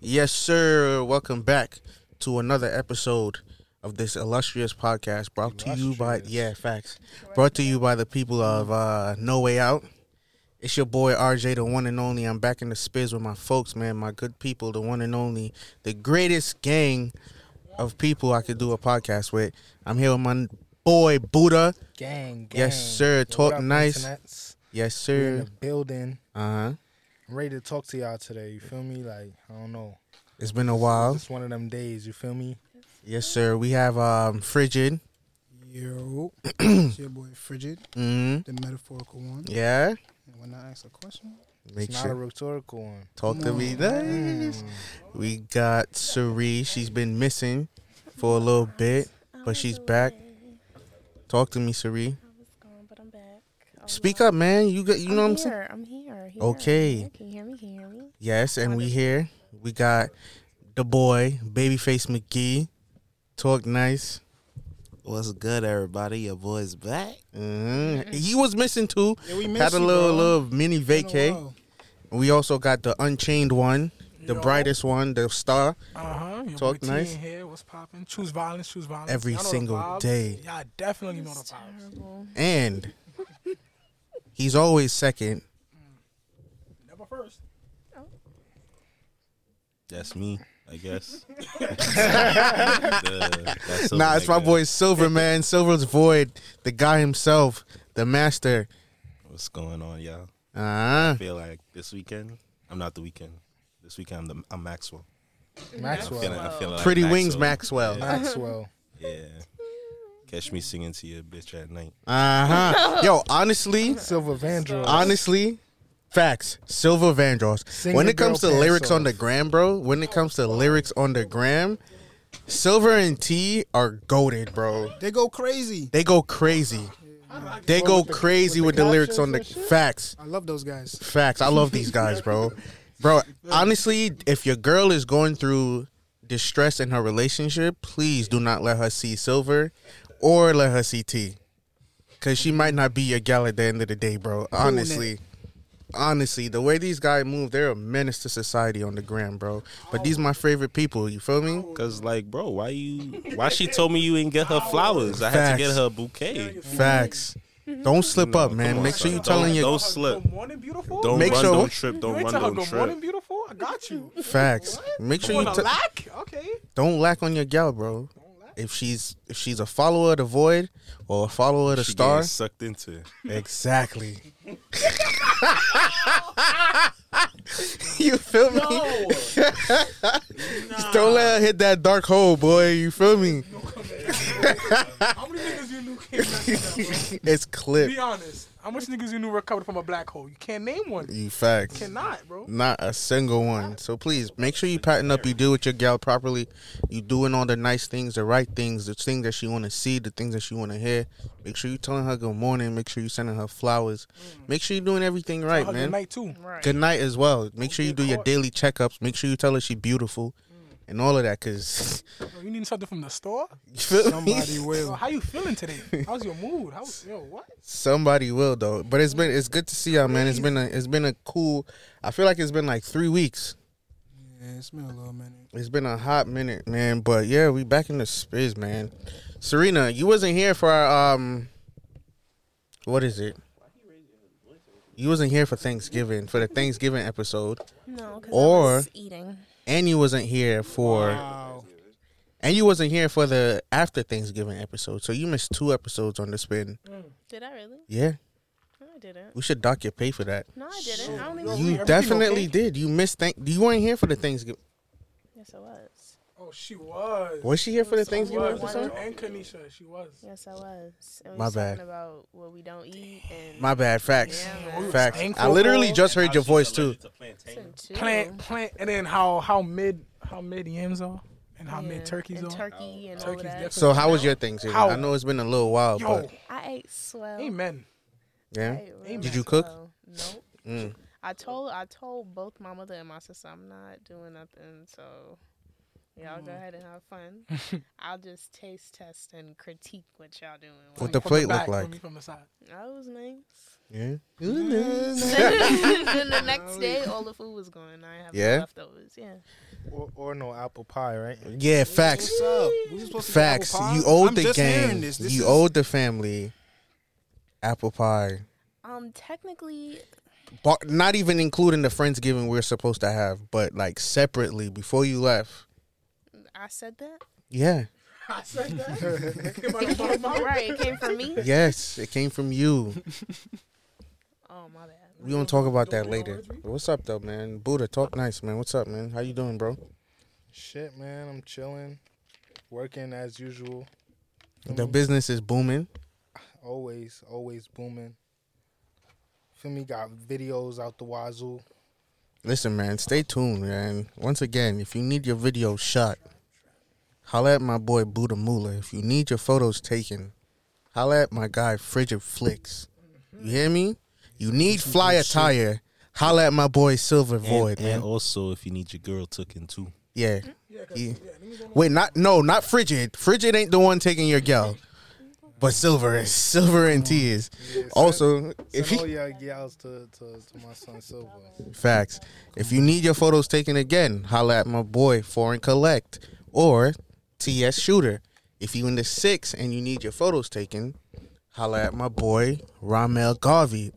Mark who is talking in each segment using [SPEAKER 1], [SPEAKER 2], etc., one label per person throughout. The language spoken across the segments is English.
[SPEAKER 1] Yes, sir. Welcome back to another episode of this illustrious podcast brought to you by
[SPEAKER 2] Illustrious.
[SPEAKER 1] yeah facts brought to you by the people of uh, No Way Out. It's your boy RJ, the one and only. I'm back in the spiz with my folks, man. My good people, the one and only, the greatest gang of people I could do a podcast with. I'm here with my boy Buddha.
[SPEAKER 2] Gang, gang.
[SPEAKER 1] Yes, sir.
[SPEAKER 2] what
[SPEAKER 1] Talk
[SPEAKER 2] up,
[SPEAKER 1] nice.
[SPEAKER 2] internets?
[SPEAKER 1] Yes,
[SPEAKER 2] We in
[SPEAKER 1] sir.
[SPEAKER 2] the building.
[SPEAKER 1] Uh huh.
[SPEAKER 2] I'm ready to talk to y'all today. You feel me? Like I don't know.
[SPEAKER 1] It's been a while.
[SPEAKER 2] It's one of them days. You feel me?
[SPEAKER 1] Yes, sir. We have um Frigid.
[SPEAKER 3] Yo, it's your boy Frigid,
[SPEAKER 1] Mm.
[SPEAKER 3] the metaphorical one.
[SPEAKER 1] Yeah.
[SPEAKER 3] And when I ask a question,
[SPEAKER 1] Make
[SPEAKER 2] it's
[SPEAKER 1] sure.
[SPEAKER 2] not a rhetorical one.
[SPEAKER 1] Talk to me. Nice. We got Sari. She's been missing for a little bit, but she's back. Talk to me, Sari.
[SPEAKER 4] I was gone, but I'm back.
[SPEAKER 1] Speak up, man. You got. You know what I'm saying?
[SPEAKER 4] here. I'm here. here.
[SPEAKER 1] Okay.
[SPEAKER 4] Can you hear me? Can you hear me?
[SPEAKER 1] Yes, and we here. We got the boy, Babyface McGee. Talk nice.
[SPEAKER 5] What's good, everybody? Your boy's back.
[SPEAKER 1] Mm. He was missing too.
[SPEAKER 3] Yeah, we
[SPEAKER 1] Had a little little mini vacay. We also got the Unchained one, the
[SPEAKER 3] Yo.
[SPEAKER 1] brightest one, the star.
[SPEAKER 3] Uh
[SPEAKER 6] Uh-huh,
[SPEAKER 3] huh.
[SPEAKER 1] Talk nice.
[SPEAKER 3] Here, what's popping? Choose violence. Choose violence.
[SPEAKER 1] Every
[SPEAKER 3] Y'all know the
[SPEAKER 1] single
[SPEAKER 3] vibes.
[SPEAKER 1] day.
[SPEAKER 3] Y'all definitely know the
[SPEAKER 4] It's
[SPEAKER 3] vibes.
[SPEAKER 4] terrible.
[SPEAKER 1] and he's always second.
[SPEAKER 3] Never first.
[SPEAKER 5] That's me, I guess. that's so
[SPEAKER 1] nah, it's my
[SPEAKER 5] nigga.
[SPEAKER 1] boy Silver, man. Silver's void, the guy himself, the master.
[SPEAKER 5] What's going on, y'all?
[SPEAKER 1] Uh,
[SPEAKER 5] I feel like this weekend, I'm not the weekend. This weekend, I'm, the, I'm Maxwell.
[SPEAKER 2] Maxwell.
[SPEAKER 5] Feeling- I'm feeling like
[SPEAKER 1] Pretty Wings Maxwell.
[SPEAKER 2] Maxwell.
[SPEAKER 5] Yeah. Catch me singing to your bitch at night.
[SPEAKER 1] uh huh. Yo, honestly,
[SPEAKER 2] Silver Vandross.
[SPEAKER 1] honestly, facts. Silver Vandross.
[SPEAKER 2] Sing
[SPEAKER 1] when
[SPEAKER 2] the
[SPEAKER 1] it comes to
[SPEAKER 2] girl pants
[SPEAKER 1] lyrics on
[SPEAKER 2] off.
[SPEAKER 1] the gram, bro. When it comes to lyrics on the gram, Silver and T are goaded, bro.
[SPEAKER 3] They go crazy.
[SPEAKER 1] They go crazy. They go crazy with the lyrics on the facts.
[SPEAKER 3] I love those guys.
[SPEAKER 1] Facts. I love these guys, bro. Bro, honestly, if your girl is going through distress in her relationship, please do not let her see silver or let her see T. Cause she might not be your gal at the end of the day, bro. Honestly. Honestly, the way these guys move, they're a menace to society on the gram, bro. But these my favorite people, you feel me?
[SPEAKER 5] Cause like, bro, why you? Why she told me you didn't get her flowers? I had to
[SPEAKER 1] Facts.
[SPEAKER 5] get her a bouquet.
[SPEAKER 1] Facts. Don't slip up, man.
[SPEAKER 5] on,
[SPEAKER 1] Make sure
[SPEAKER 5] son.
[SPEAKER 1] you telling
[SPEAKER 5] Don't-
[SPEAKER 1] your
[SPEAKER 5] don't slip.
[SPEAKER 6] Good morning, beautiful.
[SPEAKER 5] Don't
[SPEAKER 1] Make
[SPEAKER 5] run,
[SPEAKER 1] sure-
[SPEAKER 5] don't trip, don't
[SPEAKER 6] you ain't
[SPEAKER 5] run,
[SPEAKER 6] tell her
[SPEAKER 5] don't
[SPEAKER 6] good
[SPEAKER 5] trip.
[SPEAKER 6] morning, beautiful. I got you.
[SPEAKER 1] facts. Make sure
[SPEAKER 6] you
[SPEAKER 1] you
[SPEAKER 6] want to
[SPEAKER 1] t-
[SPEAKER 6] lack? Okay.
[SPEAKER 1] don't lack on your gal, bro. If she's if she's a follower of the void or a follower of the
[SPEAKER 5] She
[SPEAKER 1] star,
[SPEAKER 5] getting sucked into. it.
[SPEAKER 1] exactly. you feel me? Just Don't let her hit that dark hole, boy. You feel me?
[SPEAKER 6] How many niggas you knew came back to that,
[SPEAKER 1] It's
[SPEAKER 6] bro?
[SPEAKER 1] clip.
[SPEAKER 6] Be honest. How much niggas you knew recovered from a black hole? You can't name one. You
[SPEAKER 1] You facts.
[SPEAKER 6] cannot, bro.
[SPEAKER 1] Not a single one. So please make sure you pattern up. You do with your gal properly. You doing all the nice things, the right things, the things that she want to see, the things that she want to hear. Make sure you telling her good morning. Make sure you sending her flowers. Make sure you doing everything right,
[SPEAKER 6] Hug
[SPEAKER 1] man.
[SPEAKER 6] Good night too.
[SPEAKER 4] Right.
[SPEAKER 1] Good night as well. Make sure you
[SPEAKER 6] get
[SPEAKER 1] do your
[SPEAKER 6] caught.
[SPEAKER 1] daily checkups. Make sure you tell her she beautiful and all of that. Cause
[SPEAKER 6] Yo, you need something from the store?
[SPEAKER 1] you feel
[SPEAKER 3] Somebody
[SPEAKER 1] me?
[SPEAKER 6] Yo,
[SPEAKER 3] will.
[SPEAKER 6] how you feeling today? How's your mood? How's yo what?
[SPEAKER 1] Somebody will though. But it's been it's good to see y'all, man. It's been a it's been a cool. I feel like it's been like three weeks.
[SPEAKER 3] Yeah, it's been a little minute.
[SPEAKER 1] It's been a hot minute, man. But yeah, we back in the space, man. Serena, you wasn't here for our um, what is it? You wasn't here for Thanksgiving for the Thanksgiving episode,
[SPEAKER 4] No, because
[SPEAKER 1] Or-
[SPEAKER 4] I was eating.
[SPEAKER 1] and you wasn't here for
[SPEAKER 3] Wow.
[SPEAKER 1] and you wasn't here for the after Thanksgiving episode. So you missed two episodes on the spin.
[SPEAKER 4] Did I really?
[SPEAKER 1] Yeah,
[SPEAKER 4] No, I didn't.
[SPEAKER 1] we should dock your pay for that.
[SPEAKER 4] No, I didn't. I don't even.
[SPEAKER 1] You
[SPEAKER 6] Everything
[SPEAKER 1] definitely
[SPEAKER 6] okay?
[SPEAKER 1] did. You missed thank. You weren't here for the Thanksgiving.
[SPEAKER 4] Yes, I was.
[SPEAKER 6] Oh, she was.
[SPEAKER 1] Was she here for the Thanksgiving
[SPEAKER 6] was.
[SPEAKER 1] episode?
[SPEAKER 6] And Kanisha, she was.
[SPEAKER 4] Yes, I was. And we
[SPEAKER 1] My
[SPEAKER 4] was
[SPEAKER 1] bad.
[SPEAKER 4] Talking about what we don't eat and
[SPEAKER 1] My bad. Facts.
[SPEAKER 4] Yeah, man.
[SPEAKER 1] Facts. I
[SPEAKER 6] Thankful.
[SPEAKER 1] literally just heard your voice too.
[SPEAKER 4] listen to.
[SPEAKER 6] Plant, plant, and then how how mid how mid yams are and how mid turkeys
[SPEAKER 4] and
[SPEAKER 6] are.
[SPEAKER 4] turkey and all
[SPEAKER 6] Turkey's
[SPEAKER 4] that.
[SPEAKER 6] different.
[SPEAKER 1] So how was your Thanksgiving?
[SPEAKER 6] How-
[SPEAKER 1] I know it's been a little while,
[SPEAKER 6] Yo,
[SPEAKER 1] but
[SPEAKER 4] I ate swell.
[SPEAKER 6] amen.
[SPEAKER 1] yeah.
[SPEAKER 4] I ate really
[SPEAKER 6] Did
[SPEAKER 1] you cook?
[SPEAKER 4] swell. Nope.
[SPEAKER 1] Mm.
[SPEAKER 4] I told I told both my mother and my sister I'm not doing nothing. So Y'all
[SPEAKER 1] Mm.
[SPEAKER 4] go ahead and have fun. I'll just taste test and critique what y'all doing.
[SPEAKER 1] What
[SPEAKER 4] Like,
[SPEAKER 1] the
[SPEAKER 6] From
[SPEAKER 1] plate look
[SPEAKER 6] back,
[SPEAKER 1] like?
[SPEAKER 6] From, from the side.
[SPEAKER 4] that was nice.
[SPEAKER 1] Yeah.
[SPEAKER 4] then the next day, all the food was gone. I have
[SPEAKER 1] Yeah?
[SPEAKER 4] no leftovers. Yeah.
[SPEAKER 2] Or, or no apple pie, right?
[SPEAKER 1] Yeah, facts.
[SPEAKER 3] What's up? We was supposed to do apple
[SPEAKER 1] Facts.
[SPEAKER 3] pie?
[SPEAKER 1] You owed
[SPEAKER 3] I'm
[SPEAKER 1] the
[SPEAKER 3] just
[SPEAKER 1] gang.
[SPEAKER 3] hearing this. This
[SPEAKER 1] you
[SPEAKER 3] is-
[SPEAKER 1] owed the family apple pie.
[SPEAKER 4] Um, technically,
[SPEAKER 1] Bar- not even including the Friendsgiving we're supposed to have, but like separately before you left.
[SPEAKER 4] I said that.
[SPEAKER 1] Yeah.
[SPEAKER 6] I said that. Came out
[SPEAKER 4] It
[SPEAKER 6] of my
[SPEAKER 4] came
[SPEAKER 6] mouth.
[SPEAKER 4] from, right. It came from me.
[SPEAKER 1] Yes, it came from you.
[SPEAKER 4] Oh my bad.
[SPEAKER 1] We gonna talk about that
[SPEAKER 6] Don't worry,
[SPEAKER 1] later.
[SPEAKER 6] don't worry.
[SPEAKER 1] But what's up though, man? Buddha, talk nice, man. What's up, man? How you doing, bro?
[SPEAKER 2] Shit, man, I'm chilling, working as usual. Feel
[SPEAKER 1] The
[SPEAKER 5] Mm-hmm.
[SPEAKER 2] me?
[SPEAKER 1] business is booming.
[SPEAKER 2] always, always booming. Feel me? Got videos out the wazoo.
[SPEAKER 1] Listen, man, stay tuned, man. Once again, if you need your video shot, holla at my boy Buddha Moolah. If you need your photos taken, holla at my guy Frigid Flicks. You hear me? You need fly attire, holla at my boy Silver Void,
[SPEAKER 5] and,
[SPEAKER 1] man.
[SPEAKER 5] and also if you need your girl taken too.
[SPEAKER 1] Yeah. He- Wait, not no, not Frigid. Frigid ain't the one taking your gal. But Silver is Silver and T is. Also,
[SPEAKER 2] Send
[SPEAKER 1] if he
[SPEAKER 2] all your gals to, to, to my son Silva.
[SPEAKER 1] Facts. If you need your photos taken again, holla at my boy Foreign Collect or TS Shooter. If you in the six and you need your photos taken, holla at my boy Ramel Garvey.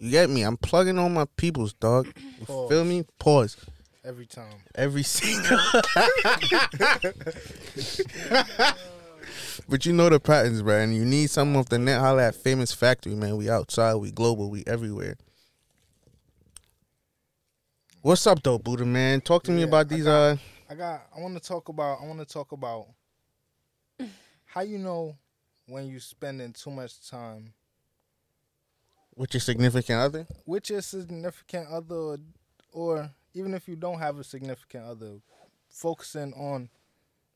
[SPEAKER 1] You get me? I'm plugging on my peoples, dog. You
[SPEAKER 2] Pause.
[SPEAKER 1] feel me? Pause
[SPEAKER 2] Every time.
[SPEAKER 1] every single. but you know the patterns, bro. And you need something off the net. Holla at Famous Factory, man. We outside, we global, we everywhere. What's up, though, Buddha man? Talk to me
[SPEAKER 2] Yeah,
[SPEAKER 1] about
[SPEAKER 2] I
[SPEAKER 1] these.
[SPEAKER 2] got-
[SPEAKER 1] Uh,
[SPEAKER 2] I got. I want to talk about. I want to talk about how you know when you spending too much time
[SPEAKER 1] with your significant other.
[SPEAKER 2] with your significant other, or, or even if you don't have a significant other, focusing on,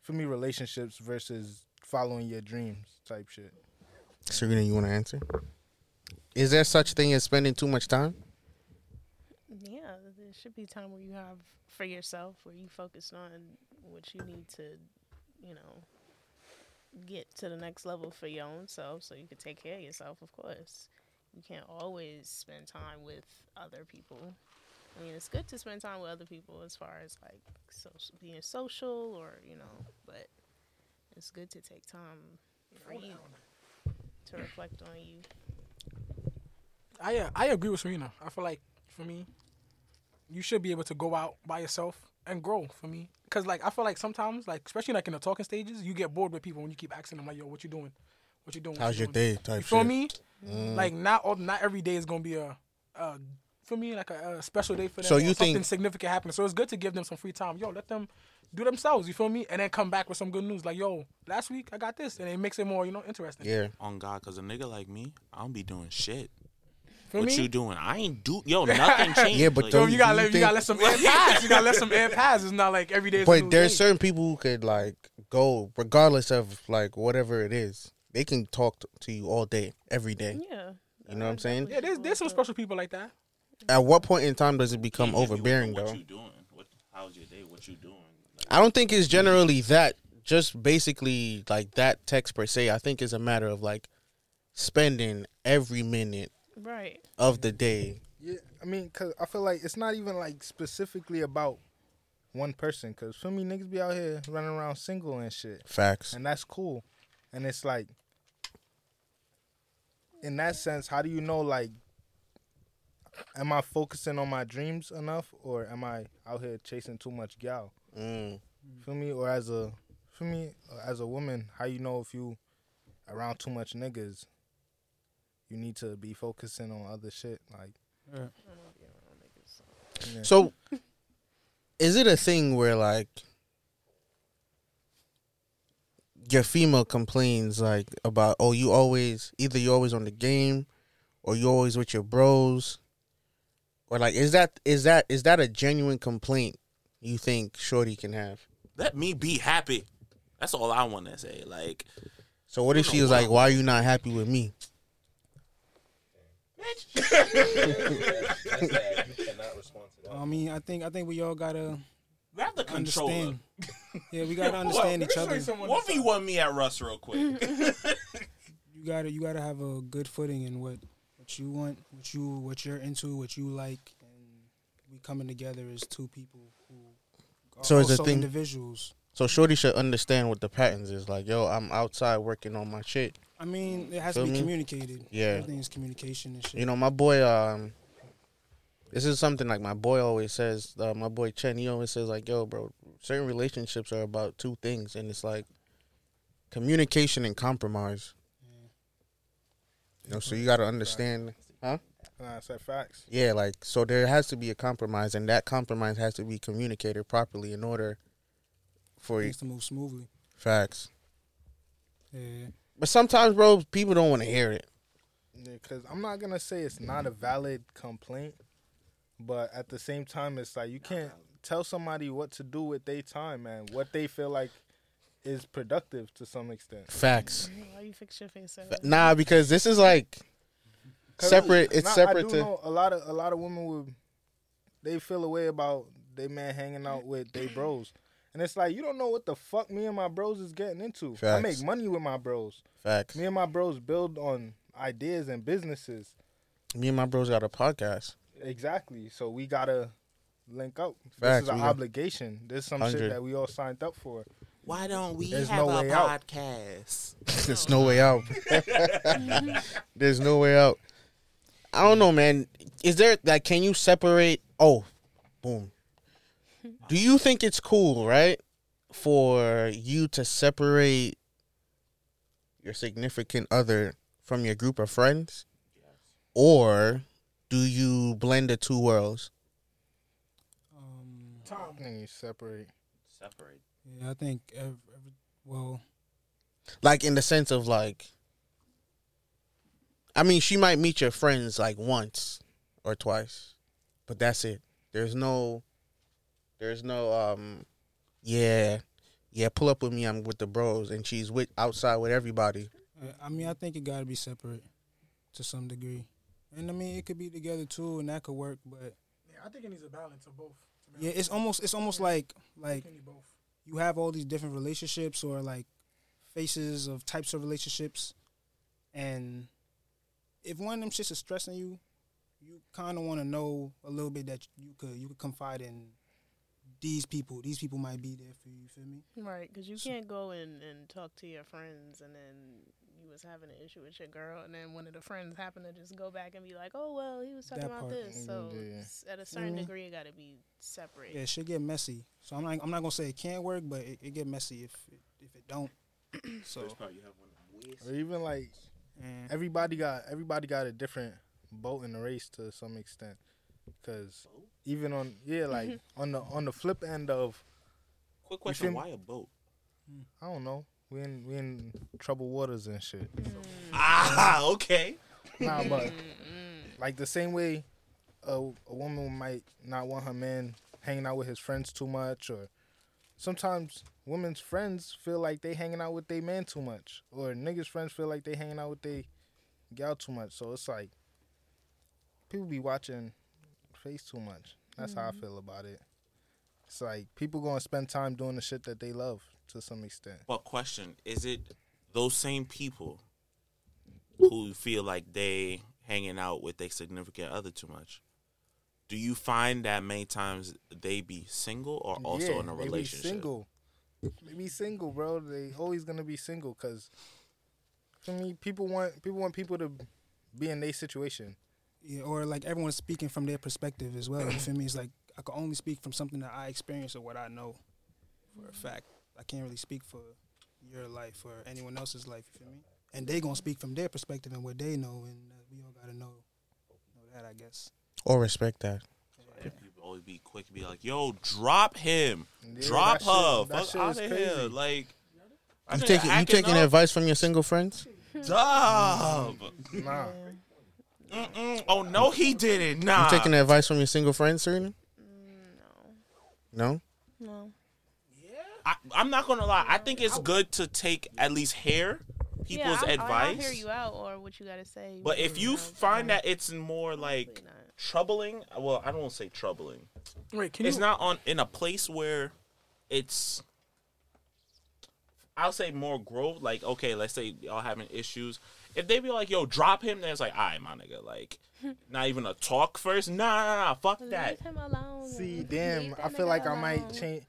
[SPEAKER 2] for me, relationships versus following your dreams type shit.
[SPEAKER 1] Serena, you want to answer? Is there such thing as spending too much time?
[SPEAKER 4] Yeah, there should be time where you have for yourself, where you focus on what you need to, you know, get to the next level for your own self, so you can take care of yourself. Of course, you can't always spend time with other people. I mean, it's good to spend time with other people as far as like social, being social, or you know, but it's good to take time for you to reflect on you.
[SPEAKER 6] I uh, I agree with Serena. I feel like for me, you should be able to go out by yourself and grow. For me, because like I feel like sometimes, like especially like in the talking stages, you get bored with people when you keep asking them like, "Yo, what you doing? What you doing? What
[SPEAKER 1] How's
[SPEAKER 6] you
[SPEAKER 1] your
[SPEAKER 6] doing?"
[SPEAKER 1] day? Type
[SPEAKER 6] You feel
[SPEAKER 1] shit. Mm.
[SPEAKER 6] me? Like not all, not every day is gonna be a, a for me like a, a special day for them.
[SPEAKER 1] So
[SPEAKER 6] or
[SPEAKER 1] you
[SPEAKER 6] something
[SPEAKER 1] think-
[SPEAKER 6] significant happening? So it's good to give them some free time. Yo, let them do themselves. You feel me? And then come back with some good news. Like yo, last week I got this, and it makes it more you know interesting.
[SPEAKER 1] Yeah.
[SPEAKER 7] on God, cause a nigga like me, I don't be doing shit.
[SPEAKER 6] Feel
[SPEAKER 7] what
[SPEAKER 6] me?
[SPEAKER 7] you doing? I ain't do yo nothing changed.
[SPEAKER 1] Yeah, but
[SPEAKER 7] like,
[SPEAKER 6] So
[SPEAKER 1] don't-
[SPEAKER 6] you gotta
[SPEAKER 1] do
[SPEAKER 6] let
[SPEAKER 1] you
[SPEAKER 6] you gotta
[SPEAKER 1] think-
[SPEAKER 6] let some air pass. You gotta let some air pass. It's not like every day. Is a new
[SPEAKER 1] But there's
[SPEAKER 6] day.
[SPEAKER 1] certain people who could like go regardless of like whatever it is. They can talk t- to you all day, every day.
[SPEAKER 4] Yeah,
[SPEAKER 1] You know what I'm saying?
[SPEAKER 6] Yeah, there's there's some special people like that.
[SPEAKER 1] At what point in time does it become
[SPEAKER 7] can't hit me with
[SPEAKER 1] overbearing
[SPEAKER 7] what
[SPEAKER 1] though?
[SPEAKER 7] you doing? What, how's your day? What you doing? Like,
[SPEAKER 1] I don't think it's generally that. Just basically like that text per se. I think it's a matter of like spending every minute
[SPEAKER 4] right.
[SPEAKER 1] of the day.
[SPEAKER 2] Yeah, I mean, cause I feel like it's not even like specifically about one person. Cause for me, niggas be out here running around single and shit,
[SPEAKER 1] Facts.
[SPEAKER 2] and that's cool. And it's like, in that sense, how do you know like, am I focusing on my dreams enough, or am I out here chasing too much gal?
[SPEAKER 1] Mm.
[SPEAKER 2] Feel me? Or as a, feel me? uh, As a woman, how you know if you around too much niggas? You need to be focusing on other shit, like. Yeah.
[SPEAKER 1] So, is it a thing where like your female complains like about oh you always either you always on the game or you always with your bros or like is that is that is that a genuine complaint you think Shorty can have?
[SPEAKER 7] let me be happy. That's all I want to say. Like,
[SPEAKER 1] So what if she was like why are you not happy with me?
[SPEAKER 3] I mean, I think I think we all gotta
[SPEAKER 7] Grab the controller.
[SPEAKER 3] Understand. yeah, we gotta understand each other.
[SPEAKER 7] One v one me at Russ real quick.
[SPEAKER 3] You gotta you gotta have a good footing in what what you want, what you what you're into, what you like, and we coming together as two people who are
[SPEAKER 1] So is the
[SPEAKER 3] also
[SPEAKER 1] thing-
[SPEAKER 3] individuals.
[SPEAKER 1] So Shorty should understand what the patterns is. Like, yo, I'm outside working on my shit.
[SPEAKER 3] I mean, it has
[SPEAKER 1] Feel
[SPEAKER 3] to be
[SPEAKER 1] me?
[SPEAKER 3] communicated.
[SPEAKER 1] Yeah.
[SPEAKER 3] everything is communication and shit.
[SPEAKER 1] You know, my boy. Um, this is something like my boy always says. Uh, my boy Chen, he always says like, "Yo, bro, certain relationships are about two things, and it's like communication and compromise." You know, so you got to understand, huh?
[SPEAKER 2] Nah, I said facts.
[SPEAKER 1] Yeah, like so there has to be a compromise, and that compromise has to be communicated properly in order for
[SPEAKER 3] things to move smoothly.
[SPEAKER 1] facts.
[SPEAKER 3] Yeah,
[SPEAKER 1] But sometimes, bro, people don't want to hear it.
[SPEAKER 2] Because I'm not gonna say it's not a valid complaint, but at the same time, it's like you can't tell somebody what to do with their time and what they feel like is productive to some extent.
[SPEAKER 1] Facts.
[SPEAKER 4] Why you fix your face? up?
[SPEAKER 1] Nah, because this is like
[SPEAKER 2] 'Cause
[SPEAKER 1] separate. It's
[SPEAKER 2] nah, I
[SPEAKER 1] separate
[SPEAKER 2] do
[SPEAKER 1] to.
[SPEAKER 2] know a lot of a lot of women would they feel a way about they man hanging out with they bros. And it's like you don't know what the fuck me and my bros is getting into. I
[SPEAKER 1] Facts.
[SPEAKER 2] make money with my bros.
[SPEAKER 1] Facts.
[SPEAKER 2] Me and my bros build on ideas and businesses.
[SPEAKER 1] Me and my bros got a podcast.
[SPEAKER 2] Exactly. So we gotta link up.
[SPEAKER 1] Facts,
[SPEAKER 2] this is an
[SPEAKER 1] we got-
[SPEAKER 2] obligation. This is some shit
[SPEAKER 1] Hundred.
[SPEAKER 2] that we all signed up for.
[SPEAKER 7] Why don't we
[SPEAKER 2] There's have no a way out.
[SPEAKER 7] podcast?
[SPEAKER 1] There's no way out. There's no way out. I don't know, man. Is there like can you separate oh boom. Do you think it's cool, right? For you to separate your significant other from your group of friends? Or do you blend the two worlds?
[SPEAKER 3] um,
[SPEAKER 2] And you separate.
[SPEAKER 7] Separate.
[SPEAKER 3] yeah. I think every, every well,
[SPEAKER 1] Like in the sense of like I mean, she might meet your friends like once or twice. But that's it. There's no there's no um yeah. Yeah, pull up with me, I'm with the bros and she's with outside with everybody.
[SPEAKER 3] uh, I mean, I think it gotta be separate to some degree, and I mean, it could be together too, and that could work. But
[SPEAKER 6] Yeah, I think it needs a balance of both. to be
[SPEAKER 3] yeah, it's almost it's almost like like
[SPEAKER 6] honest. You need both.
[SPEAKER 3] you have all these different relationships or like faces of types of relationships and if one of them shits is stressing you you kind of want to know a little bit that you could you could confide in these people these people might be there for you you feel me
[SPEAKER 4] Right, because you can't go and, and talk to your friends and then you was having an issue with your girl and then one of the friends happened to just go back and be like, oh, well, he was talking
[SPEAKER 3] That
[SPEAKER 4] about
[SPEAKER 3] part.
[SPEAKER 4] this. So
[SPEAKER 2] Yeah.
[SPEAKER 4] it's- at a certain degree, it got to be separate.
[SPEAKER 3] yeah shit get messy so i'm not i'm not gonna say it can't work but it, it get messy if if it don't so
[SPEAKER 2] Or even like
[SPEAKER 3] and
[SPEAKER 2] everybody got everybody got a different boat in the race to some extent because even on yeah like on the on the flip end of
[SPEAKER 7] Mm-hmm.
[SPEAKER 2] feel
[SPEAKER 7] Quick question:
[SPEAKER 2] me?
[SPEAKER 7] Why a boat?
[SPEAKER 2] i don't know we in we in trouble waters and shit
[SPEAKER 7] Ah, okay.
[SPEAKER 2] nah but like the same way a, a woman might not want her man hanging out with his friends too much or sometimes women's friends feel like they hanging out with their man too much or niggas friends feel like they hanging out with they gal too much so it's like people be watching face too much that's how i feel about it it's like people gonna spend time doing the shit that they love to some extent
[SPEAKER 7] But question: Is it those same people who feel like they hanging out with their significant other too much? Do you find that many times they be single or also in a
[SPEAKER 2] they be
[SPEAKER 7] relationship?
[SPEAKER 2] single. They be single, bro. They always gonna be single because for me, people want people want people to be in their situation.
[SPEAKER 3] yeah, or like everyone's speaking from their perspective as well you feel me it's like i can only speak from something that i experienced or what i know for a fact. I can't really speak for your life or anyone else's life. You feel me? And they gonna speak from their perspective and what they know, and uh, we all gotta know, know that I guess.
[SPEAKER 1] Or respect that.
[SPEAKER 7] Yeah, people always be quick to be like, "Yo, drop him,
[SPEAKER 2] Yeah,
[SPEAKER 7] drop
[SPEAKER 2] that shit-
[SPEAKER 7] her,
[SPEAKER 2] that
[SPEAKER 7] fuck
[SPEAKER 2] shit
[SPEAKER 7] out
[SPEAKER 2] is
[SPEAKER 7] of
[SPEAKER 2] crazy.
[SPEAKER 7] here." Like, I
[SPEAKER 1] You
[SPEAKER 7] think
[SPEAKER 1] taking you
[SPEAKER 7] acting
[SPEAKER 1] taking
[SPEAKER 7] up,
[SPEAKER 1] advice from your single friends?
[SPEAKER 7] Dub.
[SPEAKER 2] Nah,
[SPEAKER 7] Mm-mm. Oh no, he didn't. Nah.
[SPEAKER 1] You taking advice from your single friends, Serena? No.
[SPEAKER 4] No.
[SPEAKER 7] I, I'm not gonna lie. I think it's good to take at least hear
[SPEAKER 4] Yeah,
[SPEAKER 7] people's
[SPEAKER 4] I'll- I'll- I'll
[SPEAKER 7] advice.
[SPEAKER 4] hear you out or what you got to say.
[SPEAKER 7] But if you
[SPEAKER 4] know,
[SPEAKER 7] find
[SPEAKER 4] yeah.
[SPEAKER 7] that it's more like
[SPEAKER 4] Probably not.
[SPEAKER 7] troubling, well, I don't want to say troubling.
[SPEAKER 6] Wait, can
[SPEAKER 7] it's
[SPEAKER 6] you?
[SPEAKER 7] not on in a place where it's I'll say more growth. Like, okay, let's say y'all having issues. If they be like, yo, drop him, then it's like, all right, my nigga, like, not even a talk first. Nah, nah, nah, fuck that.
[SPEAKER 4] Leave him alone.
[SPEAKER 2] See,
[SPEAKER 4] Leave
[SPEAKER 2] damn,
[SPEAKER 4] that
[SPEAKER 2] I feel
[SPEAKER 4] nigga
[SPEAKER 2] like I might
[SPEAKER 4] alone.
[SPEAKER 2] change.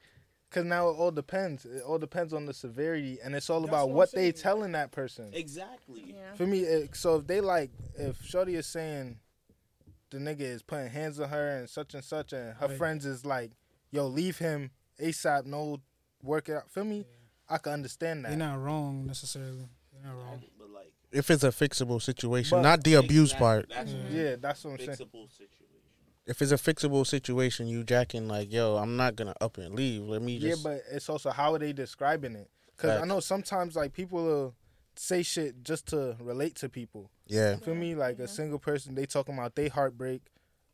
[SPEAKER 2] Cause now it all depends. It all depends on the severity, and it's all about what they telling that person.
[SPEAKER 7] Exactly.
[SPEAKER 4] Yeah.
[SPEAKER 2] For me, it, so if they like, if Shorty is saying the nigga is putting hands on her and such and such, and her friends is like, yo, leave him ASAP, no work it out. Feel me? I can understand that.
[SPEAKER 3] They're not wrong necessarily. They're not wrong.
[SPEAKER 7] But like,
[SPEAKER 1] If it's a fixable situation,
[SPEAKER 2] But-
[SPEAKER 1] not the abuse part.
[SPEAKER 7] That's
[SPEAKER 2] yeah, that's what I'm saying.
[SPEAKER 7] fixable situation.
[SPEAKER 1] If it's a fixable situation, you jacking like, yo, I'm not gonna up and leave. Let me
[SPEAKER 2] Yeah,
[SPEAKER 1] just.
[SPEAKER 2] but it's also how are they describing it? Because I
[SPEAKER 1] Facts.
[SPEAKER 2] know sometimes like people will say shit just to relate to people.
[SPEAKER 1] yeah.
[SPEAKER 2] For me, like a single person, they talking about they heartbreak.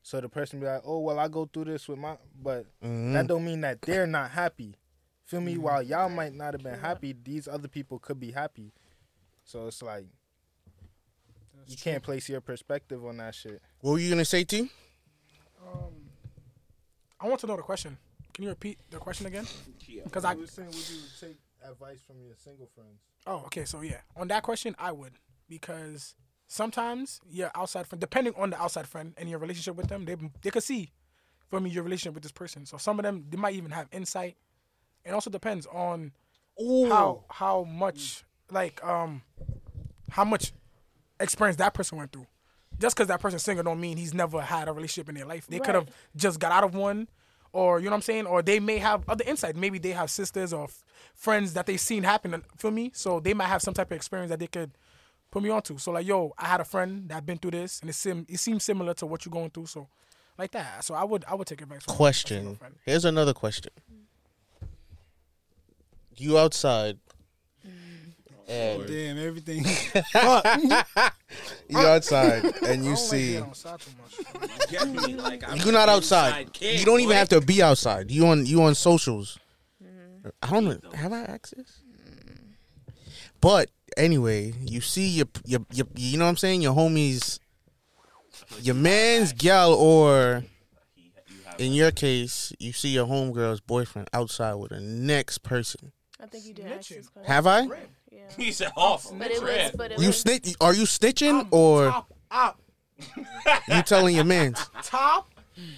[SPEAKER 2] So the person be like, "Oh well, I go through this with my," but
[SPEAKER 1] Mm-hmm.
[SPEAKER 2] that don't mean that they're not happy. Feel me? While y'all might not have been happy, these other people could be happy. So it's like you can't place your perspective on that shit.
[SPEAKER 1] What were you gonna say, T?
[SPEAKER 6] I want to know the question. Can you repeat the question again? Because I.
[SPEAKER 2] saying, would you take advice from your single friends?
[SPEAKER 6] Oh, okay. So yeah, on that question, I would because sometimes your outside friend, depending on the outside friend and your relationship with them, they they could see from your relationship with this person. So some of them they might even have insight. It also depends on how how much like um how much experience that person went through. Just because that person's single don't mean he's never had a relationship in their life. They could have just got out of one, or you know what I'm saying, or they may have other insight. Maybe they have sisters or f- friends that they've seen happen. uh, Feel me? So they might have some type of experience that they could put me onto. So like, yo, I had a friend that been through this, and it sim it seems similar to what you're going through. So like that. So I would I would take advice. from-
[SPEAKER 1] Question. Here's another question. You outside. And
[SPEAKER 3] Damn, everything.
[SPEAKER 1] you outside
[SPEAKER 2] Oh
[SPEAKER 1] and you
[SPEAKER 6] I
[SPEAKER 1] see
[SPEAKER 6] don't side too much.
[SPEAKER 7] Get me? Like, I'm
[SPEAKER 1] you're not
[SPEAKER 7] an
[SPEAKER 1] outside.
[SPEAKER 7] inside kid,
[SPEAKER 1] you don't even
[SPEAKER 7] boy.
[SPEAKER 1] have to be outside. You on you on socials.
[SPEAKER 7] Mm-hmm.
[SPEAKER 1] I don't know. Have I access? But anyway, you see your, your your you know what I'm saying. Your homies, your man's gal, or in your case, you see your homegirl's boyfriend outside with the next person.
[SPEAKER 4] I think you did ask this question.
[SPEAKER 1] Have I?
[SPEAKER 4] Yeah.
[SPEAKER 7] He said off.
[SPEAKER 4] But it was. But it
[SPEAKER 1] You
[SPEAKER 4] was.
[SPEAKER 1] snitch? Are you snitching or
[SPEAKER 6] Top op
[SPEAKER 1] you telling your man's?
[SPEAKER 6] top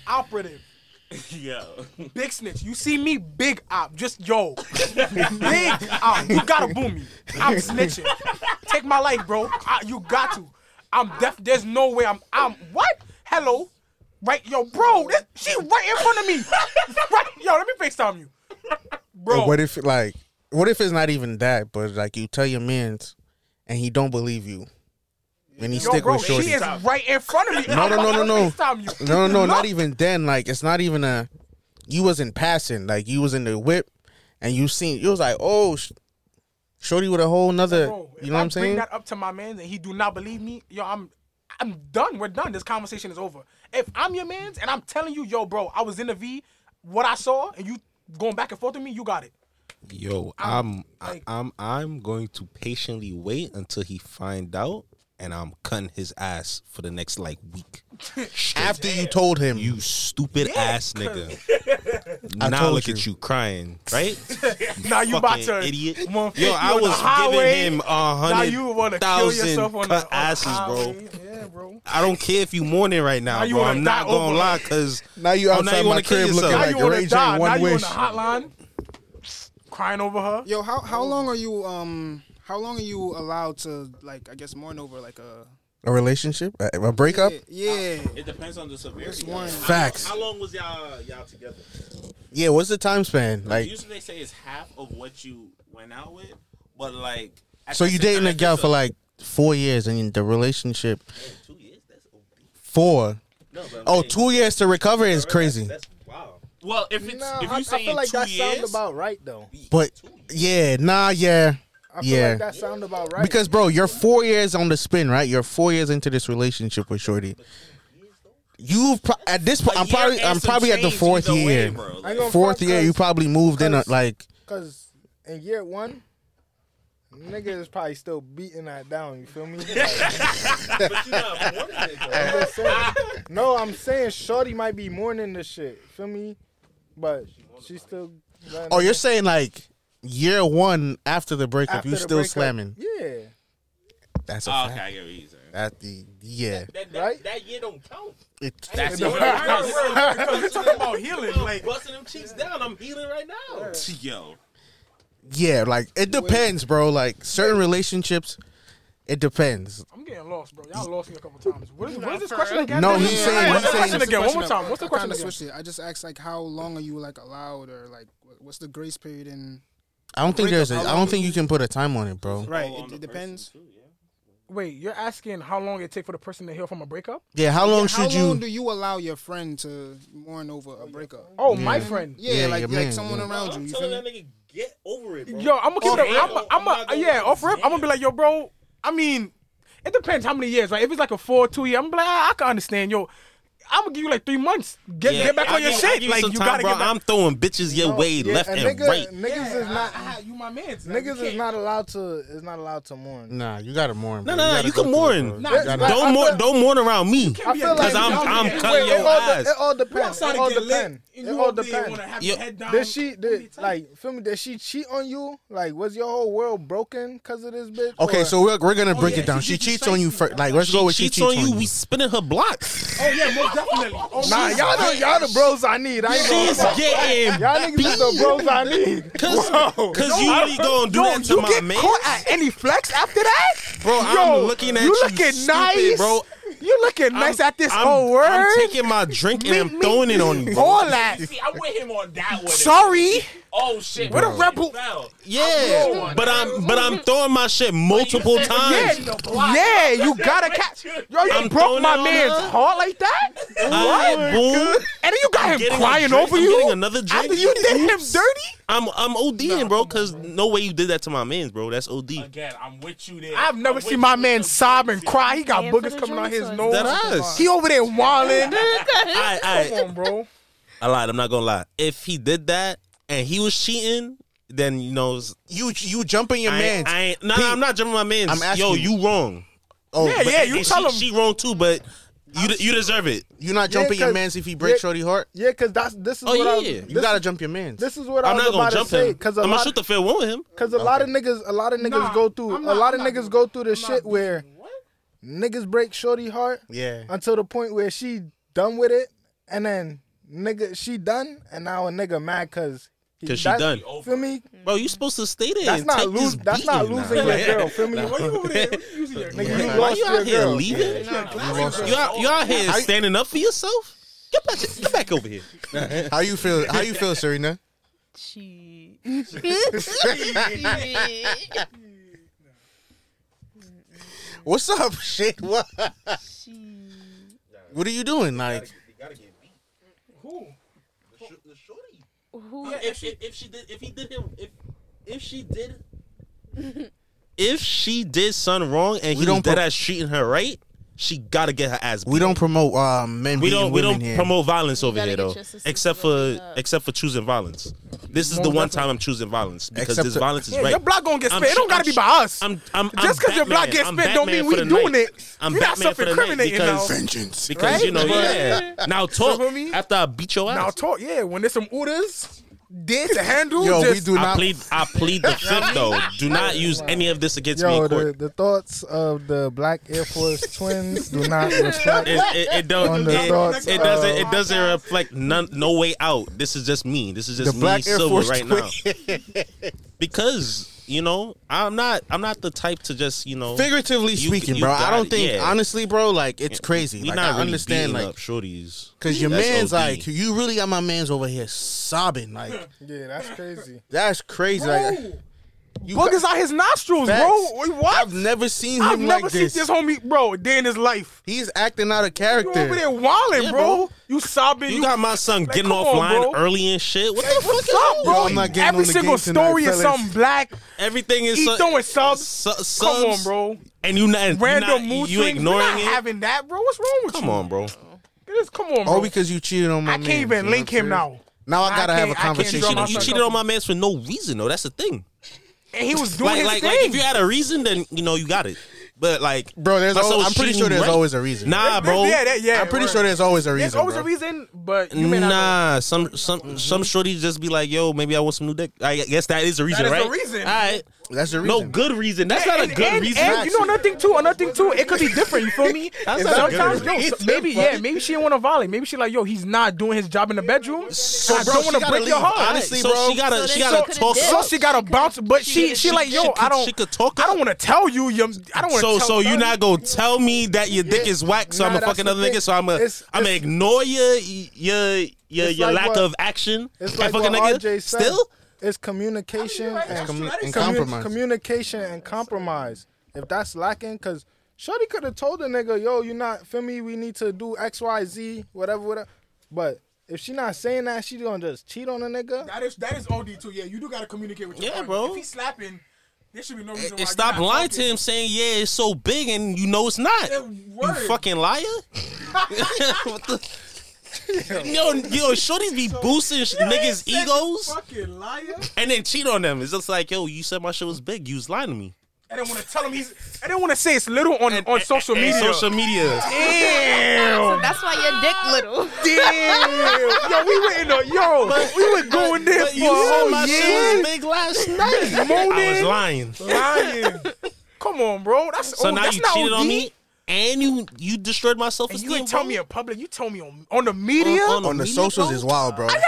[SPEAKER 6] operative.
[SPEAKER 7] Yo.
[SPEAKER 6] Big snitch. You see me, big op. Just yo. big op. You gotta boo me. I'm snitching. Take my life, bro. I, you got to. I'm deaf. There's no way I'm. I'm. What? Hello? Right? Yo, bro. This, she right in front of me. right? Yo, let me FaceTime you. Bro.
[SPEAKER 1] What if like? What if it's not even that? But like you tell your man's, and he don't believe you, and he
[SPEAKER 6] yo,
[SPEAKER 1] stick
[SPEAKER 6] bro.
[SPEAKER 1] with shorty.
[SPEAKER 6] She is right in front of me.
[SPEAKER 1] No,
[SPEAKER 6] I'm
[SPEAKER 1] no, no, no,
[SPEAKER 6] about to
[SPEAKER 1] no.
[SPEAKER 6] FaceTime you.
[SPEAKER 1] No, no, no,
[SPEAKER 6] Look.
[SPEAKER 1] not even then. Like it's not even a. You wasn't passing. Like you was in the whip, and you seen. You was like, oh, sh- shorty with a whole nother.
[SPEAKER 6] Bro, if
[SPEAKER 1] you know what
[SPEAKER 6] I
[SPEAKER 1] I'm
[SPEAKER 6] Bring
[SPEAKER 1] saying?
[SPEAKER 6] that up to my man, and he do not believe me. Yo, I'm, I'm done. We're done. This conversation is over. If I'm your man's and I'm telling you, yo, bro, I was in the V, what I saw, and you going back and forth with me, you got it.
[SPEAKER 5] Yo, I'm I,
[SPEAKER 6] like-
[SPEAKER 5] I'm I'm going to patiently wait until he find out, and I'm cutting his ass for the next like week.
[SPEAKER 1] After you told him,
[SPEAKER 5] You stupid ass nigga. now
[SPEAKER 1] told
[SPEAKER 5] look
[SPEAKER 1] you.
[SPEAKER 5] at you crying, right?
[SPEAKER 6] Now you about
[SPEAKER 5] Fucking
[SPEAKER 6] to
[SPEAKER 5] idiot.
[SPEAKER 6] wanna-
[SPEAKER 5] Yo,
[SPEAKER 6] you
[SPEAKER 5] I
[SPEAKER 6] on the
[SPEAKER 5] was
[SPEAKER 6] highway.
[SPEAKER 5] giving him a
[SPEAKER 6] Now you wanna
[SPEAKER 5] hundred
[SPEAKER 6] kill yourself
[SPEAKER 5] thousand
[SPEAKER 6] on the,
[SPEAKER 5] cut
[SPEAKER 6] on the
[SPEAKER 5] asses, bro.
[SPEAKER 6] highway. Yeah, bro.
[SPEAKER 5] I don't care if you mourning right now,
[SPEAKER 6] Now you
[SPEAKER 5] bro.
[SPEAKER 6] wanna
[SPEAKER 5] I'm not
[SPEAKER 6] die
[SPEAKER 5] gonna
[SPEAKER 6] over
[SPEAKER 5] lie,
[SPEAKER 6] it.
[SPEAKER 5] cause
[SPEAKER 1] now you
[SPEAKER 5] Oh,
[SPEAKER 1] outside
[SPEAKER 5] now you
[SPEAKER 1] my
[SPEAKER 5] wanna kill
[SPEAKER 1] crib looking
[SPEAKER 5] yourself.
[SPEAKER 6] Now
[SPEAKER 1] like
[SPEAKER 6] you want to
[SPEAKER 1] Ray J
[SPEAKER 6] die.
[SPEAKER 1] in
[SPEAKER 6] Now
[SPEAKER 1] one
[SPEAKER 6] you on
[SPEAKER 1] wish.
[SPEAKER 6] the hotline, crying over her.
[SPEAKER 3] Yo, how how long are you um how long are you allowed to like I guess mourn over like a
[SPEAKER 1] A relationship, a, a breakup.
[SPEAKER 3] yeah
[SPEAKER 7] It depends on the severity.
[SPEAKER 3] one.
[SPEAKER 7] How-
[SPEAKER 1] Facts.
[SPEAKER 7] How long was y'all y'all together?
[SPEAKER 1] Yeah, what's the time span? Like,
[SPEAKER 7] Usually they say it's half of what you went out with, but like. at
[SPEAKER 1] so
[SPEAKER 7] the
[SPEAKER 1] you
[SPEAKER 7] same
[SPEAKER 1] dating
[SPEAKER 7] time,
[SPEAKER 1] a
[SPEAKER 7] if
[SPEAKER 1] gal
[SPEAKER 7] it's
[SPEAKER 1] for like four years, and the relationship
[SPEAKER 7] two years. That's OP.
[SPEAKER 1] four.
[SPEAKER 7] No, but I'm
[SPEAKER 1] Oh,
[SPEAKER 7] saying-
[SPEAKER 1] two years to recover is crazy.
[SPEAKER 5] That's wow.
[SPEAKER 7] Well, if it's
[SPEAKER 2] No,
[SPEAKER 7] if
[SPEAKER 2] I, I
[SPEAKER 7] you saying
[SPEAKER 2] feel like
[SPEAKER 7] two
[SPEAKER 2] that sound
[SPEAKER 7] years,
[SPEAKER 2] about right though.
[SPEAKER 1] But yeah, nah, yeah.
[SPEAKER 2] I feel
[SPEAKER 1] Yeah.
[SPEAKER 2] like that sound about right.
[SPEAKER 1] Because, bro, you're four years on the spin, right? You're four years into this relationship with Shorty. You've pro- at this point,
[SPEAKER 7] a
[SPEAKER 1] I'm
[SPEAKER 7] year
[SPEAKER 1] probably
[SPEAKER 7] and
[SPEAKER 1] I'm
[SPEAKER 7] some
[SPEAKER 1] probably at the
[SPEAKER 7] change
[SPEAKER 1] fourth
[SPEAKER 7] either way,
[SPEAKER 1] year.
[SPEAKER 7] bro.
[SPEAKER 2] I
[SPEAKER 7] Like,
[SPEAKER 2] ain't gonna
[SPEAKER 1] Fourth
[SPEAKER 2] front,
[SPEAKER 1] year, you
[SPEAKER 2] 'cause-
[SPEAKER 1] probably moved in a,
[SPEAKER 2] Cause-
[SPEAKER 1] like
[SPEAKER 2] Cause in year one, nigga is probably still beating that down. You feel me? Like, I'm just saying- no, I'm saying Shorty might be mourning this shit. Feel me? but she's still. letting
[SPEAKER 1] Oh,
[SPEAKER 2] her-
[SPEAKER 1] you're saying like year one after the breakup,
[SPEAKER 2] after
[SPEAKER 1] you
[SPEAKER 2] the
[SPEAKER 1] still
[SPEAKER 2] breakup.
[SPEAKER 1] slamming?
[SPEAKER 2] Yeah,
[SPEAKER 1] That's a
[SPEAKER 7] Oh, okay,
[SPEAKER 1] fact.
[SPEAKER 7] I get what you're saying.
[SPEAKER 1] That the yeah.
[SPEAKER 5] That,
[SPEAKER 2] Right?
[SPEAKER 5] that year don't count.
[SPEAKER 1] It's
[SPEAKER 7] That's
[SPEAKER 6] No,
[SPEAKER 7] it.
[SPEAKER 6] because- because you're talking about healing. Like,
[SPEAKER 5] busting them cheeks down. I'm healing right now.
[SPEAKER 7] Yo,
[SPEAKER 1] yeah. Like it depends, bro. Like certain relationships, it depends.
[SPEAKER 6] I'm getting lost, bro. Y'all lost me a couple times. What is, what is this question
[SPEAKER 4] real.
[SPEAKER 6] again?
[SPEAKER 1] No,
[SPEAKER 6] What's
[SPEAKER 1] he's
[SPEAKER 6] the
[SPEAKER 1] saying- he's saying-
[SPEAKER 6] question again? One more time.
[SPEAKER 3] I-
[SPEAKER 6] What's the
[SPEAKER 3] I
[SPEAKER 6] question
[SPEAKER 3] kinda
[SPEAKER 6] again?
[SPEAKER 3] switched it. I just asked like, how long are you like allowed, or like, wh- what's the grace period in?
[SPEAKER 1] I don't think there's. A,
[SPEAKER 3] Breakup, how
[SPEAKER 1] I
[SPEAKER 3] long
[SPEAKER 1] don't think you can put a time on it, bro.
[SPEAKER 3] Right,
[SPEAKER 7] All on
[SPEAKER 3] it,
[SPEAKER 7] the
[SPEAKER 3] it depends.
[SPEAKER 7] person, too, yeah.
[SPEAKER 6] Wait, you're asking how long it take for the person to heal from a breakup?
[SPEAKER 1] Yeah. How long
[SPEAKER 3] How
[SPEAKER 1] should
[SPEAKER 3] long
[SPEAKER 1] you?
[SPEAKER 3] do you allow your friend to mourn over a breakup?
[SPEAKER 6] Oh,
[SPEAKER 1] Yeah.
[SPEAKER 6] my friend.
[SPEAKER 1] Yeah,
[SPEAKER 3] Yeah, like,
[SPEAKER 1] your
[SPEAKER 3] like
[SPEAKER 1] man,
[SPEAKER 3] someone
[SPEAKER 1] yeah.
[SPEAKER 3] around you. You feel
[SPEAKER 5] telling that
[SPEAKER 3] me?
[SPEAKER 5] nigga get over it, bro.
[SPEAKER 6] Yo, I'm gonna keep
[SPEAKER 5] Off
[SPEAKER 6] it.
[SPEAKER 5] rip,
[SPEAKER 6] I'm,
[SPEAKER 5] I'm
[SPEAKER 6] I'm,
[SPEAKER 5] not
[SPEAKER 6] I'm
[SPEAKER 5] gonna
[SPEAKER 6] yeah, off rip. I'm
[SPEAKER 5] damn.
[SPEAKER 6] gonna be like, yo, bro. I mean, it depends how many years. Like, if it's like a four, two year, I'm like, ah, I can understand. Yo, I'm gonna give you like three months. Get
[SPEAKER 7] Yeah,
[SPEAKER 6] get back
[SPEAKER 7] I
[SPEAKER 6] on your
[SPEAKER 7] give- I
[SPEAKER 6] shit.
[SPEAKER 7] give
[SPEAKER 6] Like,
[SPEAKER 7] some
[SPEAKER 6] you
[SPEAKER 7] time,
[SPEAKER 6] gotta
[SPEAKER 7] bro.
[SPEAKER 6] get back.
[SPEAKER 5] I'm throwing bitches your
[SPEAKER 2] No,
[SPEAKER 5] way
[SPEAKER 2] yeah,
[SPEAKER 5] left
[SPEAKER 2] a
[SPEAKER 5] and
[SPEAKER 2] nigga-
[SPEAKER 5] right.
[SPEAKER 2] Niggas is not.
[SPEAKER 6] Ah, you my man's.
[SPEAKER 2] Niggas is not allowed to. Is not allowed to mourn.
[SPEAKER 1] Nah, you gotta mourn. bro.
[SPEAKER 5] No, no, no,
[SPEAKER 1] gotta
[SPEAKER 5] you
[SPEAKER 1] go
[SPEAKER 5] can
[SPEAKER 1] through it,
[SPEAKER 5] mourn.
[SPEAKER 1] bro.
[SPEAKER 5] Nah,
[SPEAKER 1] You gotta-
[SPEAKER 2] I
[SPEAKER 5] Don't
[SPEAKER 2] feel-
[SPEAKER 5] mourn, don't mourn around me.
[SPEAKER 2] I feel like
[SPEAKER 5] Cause I'm, I'm
[SPEAKER 2] Wait,
[SPEAKER 5] cutting
[SPEAKER 2] it,
[SPEAKER 5] your
[SPEAKER 2] all de-
[SPEAKER 5] ass.
[SPEAKER 2] it all depends. It all depends. It all depends.
[SPEAKER 5] Yo.
[SPEAKER 2] Did she did
[SPEAKER 6] Oh,
[SPEAKER 2] like feel me? Did she cheat on you? Like was your whole world broken because of this bitch?
[SPEAKER 1] Okay,
[SPEAKER 2] Or-
[SPEAKER 1] so we're, we're gonna break
[SPEAKER 6] yeah,
[SPEAKER 1] it down.
[SPEAKER 6] she
[SPEAKER 1] She
[SPEAKER 6] did the
[SPEAKER 1] cheats
[SPEAKER 6] same
[SPEAKER 1] on you
[SPEAKER 6] thing.
[SPEAKER 1] first. Like, let's go with she
[SPEAKER 5] Cheats
[SPEAKER 1] cheats
[SPEAKER 5] on you. We spinning her blocks.
[SPEAKER 6] Oh yeah, most definitely. Oh,
[SPEAKER 2] nah,
[SPEAKER 6] she's-
[SPEAKER 2] y'all the y'all the bros I need. I ain't
[SPEAKER 5] She's
[SPEAKER 2] gonna,
[SPEAKER 5] getting
[SPEAKER 2] y'all niggas is the bros I need.
[SPEAKER 5] Cause, cause you really gonna do
[SPEAKER 6] Yo,
[SPEAKER 5] that to
[SPEAKER 6] you
[SPEAKER 5] my
[SPEAKER 6] get
[SPEAKER 5] man,
[SPEAKER 6] caught at any flex after that,
[SPEAKER 5] bro?
[SPEAKER 6] Yo,
[SPEAKER 5] I'm looking at you,
[SPEAKER 6] you looking
[SPEAKER 5] stupid,
[SPEAKER 6] nice,
[SPEAKER 5] bro.
[SPEAKER 6] You looking nice at this
[SPEAKER 5] I'm,
[SPEAKER 6] whole word?
[SPEAKER 5] I'm taking my drink and I'm
[SPEAKER 6] Me- Oh, me-
[SPEAKER 5] throwing it on you. bro.
[SPEAKER 6] All that.
[SPEAKER 7] See, I with him on that one.
[SPEAKER 6] Sorry.
[SPEAKER 7] Oh shit.
[SPEAKER 6] What a
[SPEAKER 7] bro.
[SPEAKER 6] rebel.
[SPEAKER 7] Foul.
[SPEAKER 5] Yeah, but I'm but I'm throwing my shit multiple times.
[SPEAKER 6] Yeah, you gotta catch. Yo, you
[SPEAKER 5] I'm
[SPEAKER 6] broke
[SPEAKER 5] throwing
[SPEAKER 6] my
[SPEAKER 5] it on
[SPEAKER 6] man's
[SPEAKER 5] her.
[SPEAKER 6] heart like that?
[SPEAKER 5] Alright,
[SPEAKER 6] What?
[SPEAKER 5] boom.
[SPEAKER 6] And then you got him
[SPEAKER 5] getting a
[SPEAKER 6] crying
[SPEAKER 5] drink.
[SPEAKER 6] over
[SPEAKER 5] I'm
[SPEAKER 6] you.
[SPEAKER 5] getting another drink.
[SPEAKER 6] After you did him dirty.
[SPEAKER 5] I'm I'm ODing, bro. Cause no way you did that to my man's, bro. That's OD.
[SPEAKER 7] Again, I'm with you there.
[SPEAKER 6] I've never
[SPEAKER 7] I'm
[SPEAKER 6] seen
[SPEAKER 7] with
[SPEAKER 6] my
[SPEAKER 7] you
[SPEAKER 6] man
[SPEAKER 7] with the
[SPEAKER 6] sob and
[SPEAKER 7] bullshit.
[SPEAKER 6] cry. He got
[SPEAKER 4] Paying for
[SPEAKER 6] boogers
[SPEAKER 4] the
[SPEAKER 6] coming out
[SPEAKER 4] drinks
[SPEAKER 6] his
[SPEAKER 4] or-
[SPEAKER 6] nose.
[SPEAKER 5] That ass.
[SPEAKER 6] He over there wilding.
[SPEAKER 5] I I
[SPEAKER 6] Come on, bro.
[SPEAKER 5] I lied. I'm not gonna lie. If he did that and he was cheating, then you know it's-
[SPEAKER 1] You you jumping your
[SPEAKER 5] I
[SPEAKER 1] man.
[SPEAKER 5] ain't, I ain't, nah,
[SPEAKER 1] Pete,
[SPEAKER 5] I'm not jumping my man's.
[SPEAKER 1] I'm asking
[SPEAKER 5] Yo,
[SPEAKER 1] you.
[SPEAKER 5] you wrong.
[SPEAKER 1] Oh,
[SPEAKER 6] Yeah,
[SPEAKER 1] but
[SPEAKER 6] yeah, you
[SPEAKER 5] And
[SPEAKER 6] tell
[SPEAKER 5] she,
[SPEAKER 6] him.
[SPEAKER 5] She wrong too, but you you deserve it.
[SPEAKER 1] You're not jumping your
[SPEAKER 2] 'cause-
[SPEAKER 1] man's if he breaks
[SPEAKER 2] yeah.
[SPEAKER 1] shorty heart.
[SPEAKER 2] Yeah, cause that's this is
[SPEAKER 5] Oh,
[SPEAKER 2] what I
[SPEAKER 5] yeah.
[SPEAKER 1] You
[SPEAKER 2] this,
[SPEAKER 1] gotta jump your man's.
[SPEAKER 2] this is what I
[SPEAKER 5] I'm
[SPEAKER 2] was
[SPEAKER 5] not gonna
[SPEAKER 2] about to
[SPEAKER 5] jump
[SPEAKER 2] say.
[SPEAKER 5] him.
[SPEAKER 2] Cause a
[SPEAKER 5] I'm gonna
[SPEAKER 2] lot
[SPEAKER 5] shoot the fair one with him.
[SPEAKER 2] Cause a lot of niggas, a lot of niggas
[SPEAKER 6] Nah,
[SPEAKER 2] go through,
[SPEAKER 6] I'm not-
[SPEAKER 2] a lot
[SPEAKER 6] I'm
[SPEAKER 2] of
[SPEAKER 6] not-
[SPEAKER 2] niggas go through the
[SPEAKER 6] not
[SPEAKER 2] shit
[SPEAKER 6] doing
[SPEAKER 2] where niggas break shorty heart
[SPEAKER 1] Yeah.
[SPEAKER 2] until the point where she done with it, and then nigga she done, and now a nigga mad cause he-
[SPEAKER 5] 'Cause she
[SPEAKER 2] that-
[SPEAKER 5] done.
[SPEAKER 2] Feel me?
[SPEAKER 5] Bro, you supposed to stay there.
[SPEAKER 2] That's
[SPEAKER 5] and
[SPEAKER 2] not
[SPEAKER 5] take this
[SPEAKER 2] lose. That's not
[SPEAKER 5] beating, nah.
[SPEAKER 2] losing your girl. Feel me?
[SPEAKER 6] Why you over there? What you using your-
[SPEAKER 2] Nigga,
[SPEAKER 1] Yeah.
[SPEAKER 2] you
[SPEAKER 5] Why
[SPEAKER 2] lost
[SPEAKER 5] you out
[SPEAKER 2] your
[SPEAKER 5] here
[SPEAKER 2] girl.
[SPEAKER 5] leaving?
[SPEAKER 6] Classic girl.
[SPEAKER 5] You out, you out here standing up for yourself? Get back, get back over here.
[SPEAKER 1] How you feel? How you feel, Serena?
[SPEAKER 4] She.
[SPEAKER 1] What's up, shit? What? What are you doing? Like,
[SPEAKER 6] Who?
[SPEAKER 4] Who?
[SPEAKER 5] If she, if she did, if he did him, if if she did, if she did son wrong and
[SPEAKER 1] We
[SPEAKER 5] he
[SPEAKER 1] don't
[SPEAKER 5] don't dead
[SPEAKER 1] pro-
[SPEAKER 5] ass treating her right, she gotta get her ass. Beat.
[SPEAKER 1] we don't promote uh, men.
[SPEAKER 5] we don't we don't
[SPEAKER 1] here.
[SPEAKER 5] promote violence over
[SPEAKER 4] gotta
[SPEAKER 5] here
[SPEAKER 4] get
[SPEAKER 5] though,
[SPEAKER 4] your sisters
[SPEAKER 5] except
[SPEAKER 4] to uh,
[SPEAKER 5] for
[SPEAKER 4] wake up.
[SPEAKER 5] except for choosing violence. This is the one time I'm choosing violence because
[SPEAKER 1] Except
[SPEAKER 5] this
[SPEAKER 1] the-
[SPEAKER 5] violence is
[SPEAKER 6] Yeah,
[SPEAKER 5] right.
[SPEAKER 6] your block gonna get
[SPEAKER 5] I'm
[SPEAKER 6] spit. It
[SPEAKER 5] sure-
[SPEAKER 6] don't gotta
[SPEAKER 5] I'm
[SPEAKER 6] be
[SPEAKER 5] sure-
[SPEAKER 6] by us.
[SPEAKER 5] I'm, I'm, I'm
[SPEAKER 6] Just 'cause your block
[SPEAKER 5] Batman.
[SPEAKER 6] gets
[SPEAKER 5] I'm
[SPEAKER 6] spit don't
[SPEAKER 5] Batman
[SPEAKER 6] mean
[SPEAKER 5] for
[SPEAKER 6] we
[SPEAKER 5] the
[SPEAKER 6] doing
[SPEAKER 5] night.
[SPEAKER 6] it.
[SPEAKER 5] I'm
[SPEAKER 6] You're not
[SPEAKER 5] Batman for the night
[SPEAKER 6] self-incriminating,
[SPEAKER 5] because-
[SPEAKER 6] though.
[SPEAKER 1] vengeance.
[SPEAKER 5] Because you know, yeah. Now talk
[SPEAKER 6] what I mean?
[SPEAKER 5] after I beat your
[SPEAKER 6] Now
[SPEAKER 5] ass.
[SPEAKER 6] talk, yeah. When there's some orders, there to handle.
[SPEAKER 1] Yo, we
[SPEAKER 6] just,
[SPEAKER 1] do
[SPEAKER 5] I
[SPEAKER 1] not.
[SPEAKER 5] plead. I plead the fifth, though. Do not use any of this against me
[SPEAKER 2] Yo,
[SPEAKER 5] in court.
[SPEAKER 2] the, the thoughts of the Black Air Force twins do not reflect.
[SPEAKER 5] It, it, it
[SPEAKER 2] On
[SPEAKER 5] don't.
[SPEAKER 2] the
[SPEAKER 5] It,
[SPEAKER 2] thoughts
[SPEAKER 5] it doesn't.
[SPEAKER 2] of-
[SPEAKER 5] It doesn't reflect none. No way out. This is just me. This is just
[SPEAKER 1] The
[SPEAKER 5] me
[SPEAKER 1] Black Air
[SPEAKER 5] silver
[SPEAKER 1] Force
[SPEAKER 5] right now. Because you know, I'm not. I'm not the type to just you know.
[SPEAKER 1] Figuratively
[SPEAKER 5] You-
[SPEAKER 1] speaking,
[SPEAKER 5] you
[SPEAKER 1] bro,
[SPEAKER 5] got
[SPEAKER 1] I don't
[SPEAKER 5] it,
[SPEAKER 1] think
[SPEAKER 5] yeah.
[SPEAKER 1] honestly, bro. Like, it's crazy.
[SPEAKER 5] We
[SPEAKER 1] like,
[SPEAKER 5] not
[SPEAKER 1] I
[SPEAKER 5] really
[SPEAKER 1] understand,
[SPEAKER 5] beating
[SPEAKER 1] like,
[SPEAKER 5] up shorties.
[SPEAKER 1] because your
[SPEAKER 5] That's
[SPEAKER 1] man's
[SPEAKER 5] OD.
[SPEAKER 1] like, you really got my man's over here sobbing. Like,
[SPEAKER 2] Yeah, that's crazy.
[SPEAKER 1] that's crazy. Like, you got-
[SPEAKER 6] Boogers out his nostrils,
[SPEAKER 1] Facts.
[SPEAKER 6] bro. Wait, What?
[SPEAKER 1] I've never seen him
[SPEAKER 6] I've
[SPEAKER 1] like
[SPEAKER 6] never seen
[SPEAKER 1] this.
[SPEAKER 6] this. homie, bro, a day in his life.
[SPEAKER 1] He's acting out of
[SPEAKER 6] You
[SPEAKER 1] character.
[SPEAKER 6] over there wilding,
[SPEAKER 5] Yeah,
[SPEAKER 6] bro.
[SPEAKER 5] bro.
[SPEAKER 6] You sobbing.
[SPEAKER 5] You,
[SPEAKER 6] You,
[SPEAKER 5] got my son getting
[SPEAKER 6] come on,
[SPEAKER 5] offline
[SPEAKER 6] bro.
[SPEAKER 5] early and shit. What the fuck?
[SPEAKER 6] what's up, bro?
[SPEAKER 1] Yo, I'm not getting
[SPEAKER 6] Every
[SPEAKER 1] on the
[SPEAKER 6] single
[SPEAKER 1] game tonight,
[SPEAKER 6] story is
[SPEAKER 1] fellas.
[SPEAKER 6] something black.
[SPEAKER 5] Everything is
[SPEAKER 6] He
[SPEAKER 5] so-
[SPEAKER 6] throwing subs.
[SPEAKER 5] su-
[SPEAKER 6] Come on,
[SPEAKER 5] subs,
[SPEAKER 6] bro.
[SPEAKER 5] And you not
[SPEAKER 6] Random
[SPEAKER 5] you not,
[SPEAKER 6] mood
[SPEAKER 5] you
[SPEAKER 6] swings.
[SPEAKER 5] ignoring
[SPEAKER 6] We're not
[SPEAKER 5] it.
[SPEAKER 6] having that, bro. What's wrong with
[SPEAKER 5] Come
[SPEAKER 6] you?
[SPEAKER 5] on, bro.
[SPEAKER 6] It is- come on, bro.
[SPEAKER 1] All because you cheated on my
[SPEAKER 6] I
[SPEAKER 1] man.
[SPEAKER 6] can't even
[SPEAKER 1] you know
[SPEAKER 6] link
[SPEAKER 1] what I'm
[SPEAKER 6] him
[SPEAKER 1] saying?
[SPEAKER 6] now.
[SPEAKER 1] Now I
[SPEAKER 6] I
[SPEAKER 1] gotta have a
[SPEAKER 6] can't- I can't
[SPEAKER 5] You
[SPEAKER 1] conversation.
[SPEAKER 6] draw
[SPEAKER 5] cheated,
[SPEAKER 6] my
[SPEAKER 1] with
[SPEAKER 5] you
[SPEAKER 1] you.
[SPEAKER 5] cheated on my man's for no reason though. That's the thing.
[SPEAKER 6] And he was doing
[SPEAKER 5] Like,
[SPEAKER 6] his
[SPEAKER 5] like,
[SPEAKER 6] thing.
[SPEAKER 5] like, if you had a reason, then you know you got it.
[SPEAKER 7] But like,
[SPEAKER 1] Bro, there's
[SPEAKER 7] my soul
[SPEAKER 1] always, I'm
[SPEAKER 7] is
[SPEAKER 1] pretty
[SPEAKER 7] treating
[SPEAKER 1] sure
[SPEAKER 7] you
[SPEAKER 1] there's
[SPEAKER 7] right.
[SPEAKER 1] always a reason.
[SPEAKER 5] Nah, bro.
[SPEAKER 6] Yeah, that, yeah.
[SPEAKER 1] I'm pretty
[SPEAKER 6] word.
[SPEAKER 1] sure there's always a reason.
[SPEAKER 6] There's always
[SPEAKER 1] bro.
[SPEAKER 6] a reason, but you may not know.
[SPEAKER 5] Nah, some some some shorties just be like, "Yo, maybe I want some new dick." I guess that is a reason,
[SPEAKER 6] is a
[SPEAKER 5] right?
[SPEAKER 6] reason.
[SPEAKER 5] All right,
[SPEAKER 1] That's the reason.
[SPEAKER 5] no good reason. That's not a
[SPEAKER 6] And-
[SPEAKER 5] good
[SPEAKER 6] and-
[SPEAKER 5] reason.
[SPEAKER 6] And you know another thing too, another thing too, it could be different. You feel me?
[SPEAKER 5] That's not a good
[SPEAKER 6] Sometimes, yo,
[SPEAKER 1] reason,
[SPEAKER 6] so- maybe
[SPEAKER 1] bro.
[SPEAKER 6] yeah, maybe she didn't want to violate. Maybe she like, yo, he's not doing his job in the bedroom. So I
[SPEAKER 5] bro,
[SPEAKER 6] don't
[SPEAKER 5] she
[SPEAKER 6] want to
[SPEAKER 5] gotta
[SPEAKER 6] break your
[SPEAKER 5] leave.
[SPEAKER 6] heart.
[SPEAKER 1] Honestly,
[SPEAKER 5] so
[SPEAKER 1] bro.
[SPEAKER 5] she gotta
[SPEAKER 4] So
[SPEAKER 5] she
[SPEAKER 4] then she
[SPEAKER 5] gotta talk.
[SPEAKER 4] could've
[SPEAKER 6] So
[SPEAKER 5] up.
[SPEAKER 4] did.
[SPEAKER 6] she got to bounce, but she she like, yo,
[SPEAKER 5] could-
[SPEAKER 6] I don't,
[SPEAKER 5] She could talk.
[SPEAKER 6] I
[SPEAKER 5] up.
[SPEAKER 6] don't want to tell you. you I don't want to.
[SPEAKER 5] So
[SPEAKER 6] tell
[SPEAKER 5] so you
[SPEAKER 6] you.
[SPEAKER 5] not gonna tell me that your dick is whack, so
[SPEAKER 2] Nah,
[SPEAKER 5] I'm gonna
[SPEAKER 2] that's
[SPEAKER 5] fuck
[SPEAKER 2] the
[SPEAKER 5] another
[SPEAKER 2] thing.
[SPEAKER 5] nigga. So I'm gonna
[SPEAKER 2] It's-
[SPEAKER 5] I'm gonna
[SPEAKER 2] it's-
[SPEAKER 5] ignore your your your,
[SPEAKER 2] It's
[SPEAKER 5] your
[SPEAKER 2] like
[SPEAKER 5] lack
[SPEAKER 2] what-
[SPEAKER 5] of action.
[SPEAKER 2] It's
[SPEAKER 5] and
[SPEAKER 2] like
[SPEAKER 5] fuck a
[SPEAKER 2] what
[SPEAKER 5] nigga
[SPEAKER 2] RJ said.
[SPEAKER 5] still.
[SPEAKER 2] It's communication and,
[SPEAKER 1] commu- and
[SPEAKER 2] commu-
[SPEAKER 1] compromise.
[SPEAKER 2] communication and compromise. If that's lacking, because Shorty could have told the nigga, "Yo, you not feel me? We need to do X, Y, Z, whatever, whatever." But if she not saying that, she gonna just cheat on the nigga.
[SPEAKER 6] That is that is OD too. Yeah, you do gotta communicate with your
[SPEAKER 5] Yeah,
[SPEAKER 6] partner.
[SPEAKER 5] bro.
[SPEAKER 6] If he's slapping, there should be no reason. why
[SPEAKER 5] And
[SPEAKER 6] you
[SPEAKER 5] stop
[SPEAKER 6] not
[SPEAKER 5] lying to
[SPEAKER 6] talking.
[SPEAKER 5] him, saying yeah, it's so big, and you know it's not.
[SPEAKER 6] Yeah,
[SPEAKER 5] You
[SPEAKER 6] word.
[SPEAKER 5] fucking liar. what the? Yo, yo, shorties be boosting sh- niggas'
[SPEAKER 6] Said you
[SPEAKER 5] egos
[SPEAKER 6] Fucking liar.
[SPEAKER 5] and then cheat on them. It's just like, yo, you said my shit was big. You was lying to me
[SPEAKER 6] I don't want to tell him he's. I don't want to say it's little on on social
[SPEAKER 5] And eh,
[SPEAKER 6] media.
[SPEAKER 5] Social media.
[SPEAKER 6] Damn.
[SPEAKER 4] That's why your dick little.
[SPEAKER 6] Damn. Yo, we went in a yo. we were going there
[SPEAKER 5] But
[SPEAKER 6] for
[SPEAKER 5] you
[SPEAKER 6] a
[SPEAKER 5] said my
[SPEAKER 6] whole
[SPEAKER 5] shit
[SPEAKER 6] year.
[SPEAKER 5] was big last night. I was
[SPEAKER 6] Moaning.
[SPEAKER 5] lying.
[SPEAKER 6] lying. Come on, bro. That's
[SPEAKER 5] So
[SPEAKER 6] oh,
[SPEAKER 5] now
[SPEAKER 6] that's
[SPEAKER 5] you
[SPEAKER 6] not
[SPEAKER 5] cheated
[SPEAKER 6] OD.
[SPEAKER 5] on me, and you you destroyed my self
[SPEAKER 6] And
[SPEAKER 5] esteem.
[SPEAKER 6] you didn't tell me in public. You told me on on the media.
[SPEAKER 1] On the socials is wild, bro.
[SPEAKER 6] Yada, yada,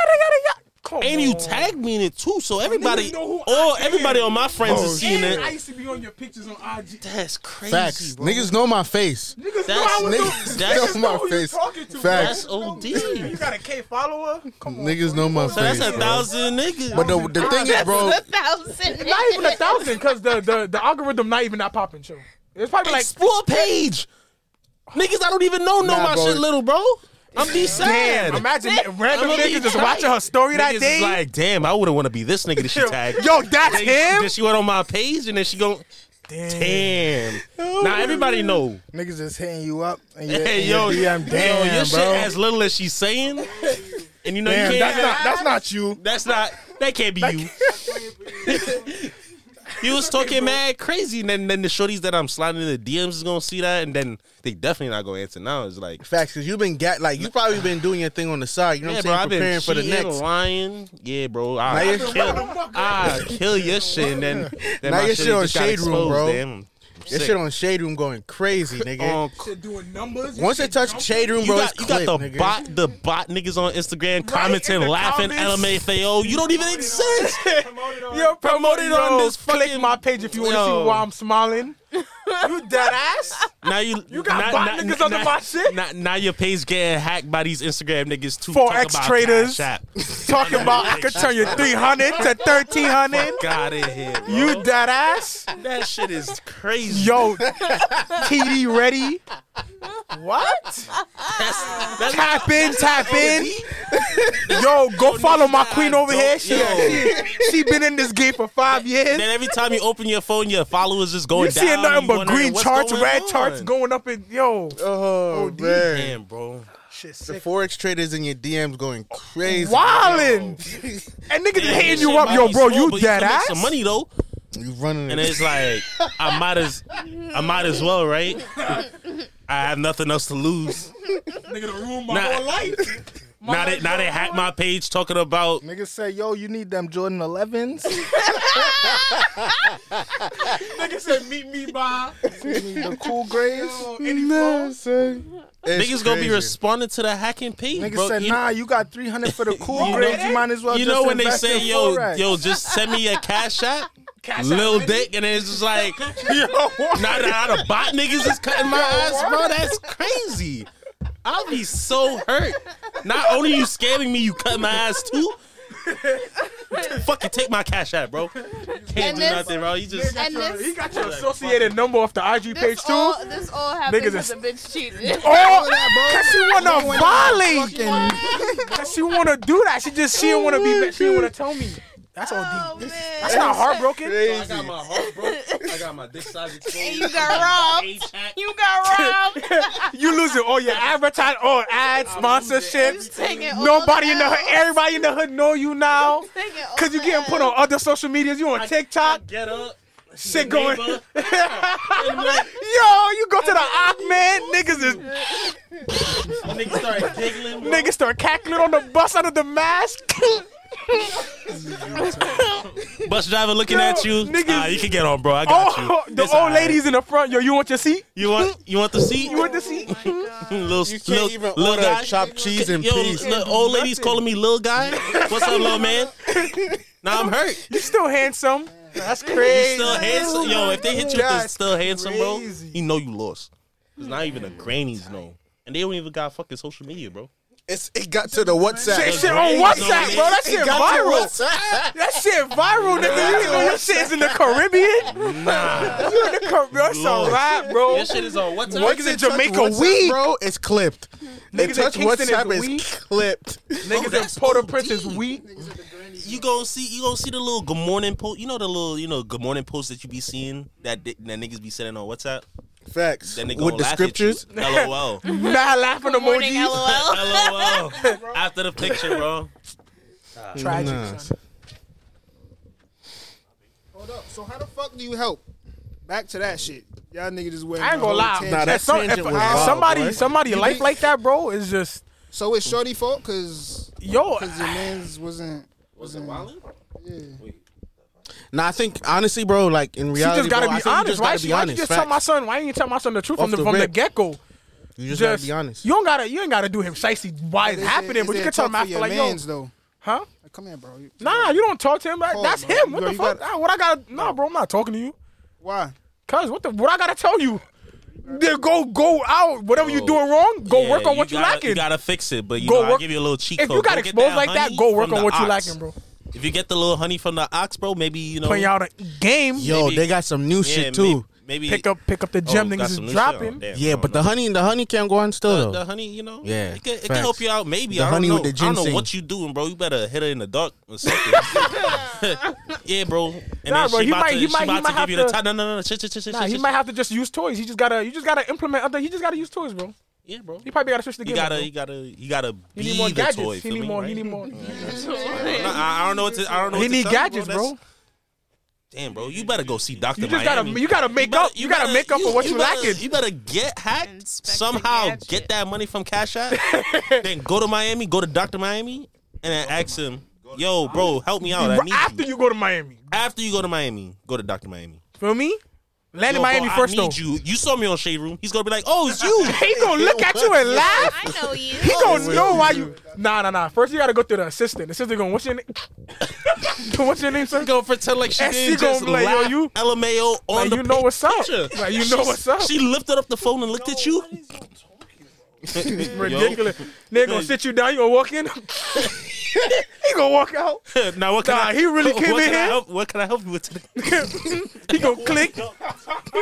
[SPEAKER 6] yada. Come
[SPEAKER 5] And you
[SPEAKER 6] on.
[SPEAKER 5] tagged me in it too, so everybody,
[SPEAKER 6] niggas know who
[SPEAKER 5] all
[SPEAKER 6] I am.
[SPEAKER 5] everybody on my friends
[SPEAKER 1] Oh,
[SPEAKER 5] is seeing
[SPEAKER 6] And I
[SPEAKER 5] it.
[SPEAKER 6] used to be on your pictures on IG.
[SPEAKER 5] That's crazy,
[SPEAKER 1] Facts.
[SPEAKER 5] bro.
[SPEAKER 1] Niggas know my face.
[SPEAKER 6] Niggas know
[SPEAKER 5] That's-
[SPEAKER 6] I was
[SPEAKER 1] niggas-
[SPEAKER 6] the,
[SPEAKER 5] that's-
[SPEAKER 6] niggas know who you
[SPEAKER 1] That's
[SPEAKER 6] talking to.
[SPEAKER 1] Facts.
[SPEAKER 5] That's OD.
[SPEAKER 6] You got a K follower? Come on.
[SPEAKER 1] Niggas
[SPEAKER 6] bro.
[SPEAKER 1] know my
[SPEAKER 5] So that's
[SPEAKER 1] face.
[SPEAKER 5] a
[SPEAKER 1] bro.
[SPEAKER 5] thousand niggas.
[SPEAKER 1] But the, the thing is, bro,
[SPEAKER 4] A thousand.
[SPEAKER 6] Not even a thousand, because the, the, the algorithm not even not popping, show. It's probably like,
[SPEAKER 5] explore page. Niggas I don't even know know
[SPEAKER 1] Nah,
[SPEAKER 5] my
[SPEAKER 1] bro.
[SPEAKER 5] shit, little bro. I'm be sad.
[SPEAKER 6] damn, imagine that random
[SPEAKER 5] I'ma be
[SPEAKER 6] niggas just
[SPEAKER 5] tight.
[SPEAKER 6] watching her story that
[SPEAKER 5] Niggas
[SPEAKER 6] day.
[SPEAKER 5] is like, damn, I wouldn't want to be this nigga that she tagged.
[SPEAKER 6] Yo, that's
[SPEAKER 5] Then-
[SPEAKER 6] him?
[SPEAKER 5] Then she went on my page and then she go, damn. Now everybody know.
[SPEAKER 2] Niggas just hitting you up. And you're,
[SPEAKER 5] Hey,
[SPEAKER 2] hey,
[SPEAKER 5] yo,
[SPEAKER 2] DM, damn,
[SPEAKER 5] yo, your
[SPEAKER 2] bro.
[SPEAKER 5] shit as little as she's saying, and you know
[SPEAKER 2] damn,
[SPEAKER 5] you can't.
[SPEAKER 2] that's not that's not you.
[SPEAKER 5] that's not. That can't be you. you was talking mad crazy, and then, then the shorties that I'm sliding in the DMs is gonna see that, and then they definitely not gonna answer. Now it's like,
[SPEAKER 1] Facts, because you've been gat like you probably been doing your thing on the side. You know
[SPEAKER 5] yeah,
[SPEAKER 1] what
[SPEAKER 5] bro,
[SPEAKER 1] I'm
[SPEAKER 5] I've
[SPEAKER 1] saying? Preparing
[SPEAKER 5] been
[SPEAKER 1] for the
[SPEAKER 5] cheating,
[SPEAKER 1] next.
[SPEAKER 5] lying. Yeah, bro,
[SPEAKER 1] Now
[SPEAKER 5] I
[SPEAKER 1] you're-
[SPEAKER 5] kill, I kill your shit, and then, then
[SPEAKER 1] Now
[SPEAKER 5] my
[SPEAKER 1] your shit on
[SPEAKER 5] just got
[SPEAKER 1] Shade Room,
[SPEAKER 5] exposed,
[SPEAKER 1] bro.
[SPEAKER 5] Damn. I'm
[SPEAKER 1] This
[SPEAKER 5] sick.
[SPEAKER 1] shit on Shade Room going crazy, nigga.
[SPEAKER 5] Um,
[SPEAKER 6] Shit doing numbers.
[SPEAKER 1] Once
[SPEAKER 6] shit
[SPEAKER 1] it touched
[SPEAKER 6] jumping.
[SPEAKER 1] Shade Room,
[SPEAKER 5] You
[SPEAKER 1] bro,
[SPEAKER 5] got,
[SPEAKER 1] it's
[SPEAKER 5] you got
[SPEAKER 1] clip,
[SPEAKER 5] the
[SPEAKER 1] nigga.
[SPEAKER 5] bot the bot niggas on Instagram commenting,
[SPEAKER 6] in the
[SPEAKER 5] laughing,
[SPEAKER 6] comments.
[SPEAKER 5] LMFAO. You don't even exist.
[SPEAKER 6] Yo, promote
[SPEAKER 5] promoted
[SPEAKER 6] it
[SPEAKER 5] on
[SPEAKER 6] on
[SPEAKER 5] this
[SPEAKER 6] this.
[SPEAKER 5] fucking-
[SPEAKER 6] Click my page if you want to
[SPEAKER 5] Yo.
[SPEAKER 6] see why I'm smiling. you dead ass.
[SPEAKER 5] Now you
[SPEAKER 6] You got bot niggas under my shit?
[SPEAKER 5] Now, now your page getting hacked by these Instagram niggas too.
[SPEAKER 6] 4X
[SPEAKER 5] Talk about
[SPEAKER 6] traders.
[SPEAKER 5] Cash App.
[SPEAKER 6] Talking about I could turn your 300 to 1300.
[SPEAKER 5] Fuck out of here. Bro.
[SPEAKER 6] You dead ass.
[SPEAKER 5] that shit is crazy.
[SPEAKER 6] Yo, TD ready. What? Tap in, tap in. Yo, go follow my queen over
[SPEAKER 5] don't-
[SPEAKER 6] here. She,
[SPEAKER 5] yo.
[SPEAKER 6] she, she been in this game for five years.
[SPEAKER 5] Then every time you open your phone, your followers just going
[SPEAKER 6] You
[SPEAKER 5] down.
[SPEAKER 6] seeing nothing
[SPEAKER 5] You
[SPEAKER 6] but
[SPEAKER 5] wondering
[SPEAKER 6] green
[SPEAKER 5] what's
[SPEAKER 6] charts,
[SPEAKER 5] going
[SPEAKER 6] red
[SPEAKER 5] on.
[SPEAKER 6] charts going up in yo.
[SPEAKER 1] Oh, man.
[SPEAKER 5] Damn, bro.
[SPEAKER 6] Shit,
[SPEAKER 1] The
[SPEAKER 6] sick.
[SPEAKER 1] forex traders in your DMs going crazy.
[SPEAKER 6] Wildin'. And niggas
[SPEAKER 5] Damn,
[SPEAKER 6] hitting
[SPEAKER 5] your
[SPEAKER 6] you
[SPEAKER 5] shit
[SPEAKER 6] up,
[SPEAKER 5] might
[SPEAKER 6] yo,
[SPEAKER 5] be
[SPEAKER 6] bro,
[SPEAKER 5] small,
[SPEAKER 6] you
[SPEAKER 5] but
[SPEAKER 6] dead
[SPEAKER 5] can make
[SPEAKER 6] ass.
[SPEAKER 5] Some money though,
[SPEAKER 1] You running
[SPEAKER 5] and
[SPEAKER 1] it.
[SPEAKER 5] it's like I might as I might as well, right? I have nothing else to lose.
[SPEAKER 6] Nigga, the room my
[SPEAKER 5] Nah. whole
[SPEAKER 6] life.
[SPEAKER 5] Now they now they hack my page talking about
[SPEAKER 2] Niggas say, yo, you need them Jordan 11s.
[SPEAKER 6] Nigga said, meet me by
[SPEAKER 2] you need the cool grays.
[SPEAKER 6] any
[SPEAKER 2] Nah, son.
[SPEAKER 5] niggas gonna be responding to the hacking page.
[SPEAKER 2] Niggas
[SPEAKER 5] bro.
[SPEAKER 2] said,
[SPEAKER 5] You-
[SPEAKER 2] nah, you got 300 for the cool
[SPEAKER 5] you
[SPEAKER 2] grades.
[SPEAKER 5] know-
[SPEAKER 2] You might as well
[SPEAKER 5] you
[SPEAKER 2] just
[SPEAKER 5] know when they
[SPEAKER 2] invest
[SPEAKER 5] say,
[SPEAKER 2] in
[SPEAKER 5] "Yo,
[SPEAKER 2] Forex."
[SPEAKER 5] yo, just send me a cash app,
[SPEAKER 6] Cash App
[SPEAKER 5] little
[SPEAKER 6] ready?
[SPEAKER 5] dick," and it's just like, "Yo, nah, nah, nah, the bot niggas is cutting my ass, bro. That's crazy. I'll be so hurt. Not only you scamming me, you cut my ass too. Fucking take my cash app, bro. Can't
[SPEAKER 4] And
[SPEAKER 5] do
[SPEAKER 4] this-
[SPEAKER 5] nothing, bro. You just
[SPEAKER 4] And this,
[SPEAKER 6] He got your associated number off the IG
[SPEAKER 4] this
[SPEAKER 6] page too.
[SPEAKER 4] all,
[SPEAKER 6] Oh,
[SPEAKER 4] this all happened
[SPEAKER 6] Niggas
[SPEAKER 4] because
[SPEAKER 6] is- Oh,
[SPEAKER 4] a bitch cheated.
[SPEAKER 6] cause she wanna volley. Cause she wanna do that. She just she didn't wanna be. She didn't wanna tell me. That's
[SPEAKER 4] Oh,
[SPEAKER 6] OD.
[SPEAKER 4] man.
[SPEAKER 6] That's not heartbroken.
[SPEAKER 5] I got my heart broke. I got my dick size
[SPEAKER 4] And you got robbed. You got robbed.
[SPEAKER 6] You losing all your advertising, all ad
[SPEAKER 4] You
[SPEAKER 6] sponsorships.
[SPEAKER 4] taking all
[SPEAKER 6] Nobody in the hood,
[SPEAKER 4] L's.
[SPEAKER 6] everybody in the hood know you now.
[SPEAKER 4] Taking all
[SPEAKER 6] Cause you
[SPEAKER 4] the
[SPEAKER 6] getting put on
[SPEAKER 4] L's.
[SPEAKER 6] other social medias. You on TikTok.
[SPEAKER 5] Get up.
[SPEAKER 6] shit going. Yo,
[SPEAKER 5] Neighbor.
[SPEAKER 6] you go to the op, man. Niggas is
[SPEAKER 5] Niggas start giggling. bro.
[SPEAKER 6] niggas start cackling on the bus under the mask.
[SPEAKER 5] Bus driver looking at you.
[SPEAKER 6] niggas-
[SPEAKER 5] Ah, you can get on, bro. I got
[SPEAKER 6] oh,
[SPEAKER 5] you.
[SPEAKER 6] the
[SPEAKER 5] It's
[SPEAKER 6] old
[SPEAKER 5] all right.
[SPEAKER 6] ladies in the front. Yo, you want your seat?
[SPEAKER 5] You want you want the seat?
[SPEAKER 6] You want the
[SPEAKER 1] Oh
[SPEAKER 6] seat?
[SPEAKER 5] little
[SPEAKER 1] You can't
[SPEAKER 5] little,
[SPEAKER 1] even
[SPEAKER 5] little
[SPEAKER 1] order
[SPEAKER 5] guy.
[SPEAKER 1] chopped cheese and
[SPEAKER 5] Yo,
[SPEAKER 1] peas.
[SPEAKER 5] li- old lady's calling me little guy. What's up, little man? Now I'm hurt.
[SPEAKER 6] You still handsome? That's crazy.
[SPEAKER 5] Still handsome, yo. If they hit you with the
[SPEAKER 6] That's
[SPEAKER 5] still handsome, bro,
[SPEAKER 6] crazy.
[SPEAKER 5] you know you lost. It's not even the grannies know, and they don't even got fucking social media, bro.
[SPEAKER 1] It's, it got to the WhatsApp.
[SPEAKER 6] That shit on
[SPEAKER 5] Crazy,
[SPEAKER 6] WhatsApp,
[SPEAKER 5] man.
[SPEAKER 6] bro. That shit
[SPEAKER 1] It got to
[SPEAKER 6] viral.
[SPEAKER 1] WhatsApp.
[SPEAKER 6] That shit viral, nigga. You didn't know your shit is in the Caribbean. Nah, you in the Caribbean? That's a
[SPEAKER 5] Lord.
[SPEAKER 6] rap, bro.
[SPEAKER 5] This shit is on WhatsApp.
[SPEAKER 6] Niggas
[SPEAKER 1] Once
[SPEAKER 6] in
[SPEAKER 1] it touch
[SPEAKER 6] Jamaica
[SPEAKER 1] WhatsApp,
[SPEAKER 6] weak.
[SPEAKER 1] bro. It's clipped. They
[SPEAKER 6] in
[SPEAKER 1] touch
[SPEAKER 6] Kingston is
[SPEAKER 1] WhatsApp
[SPEAKER 6] weak.
[SPEAKER 1] is clipped.
[SPEAKER 6] Niggas in Port au Prince is weak.
[SPEAKER 5] You gonna see, you gonna see the little good morning post. You know the little, you know, good morning post that you be seeing that di- that niggas be sending on WhatsApp.
[SPEAKER 1] Facts.
[SPEAKER 5] That
[SPEAKER 1] With
[SPEAKER 5] nigga gonna
[SPEAKER 1] the
[SPEAKER 5] laugh at
[SPEAKER 1] scriptures.
[SPEAKER 5] you. LOL.
[SPEAKER 6] Nah, laughing
[SPEAKER 4] Morning,
[SPEAKER 6] emojis.
[SPEAKER 4] LOL.
[SPEAKER 5] LOL. After the picture, bro.
[SPEAKER 6] Tragic.
[SPEAKER 1] Nah.
[SPEAKER 6] son.
[SPEAKER 8] Hold up. So how the fuck do you help? Back to that shit. Y'all niggas just wearing.
[SPEAKER 6] I ain't
[SPEAKER 8] my
[SPEAKER 6] gonna
[SPEAKER 8] whole
[SPEAKER 6] lie.
[SPEAKER 8] tangent.
[SPEAKER 1] Nah, that
[SPEAKER 6] If some-
[SPEAKER 1] tangent
[SPEAKER 6] if-
[SPEAKER 1] was
[SPEAKER 6] if
[SPEAKER 1] wild, boy.
[SPEAKER 6] somebody, somebody
[SPEAKER 8] You
[SPEAKER 6] life
[SPEAKER 8] think-
[SPEAKER 6] like that, bro, is just
[SPEAKER 8] So it's shorty fault because
[SPEAKER 6] yo.
[SPEAKER 8] because your man's wasn't wasn't
[SPEAKER 1] Nah, I think honestly, bro. Like in
[SPEAKER 6] She
[SPEAKER 1] reality,
[SPEAKER 6] just gotta
[SPEAKER 1] bro, I
[SPEAKER 6] be
[SPEAKER 1] think you
[SPEAKER 6] honest.
[SPEAKER 1] just
[SPEAKER 6] Why
[SPEAKER 1] gotta
[SPEAKER 6] she
[SPEAKER 1] be
[SPEAKER 6] why you
[SPEAKER 1] honest.
[SPEAKER 6] just tell my
[SPEAKER 1] Facts.
[SPEAKER 6] son? Why you tell my son the truth
[SPEAKER 1] Off
[SPEAKER 6] from the
[SPEAKER 1] the
[SPEAKER 6] from the
[SPEAKER 1] rip.
[SPEAKER 6] get go?
[SPEAKER 1] You just gotta
[SPEAKER 6] Just
[SPEAKER 1] be honest.
[SPEAKER 6] You don't gotta you ain't gotta do him shicey why it's happening, but you can tell him after like yo,
[SPEAKER 8] man's though.
[SPEAKER 6] huh?
[SPEAKER 8] Like, come here, bro. You-
[SPEAKER 6] Nah, you don't talk to him. That,
[SPEAKER 8] Hold
[SPEAKER 6] that's
[SPEAKER 8] on, bro.
[SPEAKER 6] him. What
[SPEAKER 8] Bro,
[SPEAKER 6] the
[SPEAKER 8] you
[SPEAKER 6] fuck?
[SPEAKER 8] gotta-
[SPEAKER 6] Nah, what I gotta? Nah, bro, I'm not talking to you.
[SPEAKER 8] Why?
[SPEAKER 6] Cause what the what I gotta tell you? Then go go out. Whatever you doing wrong, go
[SPEAKER 5] Yeah,
[SPEAKER 6] work on what you,
[SPEAKER 5] gotta,
[SPEAKER 6] lacking.
[SPEAKER 5] You gotta fix it, but you
[SPEAKER 6] Go
[SPEAKER 5] know, I'll
[SPEAKER 6] work-
[SPEAKER 5] give you a little cheat
[SPEAKER 6] if
[SPEAKER 5] code.
[SPEAKER 6] you got
[SPEAKER 5] Go get
[SPEAKER 6] exposed like that,
[SPEAKER 5] honey
[SPEAKER 6] go work
[SPEAKER 5] from
[SPEAKER 6] on
[SPEAKER 5] the
[SPEAKER 6] what you
[SPEAKER 5] ox.
[SPEAKER 6] lacking, bro.
[SPEAKER 5] If you get the little honey from the ox, bro, maybe you know.
[SPEAKER 6] Playing out a game.
[SPEAKER 1] Yo,
[SPEAKER 5] Maybe-
[SPEAKER 1] they got some new
[SPEAKER 5] yeah,
[SPEAKER 1] shit
[SPEAKER 5] may-
[SPEAKER 1] too.
[SPEAKER 5] Maybe
[SPEAKER 6] Pick up pick up the
[SPEAKER 5] oh,
[SPEAKER 6] gem
[SPEAKER 5] got
[SPEAKER 6] niggas
[SPEAKER 5] some new
[SPEAKER 6] is
[SPEAKER 5] shit out
[SPEAKER 6] dropping.
[SPEAKER 5] there.
[SPEAKER 1] Yeah,
[SPEAKER 5] Oh,
[SPEAKER 1] but
[SPEAKER 5] no.
[SPEAKER 1] the honey, the honey can't go on still
[SPEAKER 5] the,
[SPEAKER 1] though.
[SPEAKER 5] the honey, you know,
[SPEAKER 1] Yeah,
[SPEAKER 5] it can, it can
[SPEAKER 1] facts.
[SPEAKER 5] help you out. Maybe
[SPEAKER 1] The
[SPEAKER 5] I don't
[SPEAKER 1] honey
[SPEAKER 5] know.
[SPEAKER 1] with the
[SPEAKER 5] I don't know
[SPEAKER 1] ginseng.
[SPEAKER 5] what you doing, bro. You better hit her in the dark or something. yeah, bro. And
[SPEAKER 6] Nah,
[SPEAKER 5] then
[SPEAKER 6] bro,
[SPEAKER 5] she
[SPEAKER 6] he might-
[SPEAKER 5] about to,
[SPEAKER 6] he
[SPEAKER 5] she
[SPEAKER 6] might- he might
[SPEAKER 5] about to give
[SPEAKER 6] have
[SPEAKER 5] you the
[SPEAKER 6] to-
[SPEAKER 5] time. No, no, no, shit, shit, shit, shit,
[SPEAKER 6] Nah, he
[SPEAKER 5] shit,
[SPEAKER 6] might
[SPEAKER 5] shit.
[SPEAKER 6] have to just use toys. He just gotta you just gotta implement other. He just gotta use toys, bro.
[SPEAKER 5] Yeah, bro.
[SPEAKER 6] He probably gotta switch the
[SPEAKER 5] You
[SPEAKER 6] game. up,
[SPEAKER 5] gotta,
[SPEAKER 6] bro.
[SPEAKER 5] you gotta, you gotta be
[SPEAKER 6] He need more
[SPEAKER 5] the
[SPEAKER 6] gadgets.
[SPEAKER 5] toy.
[SPEAKER 6] he
[SPEAKER 5] for
[SPEAKER 6] need
[SPEAKER 5] me,
[SPEAKER 6] more. He
[SPEAKER 5] right?
[SPEAKER 6] need more.
[SPEAKER 5] I don't know- I I don't know what to. I don't know.
[SPEAKER 6] He
[SPEAKER 5] what to
[SPEAKER 6] need
[SPEAKER 5] tell you,
[SPEAKER 6] gadgets, bro.
[SPEAKER 5] That's- Damn, bro, you better go see Doctor.
[SPEAKER 6] You just gotta you gotta make up. You gotta make up for what you lacking.
[SPEAKER 5] You better get hacked
[SPEAKER 4] Inspect the
[SPEAKER 5] somehow.
[SPEAKER 4] gadget.
[SPEAKER 5] Get that money from Cash App, then go to Miami, go to Doctor Miami, and then ask him, "Yo, bro, help me out. I need
[SPEAKER 6] After you go to Miami,
[SPEAKER 5] After you go to Miami, go to Doctor Miami.
[SPEAKER 6] feel me? Land
[SPEAKER 5] Yo,
[SPEAKER 6] in Miami
[SPEAKER 5] bro,
[SPEAKER 6] first
[SPEAKER 5] I
[SPEAKER 6] though.
[SPEAKER 5] need you. You saw me on Shade Room. He's gonna be like, "Oh, it's you."
[SPEAKER 6] He gonna look at you and laugh.
[SPEAKER 4] I know you.
[SPEAKER 6] He gonna know why you. Nah, nah, nah. First you gotta go through the assistant. The assistant gonna what's your name? what's your name, sir?
[SPEAKER 5] Go pretend like she
[SPEAKER 6] And she
[SPEAKER 5] didn't
[SPEAKER 6] gonna
[SPEAKER 5] just
[SPEAKER 6] be like, yo,
[SPEAKER 5] laugh
[SPEAKER 6] you-
[SPEAKER 5] LMAO on
[SPEAKER 6] Like
[SPEAKER 5] the
[SPEAKER 6] you know what's up.
[SPEAKER 5] picture.
[SPEAKER 6] Like you know what's up.
[SPEAKER 5] She lifted up the phone and looked at you.
[SPEAKER 6] Ridiculous. Nigga gonna sit you down. You gonna walk in. he gonna walk out.
[SPEAKER 5] now what can
[SPEAKER 6] Nah,
[SPEAKER 5] I?
[SPEAKER 6] he really came
[SPEAKER 5] what
[SPEAKER 6] in
[SPEAKER 5] can I
[SPEAKER 6] here?
[SPEAKER 5] help, What can I help you with today?
[SPEAKER 6] he gonna click. He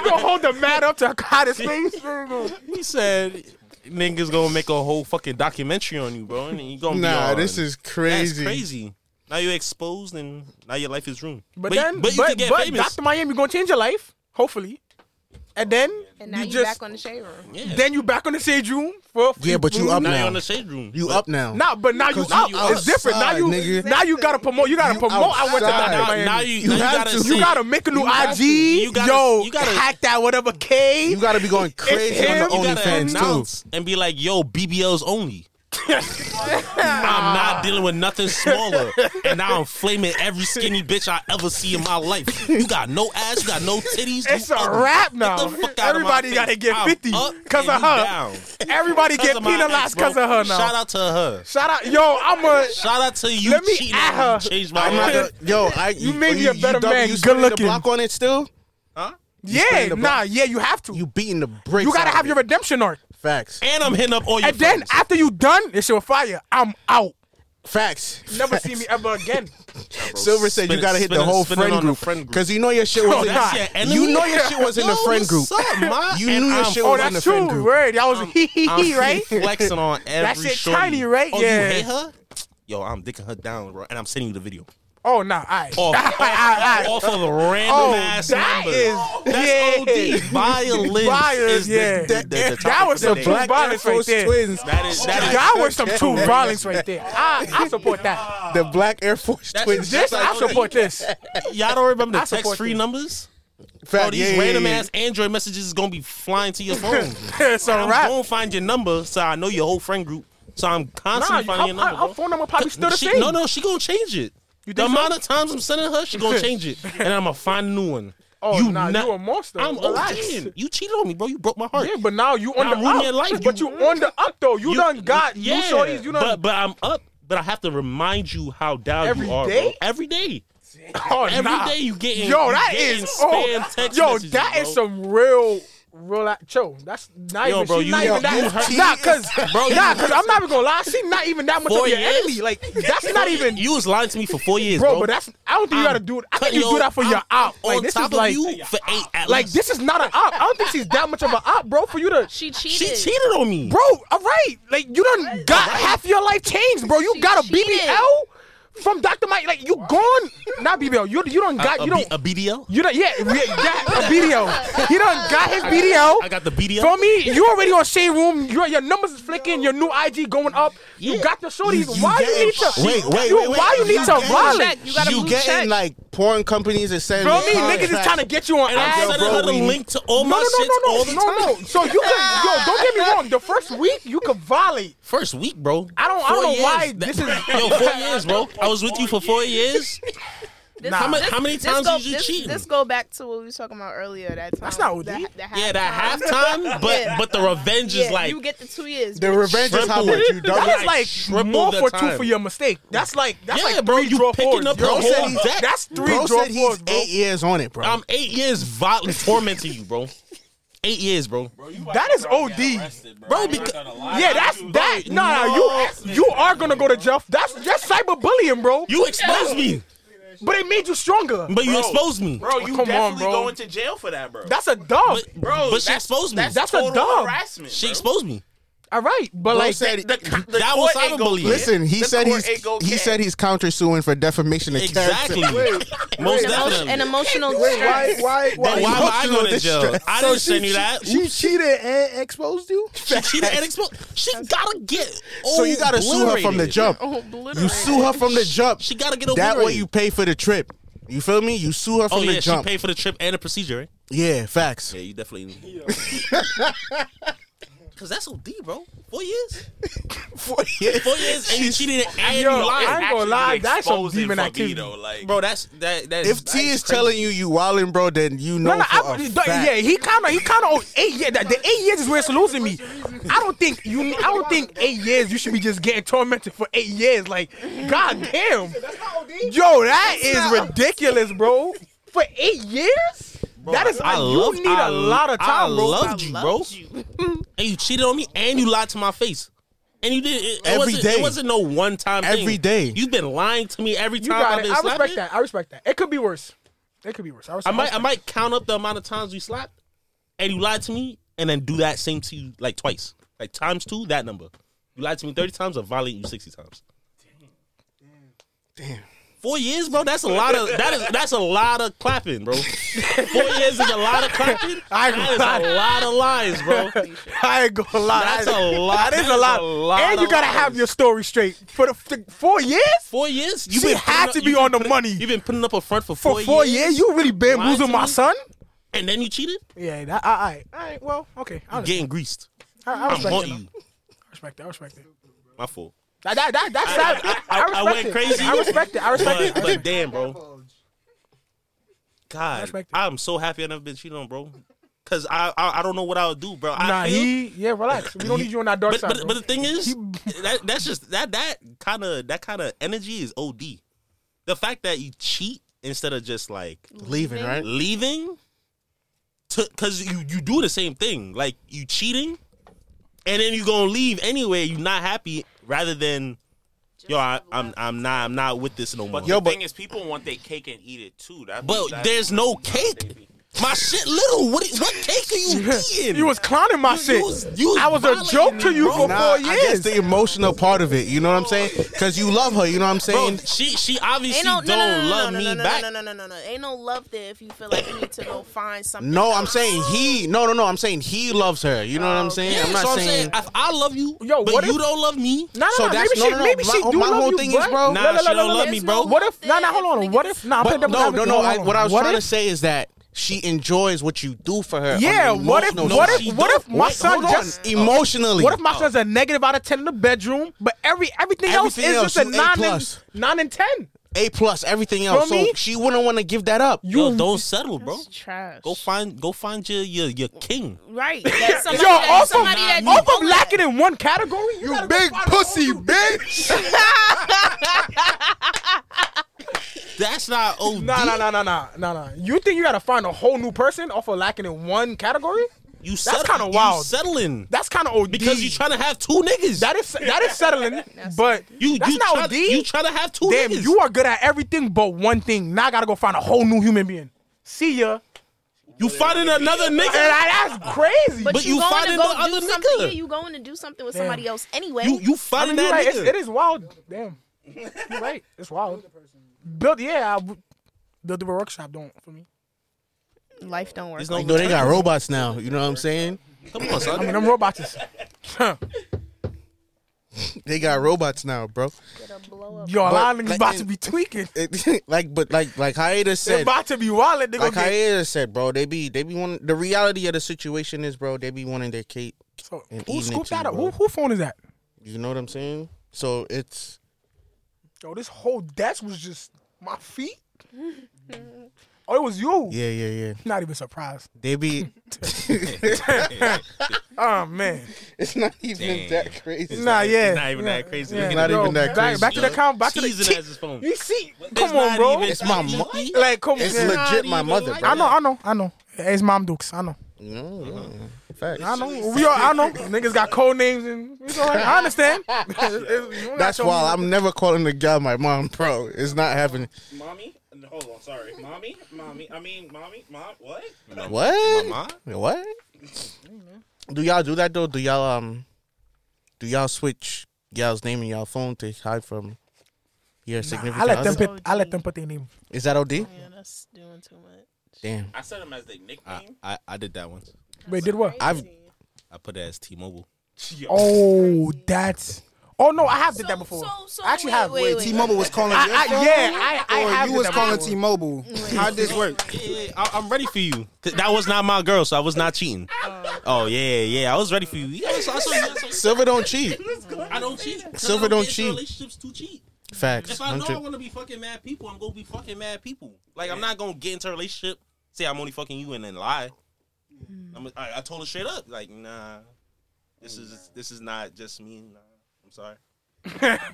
[SPEAKER 6] gonna hold the mat up to hide his face.
[SPEAKER 5] He said, "Niggas gonna make a whole fucking documentary on you, bro, and you gonna be
[SPEAKER 1] Nah,
[SPEAKER 5] on.
[SPEAKER 1] this is
[SPEAKER 5] That's
[SPEAKER 1] crazy.
[SPEAKER 5] crazy. Now you're exposed, and now your life is ruined.
[SPEAKER 6] But,
[SPEAKER 5] you-
[SPEAKER 6] then,
[SPEAKER 5] but
[SPEAKER 6] but,
[SPEAKER 5] you
[SPEAKER 6] but,
[SPEAKER 5] can get famous.
[SPEAKER 6] Doctor Miami gonna change your life, hopefully. And then
[SPEAKER 4] And now
[SPEAKER 6] you
[SPEAKER 4] you
[SPEAKER 6] just
[SPEAKER 4] back on the shade room.
[SPEAKER 5] yeah.
[SPEAKER 6] then you back on the stage room for
[SPEAKER 1] Yeah, but you up
[SPEAKER 5] now you're
[SPEAKER 1] now.
[SPEAKER 5] on the shade room.
[SPEAKER 1] You up now.
[SPEAKER 6] Nah, but now you
[SPEAKER 1] 'Cause
[SPEAKER 6] out.
[SPEAKER 1] you
[SPEAKER 6] it's different. Now
[SPEAKER 1] outside,
[SPEAKER 6] you
[SPEAKER 1] nigga.
[SPEAKER 6] now you gotta promote. You gotta
[SPEAKER 1] You
[SPEAKER 6] promote. I went to
[SPEAKER 1] outside.
[SPEAKER 6] Doctor
[SPEAKER 5] Now,
[SPEAKER 6] Miami.
[SPEAKER 5] now you, now you
[SPEAKER 1] have
[SPEAKER 5] gotta
[SPEAKER 1] to.
[SPEAKER 5] see-
[SPEAKER 6] you gotta make a new
[SPEAKER 1] have
[SPEAKER 6] IG.
[SPEAKER 1] to.
[SPEAKER 5] You gotta-
[SPEAKER 6] Yo,
[SPEAKER 5] you gotta-
[SPEAKER 6] hack that whatever K.
[SPEAKER 1] You gotta be going crazy
[SPEAKER 6] him.
[SPEAKER 1] on the
[SPEAKER 5] you gotta
[SPEAKER 1] OnlyFans
[SPEAKER 5] announce and be like, "Yo, BBLs only." I'm not dealing with nothing smaller, and now I'm flaming every skinny bitch I ever see in my life. You got no ass, you got no titties.
[SPEAKER 6] it's
[SPEAKER 5] you
[SPEAKER 6] a
[SPEAKER 5] ugly.
[SPEAKER 6] wrap
[SPEAKER 5] Get
[SPEAKER 6] now.
[SPEAKER 5] the fuck out of my
[SPEAKER 6] Everybody
[SPEAKER 5] face.
[SPEAKER 6] gotta get
[SPEAKER 5] I'm
[SPEAKER 6] fifty
[SPEAKER 5] up
[SPEAKER 6] cause of
[SPEAKER 5] and you
[SPEAKER 6] her.
[SPEAKER 5] down.
[SPEAKER 6] Everybody
[SPEAKER 5] Because
[SPEAKER 6] get
[SPEAKER 5] of my ex,
[SPEAKER 6] penalized
[SPEAKER 5] bro.
[SPEAKER 6] cause of her now.
[SPEAKER 5] Shout out to her.
[SPEAKER 6] Shout out, yo, I'm a.
[SPEAKER 5] Shout out to you
[SPEAKER 6] Let me
[SPEAKER 5] cheating.
[SPEAKER 6] at her.
[SPEAKER 5] Change my
[SPEAKER 1] too. I'm not
[SPEAKER 5] life.
[SPEAKER 1] gonna, yo, I
[SPEAKER 6] You made me a better
[SPEAKER 1] double-
[SPEAKER 6] man.
[SPEAKER 1] You
[SPEAKER 6] Good
[SPEAKER 1] spinning
[SPEAKER 6] looking.
[SPEAKER 1] The block on it still.
[SPEAKER 6] Yeah,
[SPEAKER 1] the
[SPEAKER 6] nah,
[SPEAKER 1] block.
[SPEAKER 6] yeah, you have to.
[SPEAKER 1] You
[SPEAKER 6] You,
[SPEAKER 1] beating the bricks.
[SPEAKER 6] gotta
[SPEAKER 1] out of
[SPEAKER 6] have your
[SPEAKER 1] it.
[SPEAKER 6] redemption arc.
[SPEAKER 1] facts.
[SPEAKER 5] And I'm hitting up all your
[SPEAKER 6] And then
[SPEAKER 5] friends.
[SPEAKER 6] after you done, it's your fire. I'm out.
[SPEAKER 1] Facts.
[SPEAKER 6] Never see me ever again.
[SPEAKER 1] Silver said
[SPEAKER 5] Spin
[SPEAKER 1] you
[SPEAKER 5] it-
[SPEAKER 1] gotta hit
[SPEAKER 5] spin
[SPEAKER 1] the
[SPEAKER 5] it-
[SPEAKER 1] whole
[SPEAKER 5] spin it on
[SPEAKER 1] friend
[SPEAKER 5] the
[SPEAKER 1] group.
[SPEAKER 5] friend group.
[SPEAKER 1] Cause you know your shit was
[SPEAKER 6] Yo,
[SPEAKER 1] in
[SPEAKER 6] that's
[SPEAKER 1] the-
[SPEAKER 5] your enemy?
[SPEAKER 1] You know your shit was in the
[SPEAKER 5] Yo,
[SPEAKER 1] friend group.
[SPEAKER 5] what's up, ma?
[SPEAKER 1] You
[SPEAKER 5] And
[SPEAKER 1] knew your
[SPEAKER 5] I'm
[SPEAKER 1] shit
[SPEAKER 6] Oh,
[SPEAKER 1] was in the
[SPEAKER 6] that's true.
[SPEAKER 1] friend group.
[SPEAKER 6] Word, that
[SPEAKER 5] Um,
[SPEAKER 6] was hee hee hee, right?
[SPEAKER 5] Flexing on every
[SPEAKER 6] That shit
[SPEAKER 5] shorty.
[SPEAKER 6] tiny, right?
[SPEAKER 5] Oh,
[SPEAKER 6] Yeah.
[SPEAKER 5] you hate her? Yo, I'm dicking her down, bro, and I'm sending you the video.
[SPEAKER 6] Oh, nah, alright.
[SPEAKER 5] Off, off,
[SPEAKER 6] Alright,
[SPEAKER 5] off of a random
[SPEAKER 6] Oh,
[SPEAKER 5] ass
[SPEAKER 6] that
[SPEAKER 5] number.
[SPEAKER 6] is-
[SPEAKER 5] That's
[SPEAKER 6] yeah.
[SPEAKER 5] OD. Violence.
[SPEAKER 6] Violence,
[SPEAKER 5] is the-
[SPEAKER 6] yeah.
[SPEAKER 5] the- the- the
[SPEAKER 1] That
[SPEAKER 5] topic
[SPEAKER 6] was
[SPEAKER 5] of
[SPEAKER 6] a
[SPEAKER 5] the day.
[SPEAKER 6] black- violence
[SPEAKER 1] Air
[SPEAKER 6] right
[SPEAKER 1] Force
[SPEAKER 6] there.
[SPEAKER 1] twins.
[SPEAKER 5] That is that is
[SPEAKER 6] That was some true violence right there. I, I support that.
[SPEAKER 1] The black Air Force
[SPEAKER 5] That's
[SPEAKER 1] twins.
[SPEAKER 5] just-
[SPEAKER 6] This, I support this.
[SPEAKER 5] Y'all don't remember
[SPEAKER 6] I
[SPEAKER 5] the
[SPEAKER 6] support
[SPEAKER 5] text free
[SPEAKER 6] this.
[SPEAKER 5] numbers? Bro,
[SPEAKER 1] Fact,
[SPEAKER 5] these
[SPEAKER 1] yeah, yeah,
[SPEAKER 5] random
[SPEAKER 1] yeah.
[SPEAKER 5] ass Android messages is gonna be flying to your phone.
[SPEAKER 6] it's a
[SPEAKER 5] I'm
[SPEAKER 6] wrap.
[SPEAKER 5] gonna find your number, so I know your whole friend group. So I'm
[SPEAKER 6] Nah,
[SPEAKER 5] constantly
[SPEAKER 6] her,
[SPEAKER 5] finding your
[SPEAKER 6] her,
[SPEAKER 5] number.
[SPEAKER 6] her
[SPEAKER 5] bro.
[SPEAKER 6] phone number probably still the
[SPEAKER 5] she,
[SPEAKER 6] same.
[SPEAKER 5] No, no, she gonna change it. The
[SPEAKER 6] think so?
[SPEAKER 5] amount of times I'm sending her, she gonna change it, and I'm gonna find a new one.
[SPEAKER 6] Oh,
[SPEAKER 5] you
[SPEAKER 6] nah,
[SPEAKER 5] not-
[SPEAKER 6] you a monster.
[SPEAKER 5] I'm
[SPEAKER 6] Relax.
[SPEAKER 5] OGing. You cheated on me, bro. You broke my heart.
[SPEAKER 6] Yeah, but now you on
[SPEAKER 5] Nah,
[SPEAKER 6] the
[SPEAKER 5] I'm ruining
[SPEAKER 6] up.
[SPEAKER 5] your life.
[SPEAKER 6] But you
[SPEAKER 5] You-
[SPEAKER 6] on the up though. You, done got you
[SPEAKER 5] yeah,
[SPEAKER 6] shorties. You
[SPEAKER 5] But
[SPEAKER 6] done.
[SPEAKER 5] but I'm up. But I have to remind you how down
[SPEAKER 6] Every
[SPEAKER 5] you are, bro.
[SPEAKER 6] day?
[SPEAKER 5] Every day,
[SPEAKER 6] oh,
[SPEAKER 5] every day
[SPEAKER 6] nah.
[SPEAKER 5] you getting
[SPEAKER 6] Yo, that
[SPEAKER 5] you getting
[SPEAKER 6] is
[SPEAKER 5] spam
[SPEAKER 6] oh,
[SPEAKER 5] text
[SPEAKER 6] Yo, that
[SPEAKER 5] messages,
[SPEAKER 6] is
[SPEAKER 5] bro.
[SPEAKER 6] some real, real. act- Yo, that's not
[SPEAKER 5] Yo,
[SPEAKER 6] even.
[SPEAKER 5] bro,
[SPEAKER 6] she's
[SPEAKER 5] you-
[SPEAKER 6] not
[SPEAKER 5] yo,
[SPEAKER 6] even
[SPEAKER 5] you
[SPEAKER 6] that.
[SPEAKER 5] hurt-
[SPEAKER 6] Nah, cause
[SPEAKER 5] Bro,
[SPEAKER 6] bro,
[SPEAKER 5] you-
[SPEAKER 6] nah, cause I'm not even gonna lie. She's not even that much of
[SPEAKER 5] Four
[SPEAKER 6] your
[SPEAKER 5] years?
[SPEAKER 6] enemy. Like that's not even.
[SPEAKER 5] You was lying to me for four years,
[SPEAKER 6] Bro,
[SPEAKER 5] bro.
[SPEAKER 6] but that's I don't think you
[SPEAKER 5] I'm
[SPEAKER 6] gotta do it. I think
[SPEAKER 5] cutting
[SPEAKER 6] you do
[SPEAKER 5] your-
[SPEAKER 6] that for your
[SPEAKER 5] I'm
[SPEAKER 6] op. Like
[SPEAKER 5] on
[SPEAKER 6] this
[SPEAKER 5] top
[SPEAKER 6] is
[SPEAKER 5] of
[SPEAKER 6] like,
[SPEAKER 5] you for eight at
[SPEAKER 6] like
[SPEAKER 5] least.
[SPEAKER 6] this is not an op. I don't think she's that much of an op, bro. For you to,
[SPEAKER 4] She
[SPEAKER 5] She
[SPEAKER 4] cheated.
[SPEAKER 5] cheated on me,
[SPEAKER 6] bro, all right, like you done got half your life changed, bro. You
[SPEAKER 4] She
[SPEAKER 6] got a
[SPEAKER 4] cheated.
[SPEAKER 6] BBL from Dr. Mike. Like you gone, not BBL. You you don't got
[SPEAKER 5] A,
[SPEAKER 6] you
[SPEAKER 5] B-
[SPEAKER 6] don't.
[SPEAKER 5] a BDL.
[SPEAKER 6] You done, yeah, yeah, a BDO. He done got his BDO.
[SPEAKER 5] I got the BDL.
[SPEAKER 6] For me, you already on Shade Room. Your, your numbers is flicking. Your new IG going up. You
[SPEAKER 5] Yeah.
[SPEAKER 6] got the shorties.
[SPEAKER 1] You- you
[SPEAKER 6] why you
[SPEAKER 1] getting-
[SPEAKER 6] need to?
[SPEAKER 1] wait, wait,
[SPEAKER 6] you-
[SPEAKER 1] wait, wait.
[SPEAKER 6] Why you need
[SPEAKER 1] You
[SPEAKER 6] to
[SPEAKER 1] getting-
[SPEAKER 6] violate?
[SPEAKER 4] Check. You got a
[SPEAKER 1] you
[SPEAKER 4] blue
[SPEAKER 1] getting
[SPEAKER 4] check.
[SPEAKER 1] like porn companies are sending.
[SPEAKER 6] Bro, me niggas is
[SPEAKER 1] contracts.
[SPEAKER 6] trying to get you on
[SPEAKER 5] And I'm
[SPEAKER 6] ads.
[SPEAKER 5] sending her the link to all
[SPEAKER 6] No,
[SPEAKER 5] my
[SPEAKER 6] no, no,
[SPEAKER 5] shits
[SPEAKER 6] no,
[SPEAKER 5] all
[SPEAKER 6] no,
[SPEAKER 5] the
[SPEAKER 6] no,
[SPEAKER 5] time.
[SPEAKER 6] no. So you can, yo, don't get me wrong. The first week you could violate.
[SPEAKER 5] First week, bro.
[SPEAKER 6] I don't- I
[SPEAKER 5] Four
[SPEAKER 6] don't know
[SPEAKER 5] years.
[SPEAKER 6] why
[SPEAKER 5] That-
[SPEAKER 6] this is-
[SPEAKER 5] yo four years, bro. I was with you for four years.
[SPEAKER 4] This,
[SPEAKER 5] How many- how many times
[SPEAKER 4] go,
[SPEAKER 5] was you
[SPEAKER 4] this,
[SPEAKER 5] cheating?
[SPEAKER 4] This go back to what we was talking about earlier. That time.
[SPEAKER 6] That's not OD.
[SPEAKER 4] That, that
[SPEAKER 5] Yeah,
[SPEAKER 4] halftime.
[SPEAKER 5] that halftime, but
[SPEAKER 4] Yeah.
[SPEAKER 5] but the revenge
[SPEAKER 4] yeah,
[SPEAKER 5] is like
[SPEAKER 4] you get the two years.
[SPEAKER 1] The revenge is how
[SPEAKER 5] Triple.
[SPEAKER 1] much you double.
[SPEAKER 6] That is
[SPEAKER 5] like
[SPEAKER 6] like
[SPEAKER 5] triple
[SPEAKER 6] more
[SPEAKER 5] the
[SPEAKER 6] for two
[SPEAKER 5] time.
[SPEAKER 6] for your mistake. That's like that's
[SPEAKER 5] Yeah,
[SPEAKER 6] like
[SPEAKER 5] bro,
[SPEAKER 6] three
[SPEAKER 5] you
[SPEAKER 6] draw
[SPEAKER 5] picking
[SPEAKER 6] fours.
[SPEAKER 5] up
[SPEAKER 6] Bro
[SPEAKER 5] the
[SPEAKER 6] said
[SPEAKER 5] whole
[SPEAKER 6] he's-
[SPEAKER 5] deck.
[SPEAKER 6] That's three
[SPEAKER 1] Bro
[SPEAKER 6] draw
[SPEAKER 1] said
[SPEAKER 6] fours,
[SPEAKER 1] he's
[SPEAKER 6] bro.
[SPEAKER 1] eight years on it, bro.
[SPEAKER 5] I'm eight years violently tormenting you, bro. Eight years, bro.
[SPEAKER 6] That is OD.
[SPEAKER 5] Bro, because
[SPEAKER 6] Yeah, that's that. Nah, you you are gonna go to jail. That's that's cyberbullying, bro.
[SPEAKER 5] you exposed me,
[SPEAKER 6] but it made you stronger.
[SPEAKER 5] but you
[SPEAKER 7] Bro.
[SPEAKER 5] exposed me.
[SPEAKER 7] Bro, you
[SPEAKER 6] Come on,
[SPEAKER 7] definitely
[SPEAKER 6] bro.
[SPEAKER 7] going to jail for that, bro.
[SPEAKER 6] That's a dog.
[SPEAKER 5] But, bro, but she
[SPEAKER 7] that's-
[SPEAKER 5] exposed me.
[SPEAKER 7] That's,
[SPEAKER 6] That's a
[SPEAKER 7] total
[SPEAKER 6] dog.
[SPEAKER 7] harassment.
[SPEAKER 5] she
[SPEAKER 7] bro.
[SPEAKER 5] exposed me.
[SPEAKER 6] All right, but
[SPEAKER 1] Bro
[SPEAKER 6] like
[SPEAKER 1] said
[SPEAKER 7] The, co- the
[SPEAKER 5] That
[SPEAKER 7] court
[SPEAKER 5] was
[SPEAKER 7] ain't gonna
[SPEAKER 5] cyberbullying.
[SPEAKER 7] care.
[SPEAKER 1] Listen, he
[SPEAKER 7] The
[SPEAKER 1] said
[SPEAKER 7] court
[SPEAKER 1] he's
[SPEAKER 7] ain't gonna
[SPEAKER 1] he
[SPEAKER 7] care.
[SPEAKER 1] said he's countersuing for defamation of
[SPEAKER 5] Exactly.
[SPEAKER 1] character.
[SPEAKER 4] an,
[SPEAKER 5] Most
[SPEAKER 4] emo-
[SPEAKER 5] definitely.
[SPEAKER 4] an emotional
[SPEAKER 2] Wait, why?
[SPEAKER 4] distress.
[SPEAKER 2] Why? Why?
[SPEAKER 5] Then why would I go to
[SPEAKER 1] emotional
[SPEAKER 5] jail?
[SPEAKER 1] distress.
[SPEAKER 5] I
[SPEAKER 2] So
[SPEAKER 5] didn't
[SPEAKER 2] she-
[SPEAKER 5] send you that.
[SPEAKER 2] She, she cheated and exposed you.
[SPEAKER 5] She cheated and exposed. She gotta get.
[SPEAKER 1] So you gotta sue her from the
[SPEAKER 5] obliterated.
[SPEAKER 1] jump.
[SPEAKER 4] Oh, obliterated.
[SPEAKER 1] You sue her from the jump.
[SPEAKER 5] She gotta get
[SPEAKER 1] That way
[SPEAKER 5] obliterated.
[SPEAKER 1] you pay for the trip. You feel me? You sue her from
[SPEAKER 5] Oh yeah,
[SPEAKER 1] the
[SPEAKER 5] she
[SPEAKER 1] jump.
[SPEAKER 5] paid for the trip and the procedure, right?
[SPEAKER 1] yeah, facts.
[SPEAKER 5] Yeah, you definitely. Cause that's OD, bro. Four years.
[SPEAKER 1] Four years.
[SPEAKER 5] Four years and you cheated and
[SPEAKER 6] Yo,
[SPEAKER 5] you lied.
[SPEAKER 6] I ain't gonna
[SPEAKER 7] Actually
[SPEAKER 6] lie, that's some
[SPEAKER 7] exposing
[SPEAKER 6] demon
[SPEAKER 7] for
[SPEAKER 6] activity.
[SPEAKER 7] Me, though. Like,
[SPEAKER 5] Bro, that's that. That's,
[SPEAKER 1] If T is telling you you wildin', bro, then you know
[SPEAKER 6] No, no,
[SPEAKER 1] for
[SPEAKER 6] I,
[SPEAKER 1] a
[SPEAKER 6] the-
[SPEAKER 1] fact.
[SPEAKER 6] yeah, he kind of, he kind of eight years. The, the eight years is where it's losing me. I don't think you, I don't think eight years. You should be just getting tormented for eight years. Like, goddamn, yo, that is ridiculous, bro. For eight years, that is.
[SPEAKER 5] I
[SPEAKER 6] you
[SPEAKER 5] love.
[SPEAKER 6] need
[SPEAKER 5] I
[SPEAKER 6] a lot of time,
[SPEAKER 5] I
[SPEAKER 6] bro.
[SPEAKER 5] loved you, bro.
[SPEAKER 4] loved you.
[SPEAKER 5] And you cheated on me, and you lied to my face. And you did it, it
[SPEAKER 1] Every
[SPEAKER 5] wasn't,
[SPEAKER 1] day.
[SPEAKER 5] It wasn't no one time.
[SPEAKER 1] Every day.
[SPEAKER 5] You've been lying to me every
[SPEAKER 6] You
[SPEAKER 5] time.
[SPEAKER 6] got
[SPEAKER 5] I've
[SPEAKER 6] it.
[SPEAKER 5] been
[SPEAKER 6] I
[SPEAKER 5] slapping.
[SPEAKER 6] respect that. I respect that. It could be worse. It could be worse. I, respect,
[SPEAKER 5] I might. I might count up the amount of times we slapped, and you lied to me, and then do that same to you like twice, like times two that number. You lied to me thirty times, I violate you sixty times. Four years, bro. That's a lot of that is that's a lot of clapping, bro. Four years is a lot of clapping.
[SPEAKER 6] I
[SPEAKER 5] That is a lot of lies, bro.
[SPEAKER 6] I ain't gonna lie.
[SPEAKER 5] That's
[SPEAKER 6] That
[SPEAKER 5] a
[SPEAKER 6] is-
[SPEAKER 5] lot.
[SPEAKER 6] That is a lot. and you
[SPEAKER 5] of
[SPEAKER 6] gotta
[SPEAKER 5] lies.
[SPEAKER 6] have your story straight for the for four years.
[SPEAKER 5] four years.
[SPEAKER 6] You she had to be on the money.
[SPEAKER 5] You've been putting up a front for
[SPEAKER 6] for
[SPEAKER 5] four,
[SPEAKER 6] four, years. You really
[SPEAKER 5] Lying to
[SPEAKER 6] bamboozled my
[SPEAKER 5] me?
[SPEAKER 6] son?
[SPEAKER 5] and then you cheated,
[SPEAKER 6] Yeah, that, all right, all right. Well, okay. I,
[SPEAKER 5] getting greased.
[SPEAKER 6] I, I
[SPEAKER 5] I
[SPEAKER 6] respect
[SPEAKER 5] want
[SPEAKER 6] it.
[SPEAKER 5] you.
[SPEAKER 6] I respect it. I respect it.
[SPEAKER 5] My fault.
[SPEAKER 6] That, that, that, that's sad. I,
[SPEAKER 5] I- I
[SPEAKER 6] respect
[SPEAKER 5] went
[SPEAKER 6] it.
[SPEAKER 5] crazy.
[SPEAKER 6] I respect it. I respect
[SPEAKER 5] but,
[SPEAKER 6] it. I
[SPEAKER 5] but
[SPEAKER 6] respect it.
[SPEAKER 5] damn, bro. God,
[SPEAKER 6] Respect it.
[SPEAKER 5] I'm so happy I never been cheated on, bro. Cause I I, I don't know what I would do, bro. I
[SPEAKER 6] Nah,
[SPEAKER 5] feel-
[SPEAKER 6] he. Yeah, relax. We don't need you on that dark
[SPEAKER 5] But
[SPEAKER 6] side.
[SPEAKER 5] but, but the
[SPEAKER 6] bro.
[SPEAKER 5] thing is, that that's just that that kind of that kind of energy is od. The fact that you cheat instead of just like
[SPEAKER 1] Leaving, right?
[SPEAKER 5] leaving, to because you you do the same thing, like you cheating, and then you gonna leave anyway. You not happy, rather than. Yo, I, I'm I'm not I'm not with this no more.
[SPEAKER 7] But
[SPEAKER 1] Yo,
[SPEAKER 7] the
[SPEAKER 1] but-
[SPEAKER 7] thing is, people want their cake and eat it too. That,
[SPEAKER 5] But
[SPEAKER 7] that-
[SPEAKER 5] there's no cake. My shit little. What what cake are you eating?
[SPEAKER 6] you was clowning my shit.
[SPEAKER 5] you was- you was
[SPEAKER 6] I was a
[SPEAKER 5] violating
[SPEAKER 6] joke to
[SPEAKER 5] me,
[SPEAKER 6] you
[SPEAKER 5] bro.
[SPEAKER 6] for
[SPEAKER 1] Nah,
[SPEAKER 6] four
[SPEAKER 1] I guess
[SPEAKER 6] years.
[SPEAKER 1] the emotional part of it. You know what I'm saying? Because you love her. You know what I'm
[SPEAKER 5] bro.
[SPEAKER 1] saying?
[SPEAKER 5] She she obviously
[SPEAKER 4] Ain't no,
[SPEAKER 5] don't
[SPEAKER 4] no, no, no,
[SPEAKER 5] love
[SPEAKER 4] no, no,
[SPEAKER 5] me
[SPEAKER 4] no, no,
[SPEAKER 5] back.
[SPEAKER 4] No, no, no, no, no, no. Ain't no love there if you feel like you need to go find something.
[SPEAKER 1] No, I'm
[SPEAKER 4] else.
[SPEAKER 1] saying he. No, no, no. I'm saying he loves her. You know what I'm saying?
[SPEAKER 5] Oh, Yeah,
[SPEAKER 1] I'm not
[SPEAKER 5] so I'm
[SPEAKER 1] saying.
[SPEAKER 5] saying if I love you,
[SPEAKER 6] Yo,
[SPEAKER 5] but
[SPEAKER 6] what
[SPEAKER 5] you
[SPEAKER 6] if-
[SPEAKER 5] don't love me.
[SPEAKER 6] Nah, nah,
[SPEAKER 1] So
[SPEAKER 6] nah,
[SPEAKER 1] that's-
[SPEAKER 6] maybe
[SPEAKER 1] no,
[SPEAKER 6] she,
[SPEAKER 1] no, no.
[SPEAKER 6] maybe she
[SPEAKER 1] My-
[SPEAKER 6] do
[SPEAKER 1] my
[SPEAKER 6] love
[SPEAKER 1] whole
[SPEAKER 6] you,
[SPEAKER 1] thing
[SPEAKER 6] but-
[SPEAKER 1] is, bro-
[SPEAKER 5] Nah,
[SPEAKER 6] No, no,
[SPEAKER 5] she
[SPEAKER 6] no,
[SPEAKER 5] don't
[SPEAKER 6] no,
[SPEAKER 5] love
[SPEAKER 6] no.
[SPEAKER 5] me, bro.
[SPEAKER 6] What if? Nah, nah, hold on. What if? Nah, I'm
[SPEAKER 1] But
[SPEAKER 6] playing
[SPEAKER 1] no,
[SPEAKER 6] devil's
[SPEAKER 1] no,
[SPEAKER 6] advocate.
[SPEAKER 1] no.
[SPEAKER 6] Hold on,
[SPEAKER 1] I,
[SPEAKER 6] hold
[SPEAKER 1] what I was
[SPEAKER 6] on.
[SPEAKER 1] trying
[SPEAKER 6] if-
[SPEAKER 1] to say is that she enjoys what you do for her. on
[SPEAKER 6] Yeah,
[SPEAKER 1] an
[SPEAKER 6] what if
[SPEAKER 1] emotional
[SPEAKER 6] what
[SPEAKER 1] sense.
[SPEAKER 6] if what if my
[SPEAKER 1] Wait,
[SPEAKER 6] son
[SPEAKER 1] hold on.
[SPEAKER 6] just
[SPEAKER 1] emotionally?
[SPEAKER 6] what if my son's a negative out of ten in the bedroom, but every everything, else is
[SPEAKER 1] Everything
[SPEAKER 6] just a
[SPEAKER 1] else, you A
[SPEAKER 6] nine and
[SPEAKER 1] plus.
[SPEAKER 6] nine and ten.
[SPEAKER 1] A plus everything else?
[SPEAKER 6] Feel
[SPEAKER 1] So
[SPEAKER 6] me?
[SPEAKER 1] she wouldn't want to give that up.
[SPEAKER 7] Yo, don't settle, bro.
[SPEAKER 4] That's trash.
[SPEAKER 7] Go find go find your your, your king.
[SPEAKER 4] Right. That's somebody,
[SPEAKER 6] Yo,
[SPEAKER 4] that,
[SPEAKER 6] off
[SPEAKER 4] somebody that
[SPEAKER 6] of,
[SPEAKER 4] you
[SPEAKER 6] off of
[SPEAKER 4] know
[SPEAKER 6] lacking in one category, you, gotta go find a whole new-
[SPEAKER 1] bitch.
[SPEAKER 7] That's not OD.
[SPEAKER 6] Nah, nah, nah, nah, nah, nah, nah. You think you gotta find a whole new person off of lacking in one category?
[SPEAKER 7] You settle,
[SPEAKER 6] kinda
[SPEAKER 7] you
[SPEAKER 6] wild.
[SPEAKER 7] settling
[SPEAKER 6] That's kind of OD.
[SPEAKER 7] because you trying to have two niggas.
[SPEAKER 6] That is that is settling, but
[SPEAKER 7] you
[SPEAKER 6] that's
[SPEAKER 7] you
[SPEAKER 6] not
[SPEAKER 7] tryna-
[SPEAKER 6] OD.
[SPEAKER 7] You trying to have two
[SPEAKER 6] Damn,
[SPEAKER 7] niggas.
[SPEAKER 6] you are good at everything but one thing. Now I gotta go find a whole new human being. See ya.
[SPEAKER 7] you finding another
[SPEAKER 6] And
[SPEAKER 7] nigga.
[SPEAKER 6] I, that's crazy.
[SPEAKER 4] But,
[SPEAKER 7] But
[SPEAKER 4] you,
[SPEAKER 7] you
[SPEAKER 4] going to
[SPEAKER 7] finding
[SPEAKER 4] go
[SPEAKER 7] the other
[SPEAKER 4] do something.
[SPEAKER 7] nigga.
[SPEAKER 4] Yeah, you going to do something with somebody else anyway.
[SPEAKER 7] You you
[SPEAKER 6] I
[SPEAKER 7] fighting
[SPEAKER 6] mean, you're
[SPEAKER 7] that
[SPEAKER 6] right. It's,
[SPEAKER 7] nigga.
[SPEAKER 6] it is wild. Damn. You're right. It's wild. Build, yeah. I w- build the workshop don't for me.
[SPEAKER 4] Life don't work.
[SPEAKER 7] There's no
[SPEAKER 4] like
[SPEAKER 1] no, they got robots now. You know what I'm saying?
[SPEAKER 7] Come on, son.
[SPEAKER 6] I mean, them robots is.
[SPEAKER 1] They got robots now, bro.
[SPEAKER 4] that. It'll blow up.
[SPEAKER 6] Yo, a lot of
[SPEAKER 1] But,
[SPEAKER 6] niggas
[SPEAKER 1] like,
[SPEAKER 6] about to
[SPEAKER 1] in-
[SPEAKER 6] be tweaking.
[SPEAKER 1] It- like, but like, like Haida
[SPEAKER 6] They're
[SPEAKER 1] said,
[SPEAKER 6] about to be wild. They gonna
[SPEAKER 1] like
[SPEAKER 6] get.
[SPEAKER 1] Haida said, bro. They be, they be one. The reality of the situation is, bro. They be wanting their cake.
[SPEAKER 6] So,
[SPEAKER 1] and
[SPEAKER 6] who
[SPEAKER 1] eating it
[SPEAKER 6] scooped
[SPEAKER 1] too,
[SPEAKER 6] that up?
[SPEAKER 1] bro.
[SPEAKER 6] Who, who phone is that?
[SPEAKER 1] You know what I'm saying? So it's
[SPEAKER 6] Yo, this whole desk was just my feet. oh, it was you.
[SPEAKER 1] yeah, yeah, yeah.
[SPEAKER 6] Not even surprised.
[SPEAKER 1] They be.
[SPEAKER 6] Oh man.
[SPEAKER 1] it's not even that crazy.
[SPEAKER 6] Nah, yeah.
[SPEAKER 5] Not even
[SPEAKER 6] yeah.
[SPEAKER 5] that crazy.
[SPEAKER 6] Yeah.
[SPEAKER 5] Look
[SPEAKER 1] Not
[SPEAKER 5] at
[SPEAKER 1] even
[SPEAKER 6] Bro,
[SPEAKER 1] that
[SPEAKER 6] Back,
[SPEAKER 1] crazy.
[SPEAKER 6] back to the
[SPEAKER 1] yo.
[SPEAKER 6] count. Back to the.
[SPEAKER 5] Teasing at his phone.
[SPEAKER 6] You see?
[SPEAKER 7] It's
[SPEAKER 6] Come on,
[SPEAKER 7] not
[SPEAKER 6] bro.
[SPEAKER 7] even-
[SPEAKER 1] It's my mo-
[SPEAKER 7] even like-
[SPEAKER 6] Like, come
[SPEAKER 1] It's
[SPEAKER 6] on.
[SPEAKER 1] legit
[SPEAKER 7] not
[SPEAKER 1] my
[SPEAKER 7] even
[SPEAKER 1] mother,
[SPEAKER 7] like
[SPEAKER 1] bro.
[SPEAKER 6] I know, I know, I know. It's Mom Dukes. I know.
[SPEAKER 1] No, yeah.
[SPEAKER 7] Uh-huh.
[SPEAKER 1] Facts.
[SPEAKER 6] I know. We all, I know. Niggas got code names and it's all right. I understand.
[SPEAKER 1] That's why I'm never calling the guy my mom, bro. It's not happening.
[SPEAKER 9] Mommy? No, Hold on, sorry. Mommy? Mommy? I mean, mommy? Mom? What?
[SPEAKER 1] What?
[SPEAKER 7] Mama?
[SPEAKER 1] What? Do y'all do that though? Do y'all um? Do y'all switch y'all's name and y'all phone to hide from your significant
[SPEAKER 6] I let them
[SPEAKER 1] other?
[SPEAKER 6] put. I let them put their name.
[SPEAKER 1] Is that OD?
[SPEAKER 4] Yeah, that's doing too much.
[SPEAKER 1] Damn.
[SPEAKER 7] I set him as their nickname.
[SPEAKER 5] I, I, I did that once.
[SPEAKER 6] Wait, did what?
[SPEAKER 1] I've
[SPEAKER 5] I put it as T-Mobile.
[SPEAKER 6] Oh, that's. Oh no, I have did that
[SPEAKER 4] So-
[SPEAKER 6] before.
[SPEAKER 4] so- so
[SPEAKER 6] I actually
[SPEAKER 4] wait,
[SPEAKER 6] have.
[SPEAKER 4] wait,
[SPEAKER 8] Wait,
[SPEAKER 4] wait.
[SPEAKER 8] T-Mobile was calling
[SPEAKER 6] I,
[SPEAKER 8] your
[SPEAKER 6] I,
[SPEAKER 8] phone?
[SPEAKER 6] yeah, I, I
[SPEAKER 8] Or
[SPEAKER 6] have.
[SPEAKER 8] you
[SPEAKER 6] did
[SPEAKER 8] was
[SPEAKER 6] that
[SPEAKER 8] calling
[SPEAKER 6] before.
[SPEAKER 8] T-Mobile. How'd this work?
[SPEAKER 5] Yeah, I, I'm ready for you. Th- That was not my girl, so I was not cheating. Oh yeah, yeah, I was ready for you. Yeah, I saw, I saw, you, I saw you.
[SPEAKER 1] silver don't cheat.
[SPEAKER 7] I don't cheat. 'Cause
[SPEAKER 1] Silver
[SPEAKER 7] I
[SPEAKER 1] don't
[SPEAKER 7] get into
[SPEAKER 1] cheat.
[SPEAKER 7] Relationships too cheap.
[SPEAKER 1] Facts.
[SPEAKER 7] If I know I
[SPEAKER 1] 100.
[SPEAKER 7] want to be fucking mad people, I'm gonna be fucking mad people. Like I'm not gonna get into a relationship, say I'm only fucking you, and then lie.
[SPEAKER 6] Mm.
[SPEAKER 7] I'm, I, I told her straight up, like, nah, this is this is not just me. Nah, I'm sorry,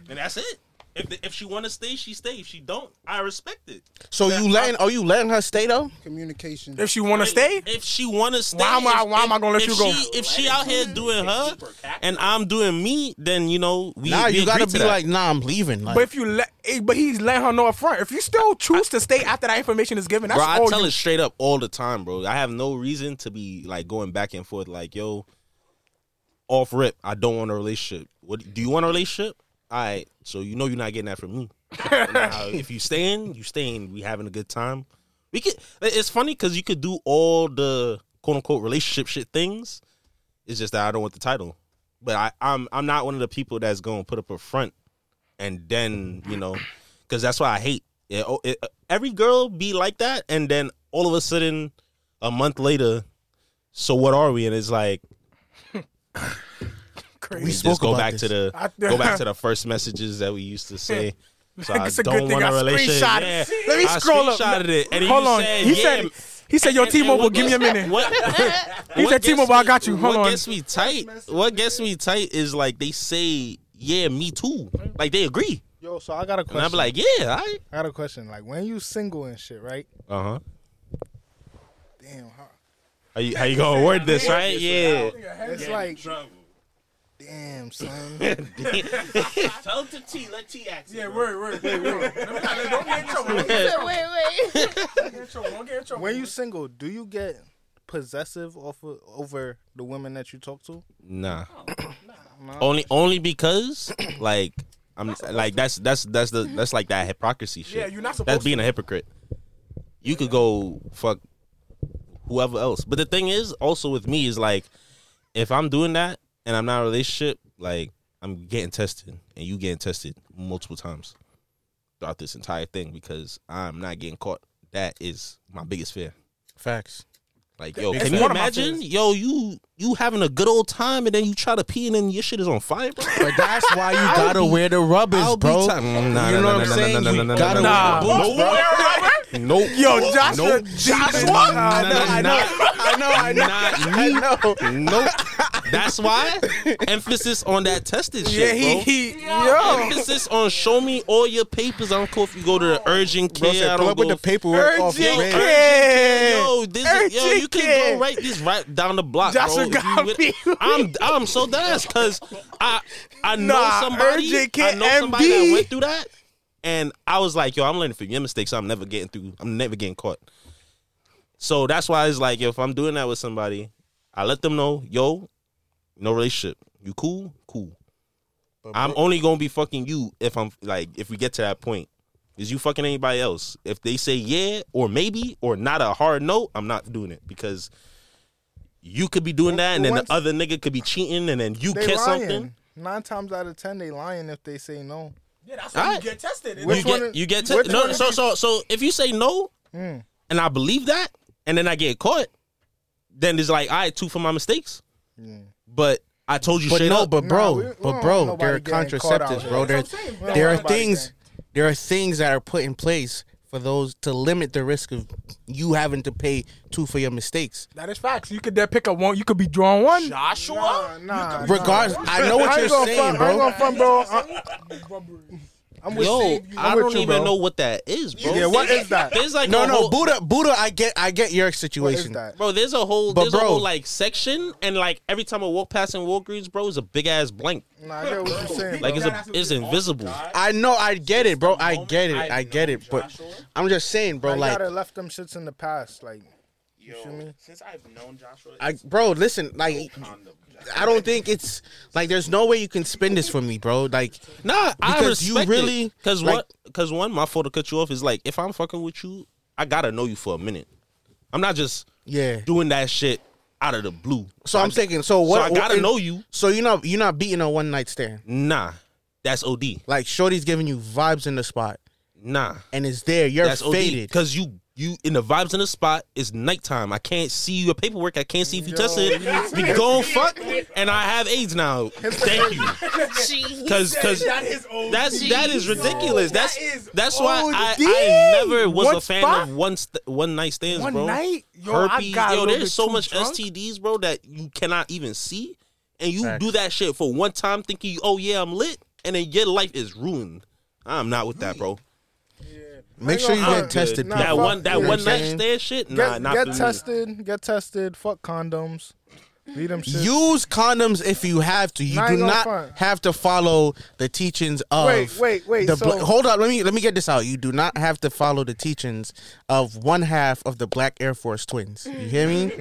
[SPEAKER 7] and that's it. If the, if she want to stay, she stay. If she don't, I respect it.
[SPEAKER 1] So you letting? Are you letting her stay though?
[SPEAKER 8] Communication.
[SPEAKER 6] If she want to stay,
[SPEAKER 7] If she want to stay,
[SPEAKER 6] Why am I-
[SPEAKER 7] if-
[SPEAKER 6] why am I gonna let
[SPEAKER 7] if
[SPEAKER 6] you go?
[SPEAKER 7] She, if she out here doing her and I'm doing me, then you know we.
[SPEAKER 1] nah,
[SPEAKER 7] we
[SPEAKER 1] you gotta
[SPEAKER 7] agree to
[SPEAKER 1] be
[SPEAKER 7] that.
[SPEAKER 1] like, nah, I'm leaving. Like,
[SPEAKER 6] but if you let, eh, but he's letting her know up front. If you still choose to stay after that information is given, that's
[SPEAKER 5] bro, I
[SPEAKER 6] all.
[SPEAKER 5] tell
[SPEAKER 6] you,
[SPEAKER 5] it straight up all the time, bro. I have no reason to be like going back and forth. Like, yo, off rip, I don't want a relationship. What do you want a relationship? All right, so you know you're not getting that from me. Now, if you staying, you staying. We having a good time. We could. It's funny because you could do all the quote unquote relationship shit things. It's just that I don't want the title. But I, I'm I'm not one of the people that's gonna put up a front and then you know because that's why i hate it, oh, it, every girl be like that and then all of a sudden a month later so what are we and it's like
[SPEAKER 1] We
[SPEAKER 6] crazy.
[SPEAKER 5] just
[SPEAKER 1] spoke
[SPEAKER 5] go
[SPEAKER 1] about
[SPEAKER 5] back to
[SPEAKER 1] this.
[SPEAKER 5] the
[SPEAKER 6] I-
[SPEAKER 5] go back to the first messages that we used to say so i
[SPEAKER 6] It's a
[SPEAKER 5] don't
[SPEAKER 6] good thing
[SPEAKER 5] want a
[SPEAKER 6] I
[SPEAKER 5] relationship
[SPEAKER 6] screenshot
[SPEAKER 5] yeah.
[SPEAKER 6] it. Let me
[SPEAKER 5] I
[SPEAKER 6] scroll up.
[SPEAKER 5] screenshotted it and
[SPEAKER 6] Hold
[SPEAKER 5] you
[SPEAKER 6] on.
[SPEAKER 5] said,
[SPEAKER 6] he
[SPEAKER 5] yeah,
[SPEAKER 6] said. He said, "Yo,
[SPEAKER 5] and- and
[SPEAKER 6] T-Mobile,
[SPEAKER 5] what
[SPEAKER 6] give me a
[SPEAKER 7] gets-
[SPEAKER 6] minute."
[SPEAKER 7] What,
[SPEAKER 6] He
[SPEAKER 5] What
[SPEAKER 6] said,
[SPEAKER 5] gets
[SPEAKER 6] "T-Mobile, I
[SPEAKER 5] me-
[SPEAKER 6] got you. Hold
[SPEAKER 5] what
[SPEAKER 6] on."
[SPEAKER 5] gets me tight? What gets me tight is like they say, "Yeah, me too." Like they agree,
[SPEAKER 2] Yo, so I got a
[SPEAKER 5] and
[SPEAKER 2] question.
[SPEAKER 5] I'm like, "Yeah, I."
[SPEAKER 2] I got a question. Like when you single and shit, right?
[SPEAKER 5] Uh huh.
[SPEAKER 2] Damn, how,
[SPEAKER 5] How you, how you gonna word this, right? Yeah.
[SPEAKER 2] it's like damn son.
[SPEAKER 9] Tell to T. Let T ask. Yeah,
[SPEAKER 4] wait, wait.
[SPEAKER 2] when you single, do you get possessive over over the women that you talk to?
[SPEAKER 5] Nah.
[SPEAKER 6] Oh,
[SPEAKER 5] Only only because like I'm like that's that's that's the that's like that hypocrisy shit.
[SPEAKER 6] Yeah, you're not supposed
[SPEAKER 5] That's being a hypocrite. You could go fuck whoever else. But the thing is also with me is like if I'm doing that and I'm not in a relationship, like I'm getting tested and you getting tested multiple times throughout this entire thing because I'm not getting caught. That is my biggest fear.
[SPEAKER 1] Facts.
[SPEAKER 5] Like, yo,
[SPEAKER 6] It's
[SPEAKER 5] can you
[SPEAKER 6] one of my
[SPEAKER 5] imagine?
[SPEAKER 6] fears.
[SPEAKER 5] Yo, you you having a good old time and then you try to pee and then your shit is on fire, bro.
[SPEAKER 1] But that's why you gotta wear the rubbers,
[SPEAKER 5] I'll be
[SPEAKER 1] bro.
[SPEAKER 5] ti- Nah,
[SPEAKER 1] you know
[SPEAKER 5] nah, nah,
[SPEAKER 1] what I'm
[SPEAKER 5] nah,
[SPEAKER 1] saying?
[SPEAKER 5] nah, nah,
[SPEAKER 1] you
[SPEAKER 5] nah,
[SPEAKER 1] gotta
[SPEAKER 5] nah,
[SPEAKER 1] wear the
[SPEAKER 5] nah.
[SPEAKER 1] boots, bro.
[SPEAKER 5] Nope. Yo, Joshua. Nope.
[SPEAKER 1] Joshua? I know, I know, I know, I know. I
[SPEAKER 5] Not
[SPEAKER 1] know.
[SPEAKER 5] me. Nope. That's why emphasis on that tested shit,
[SPEAKER 6] Yeah,
[SPEAKER 5] bro.
[SPEAKER 6] he, he yo.
[SPEAKER 5] emphasis on show me all your papers. I don't care if you go to the urgent
[SPEAKER 1] Bro
[SPEAKER 5] care.
[SPEAKER 1] said,
[SPEAKER 5] I
[SPEAKER 1] pull
[SPEAKER 5] don't
[SPEAKER 1] up with
[SPEAKER 5] go
[SPEAKER 1] the paperwork off
[SPEAKER 5] Yo,
[SPEAKER 1] red.
[SPEAKER 5] urgent care. Yo, this is, yo, you
[SPEAKER 6] Urgent
[SPEAKER 5] can
[SPEAKER 6] care.
[SPEAKER 5] go right this right down the block,
[SPEAKER 6] That's
[SPEAKER 5] bro.
[SPEAKER 6] what
[SPEAKER 5] If you
[SPEAKER 6] got
[SPEAKER 5] with-
[SPEAKER 6] me.
[SPEAKER 5] I'm I'm so dead because I I know
[SPEAKER 6] Nah,
[SPEAKER 5] somebody
[SPEAKER 6] urgent
[SPEAKER 5] I
[SPEAKER 6] care
[SPEAKER 5] know somebody that
[SPEAKER 6] MD.
[SPEAKER 5] went through that, and I was like, yo, I'm learning from your mistakes. I'm never getting through. I'm never getting caught. So that's why it's like if I'm doing that with somebody, I let them know, yo, no relationship. You cool, cool. I'm only gonna be fucking you if I'm like if we get to that point. Is you fucking anybody else? If they say yeah or maybe or not a hard no, I'm not doing it because you could be doing that and then
[SPEAKER 2] Well,
[SPEAKER 5] the other nigga could be cheating and then you
[SPEAKER 2] They
[SPEAKER 5] kiss
[SPEAKER 2] lying.
[SPEAKER 5] something.
[SPEAKER 2] Nine times out of ten, they lying if they say no.
[SPEAKER 6] Yeah, that's
[SPEAKER 5] All
[SPEAKER 6] why you
[SPEAKER 5] right.
[SPEAKER 6] get tested.
[SPEAKER 2] Which
[SPEAKER 5] you
[SPEAKER 2] one
[SPEAKER 5] get
[SPEAKER 2] is-
[SPEAKER 5] you get to,
[SPEAKER 2] which
[SPEAKER 5] no.
[SPEAKER 2] one
[SPEAKER 5] So so so if you say no
[SPEAKER 2] Hmm.
[SPEAKER 5] and I believe that and then I get caught, then it's like all right, two for my mistakes. But I told you
[SPEAKER 1] But
[SPEAKER 5] straight
[SPEAKER 1] no,
[SPEAKER 5] up.
[SPEAKER 1] but
[SPEAKER 2] Nah,
[SPEAKER 1] bro,
[SPEAKER 2] we- we don't
[SPEAKER 1] but bro,
[SPEAKER 2] want
[SPEAKER 1] there are
[SPEAKER 2] nobody getting caught out
[SPEAKER 1] contraceptives,
[SPEAKER 2] here.
[SPEAKER 1] bro. There,
[SPEAKER 6] That's what I'm saying, bro.
[SPEAKER 1] there are
[SPEAKER 2] Nobody
[SPEAKER 1] things, there are things that are put in place for those to limit the risk of you having to pay two for your mistakes.
[SPEAKER 6] That is facts. You could then pick up one. You could be drawing one.
[SPEAKER 2] Nah, nah.
[SPEAKER 1] Regardless, I know what
[SPEAKER 2] I
[SPEAKER 1] you're
[SPEAKER 2] ain't gonna
[SPEAKER 1] saying,
[SPEAKER 2] front, I ain't
[SPEAKER 1] bro.
[SPEAKER 2] gonna front, bro. I, I'm with
[SPEAKER 5] Yo,
[SPEAKER 2] you.
[SPEAKER 5] I
[SPEAKER 2] I'm with
[SPEAKER 5] don't
[SPEAKER 2] you,
[SPEAKER 5] even
[SPEAKER 2] bro.
[SPEAKER 5] know what that is, bro.
[SPEAKER 2] Yeah, what is that?
[SPEAKER 5] There's like
[SPEAKER 1] No,
[SPEAKER 5] a
[SPEAKER 1] no,
[SPEAKER 5] whole-
[SPEAKER 1] Buddha, Buddha. I get, I get your
[SPEAKER 2] What is
[SPEAKER 1] situation.
[SPEAKER 2] that?
[SPEAKER 5] Bro, there's a whole
[SPEAKER 1] But
[SPEAKER 5] there's a
[SPEAKER 1] bro-
[SPEAKER 5] whole like section and like every time I walk past in Walgreens, bro, it's a big ass blank.
[SPEAKER 1] Mm.
[SPEAKER 2] Nah, I get what you're saying.
[SPEAKER 5] Like it's
[SPEAKER 2] bro.
[SPEAKER 5] a, it's invisible.
[SPEAKER 1] I know, I get it, bro. I get it, I get it. But I'm just saying, bro.
[SPEAKER 2] I
[SPEAKER 1] Like,
[SPEAKER 2] gotta left them shits in the past. Like,
[SPEAKER 9] Yo,
[SPEAKER 2] feel me?
[SPEAKER 9] since I've known Joshua,
[SPEAKER 1] I, bro, listen, like,
[SPEAKER 9] condom.
[SPEAKER 1] I don't think it's like there's no way you can spin this for me, bro. Like,
[SPEAKER 5] Nah, I
[SPEAKER 1] Because you
[SPEAKER 5] respect
[SPEAKER 1] really,
[SPEAKER 5] because
[SPEAKER 1] like-
[SPEAKER 5] one because one my fault to cut you off is like if I'm fucking with you, I gotta know you for a minute. I'm not just
[SPEAKER 1] yeah.
[SPEAKER 5] doing that shit out of the blue.
[SPEAKER 1] So I'm thinking. So what?
[SPEAKER 5] I gotta
[SPEAKER 1] what-
[SPEAKER 5] know you.
[SPEAKER 1] So you're not you're not beating a one night stand.
[SPEAKER 5] Nah, that's OD.
[SPEAKER 1] Like Shorty's giving you vibes in the spot,
[SPEAKER 5] Nah,
[SPEAKER 1] and it's there. You're
[SPEAKER 5] that's OD.
[SPEAKER 1] faded.
[SPEAKER 5] Because you you in the vibes in the spot. It's nighttime. I can't see your paperwork. I can't see if you tested it. You go and fuck, and I have AIDS now. Thank you.
[SPEAKER 4] Jeez.
[SPEAKER 5] Cause, cause that is that's that is ridiculous. that's
[SPEAKER 6] is
[SPEAKER 5] that's why I,
[SPEAKER 6] OD.
[SPEAKER 5] I never was
[SPEAKER 6] One
[SPEAKER 5] a fan
[SPEAKER 6] spot?
[SPEAKER 5] of one st- one night stands,
[SPEAKER 6] One
[SPEAKER 5] bro.
[SPEAKER 6] night? Yo, I
[SPEAKER 5] Herpes,
[SPEAKER 6] got a
[SPEAKER 5] yo,
[SPEAKER 6] little
[SPEAKER 5] there's
[SPEAKER 6] bit
[SPEAKER 5] so
[SPEAKER 6] too
[SPEAKER 5] much
[SPEAKER 6] drunk.
[SPEAKER 5] STDs, bro, that you cannot even see, and you do that shit for one time, thinking, oh yeah, I'm lit, and then your life is ruined. I'm not with that, bro.
[SPEAKER 1] Make sure you
[SPEAKER 2] I'm
[SPEAKER 1] get
[SPEAKER 2] good.
[SPEAKER 1] tested.
[SPEAKER 2] Nah,
[SPEAKER 1] people.
[SPEAKER 5] that
[SPEAKER 2] fuck
[SPEAKER 5] one that
[SPEAKER 2] you,
[SPEAKER 5] one
[SPEAKER 1] you know what
[SPEAKER 5] night
[SPEAKER 1] I'm saying?
[SPEAKER 5] stand shit,
[SPEAKER 2] Get,
[SPEAKER 5] nah, not for
[SPEAKER 2] get
[SPEAKER 5] me.
[SPEAKER 2] tested. Get tested. Fuck condoms. Leave them shit.
[SPEAKER 1] Use condoms if you have to. You
[SPEAKER 2] Nah, I
[SPEAKER 1] do
[SPEAKER 2] ain't gonna
[SPEAKER 1] not
[SPEAKER 2] front.
[SPEAKER 1] have to follow the teachings of.
[SPEAKER 2] Wait, wait, wait,
[SPEAKER 1] The bla-
[SPEAKER 2] so-
[SPEAKER 1] hold up. Let me let me get this out. You do not have to follow the teachings of one half of the Black Air Force twins. You hear me?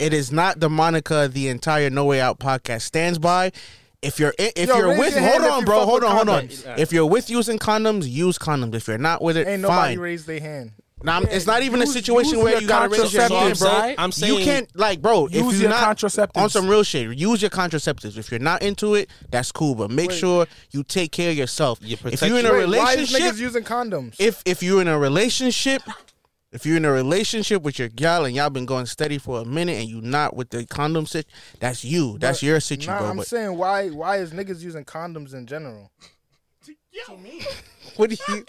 [SPEAKER 1] it is not the Monica. The entire No Way Out podcast stands by. If you're i- if
[SPEAKER 2] Yo,
[SPEAKER 1] you're
[SPEAKER 2] raise
[SPEAKER 1] with
[SPEAKER 2] your
[SPEAKER 1] hold
[SPEAKER 2] hand if
[SPEAKER 1] on
[SPEAKER 2] you
[SPEAKER 1] bro
[SPEAKER 2] fuck
[SPEAKER 1] hold
[SPEAKER 2] with
[SPEAKER 1] on hold on
[SPEAKER 2] condoms.
[SPEAKER 1] if you're with using condoms use condoms if you're not with it
[SPEAKER 2] Ain't nobody
[SPEAKER 1] fine
[SPEAKER 2] raised their hand.
[SPEAKER 1] Nah, I'm- it's not even a
[SPEAKER 6] Use-
[SPEAKER 1] situation
[SPEAKER 6] use
[SPEAKER 1] where
[SPEAKER 6] your
[SPEAKER 1] you gotta raise your hand,
[SPEAKER 6] contraceptives,
[SPEAKER 1] bro.
[SPEAKER 6] right?
[SPEAKER 5] I'm
[SPEAKER 1] you
[SPEAKER 5] saying-
[SPEAKER 1] can't like, bro. if
[SPEAKER 6] Use
[SPEAKER 1] you're
[SPEAKER 6] your
[SPEAKER 1] not
[SPEAKER 6] contraceptives.
[SPEAKER 1] on some real shit, use your contraceptives. If you're not into it, that's cool, but make sure you take care of yourself.
[SPEAKER 5] Your
[SPEAKER 1] if you're in
[SPEAKER 5] protection.
[SPEAKER 1] a
[SPEAKER 5] Wait,
[SPEAKER 2] Why is niggas
[SPEAKER 1] relationship,
[SPEAKER 2] using condoms?
[SPEAKER 1] if if you're in a relationship, if you're in a relationship with your gal and y'all been going steady for a minute and you not with the condom sit, that's you. That's your situation,
[SPEAKER 2] nah,
[SPEAKER 1] bro.
[SPEAKER 2] I'm
[SPEAKER 1] but
[SPEAKER 2] saying why? Why is niggas using condoms in general?
[SPEAKER 1] what do you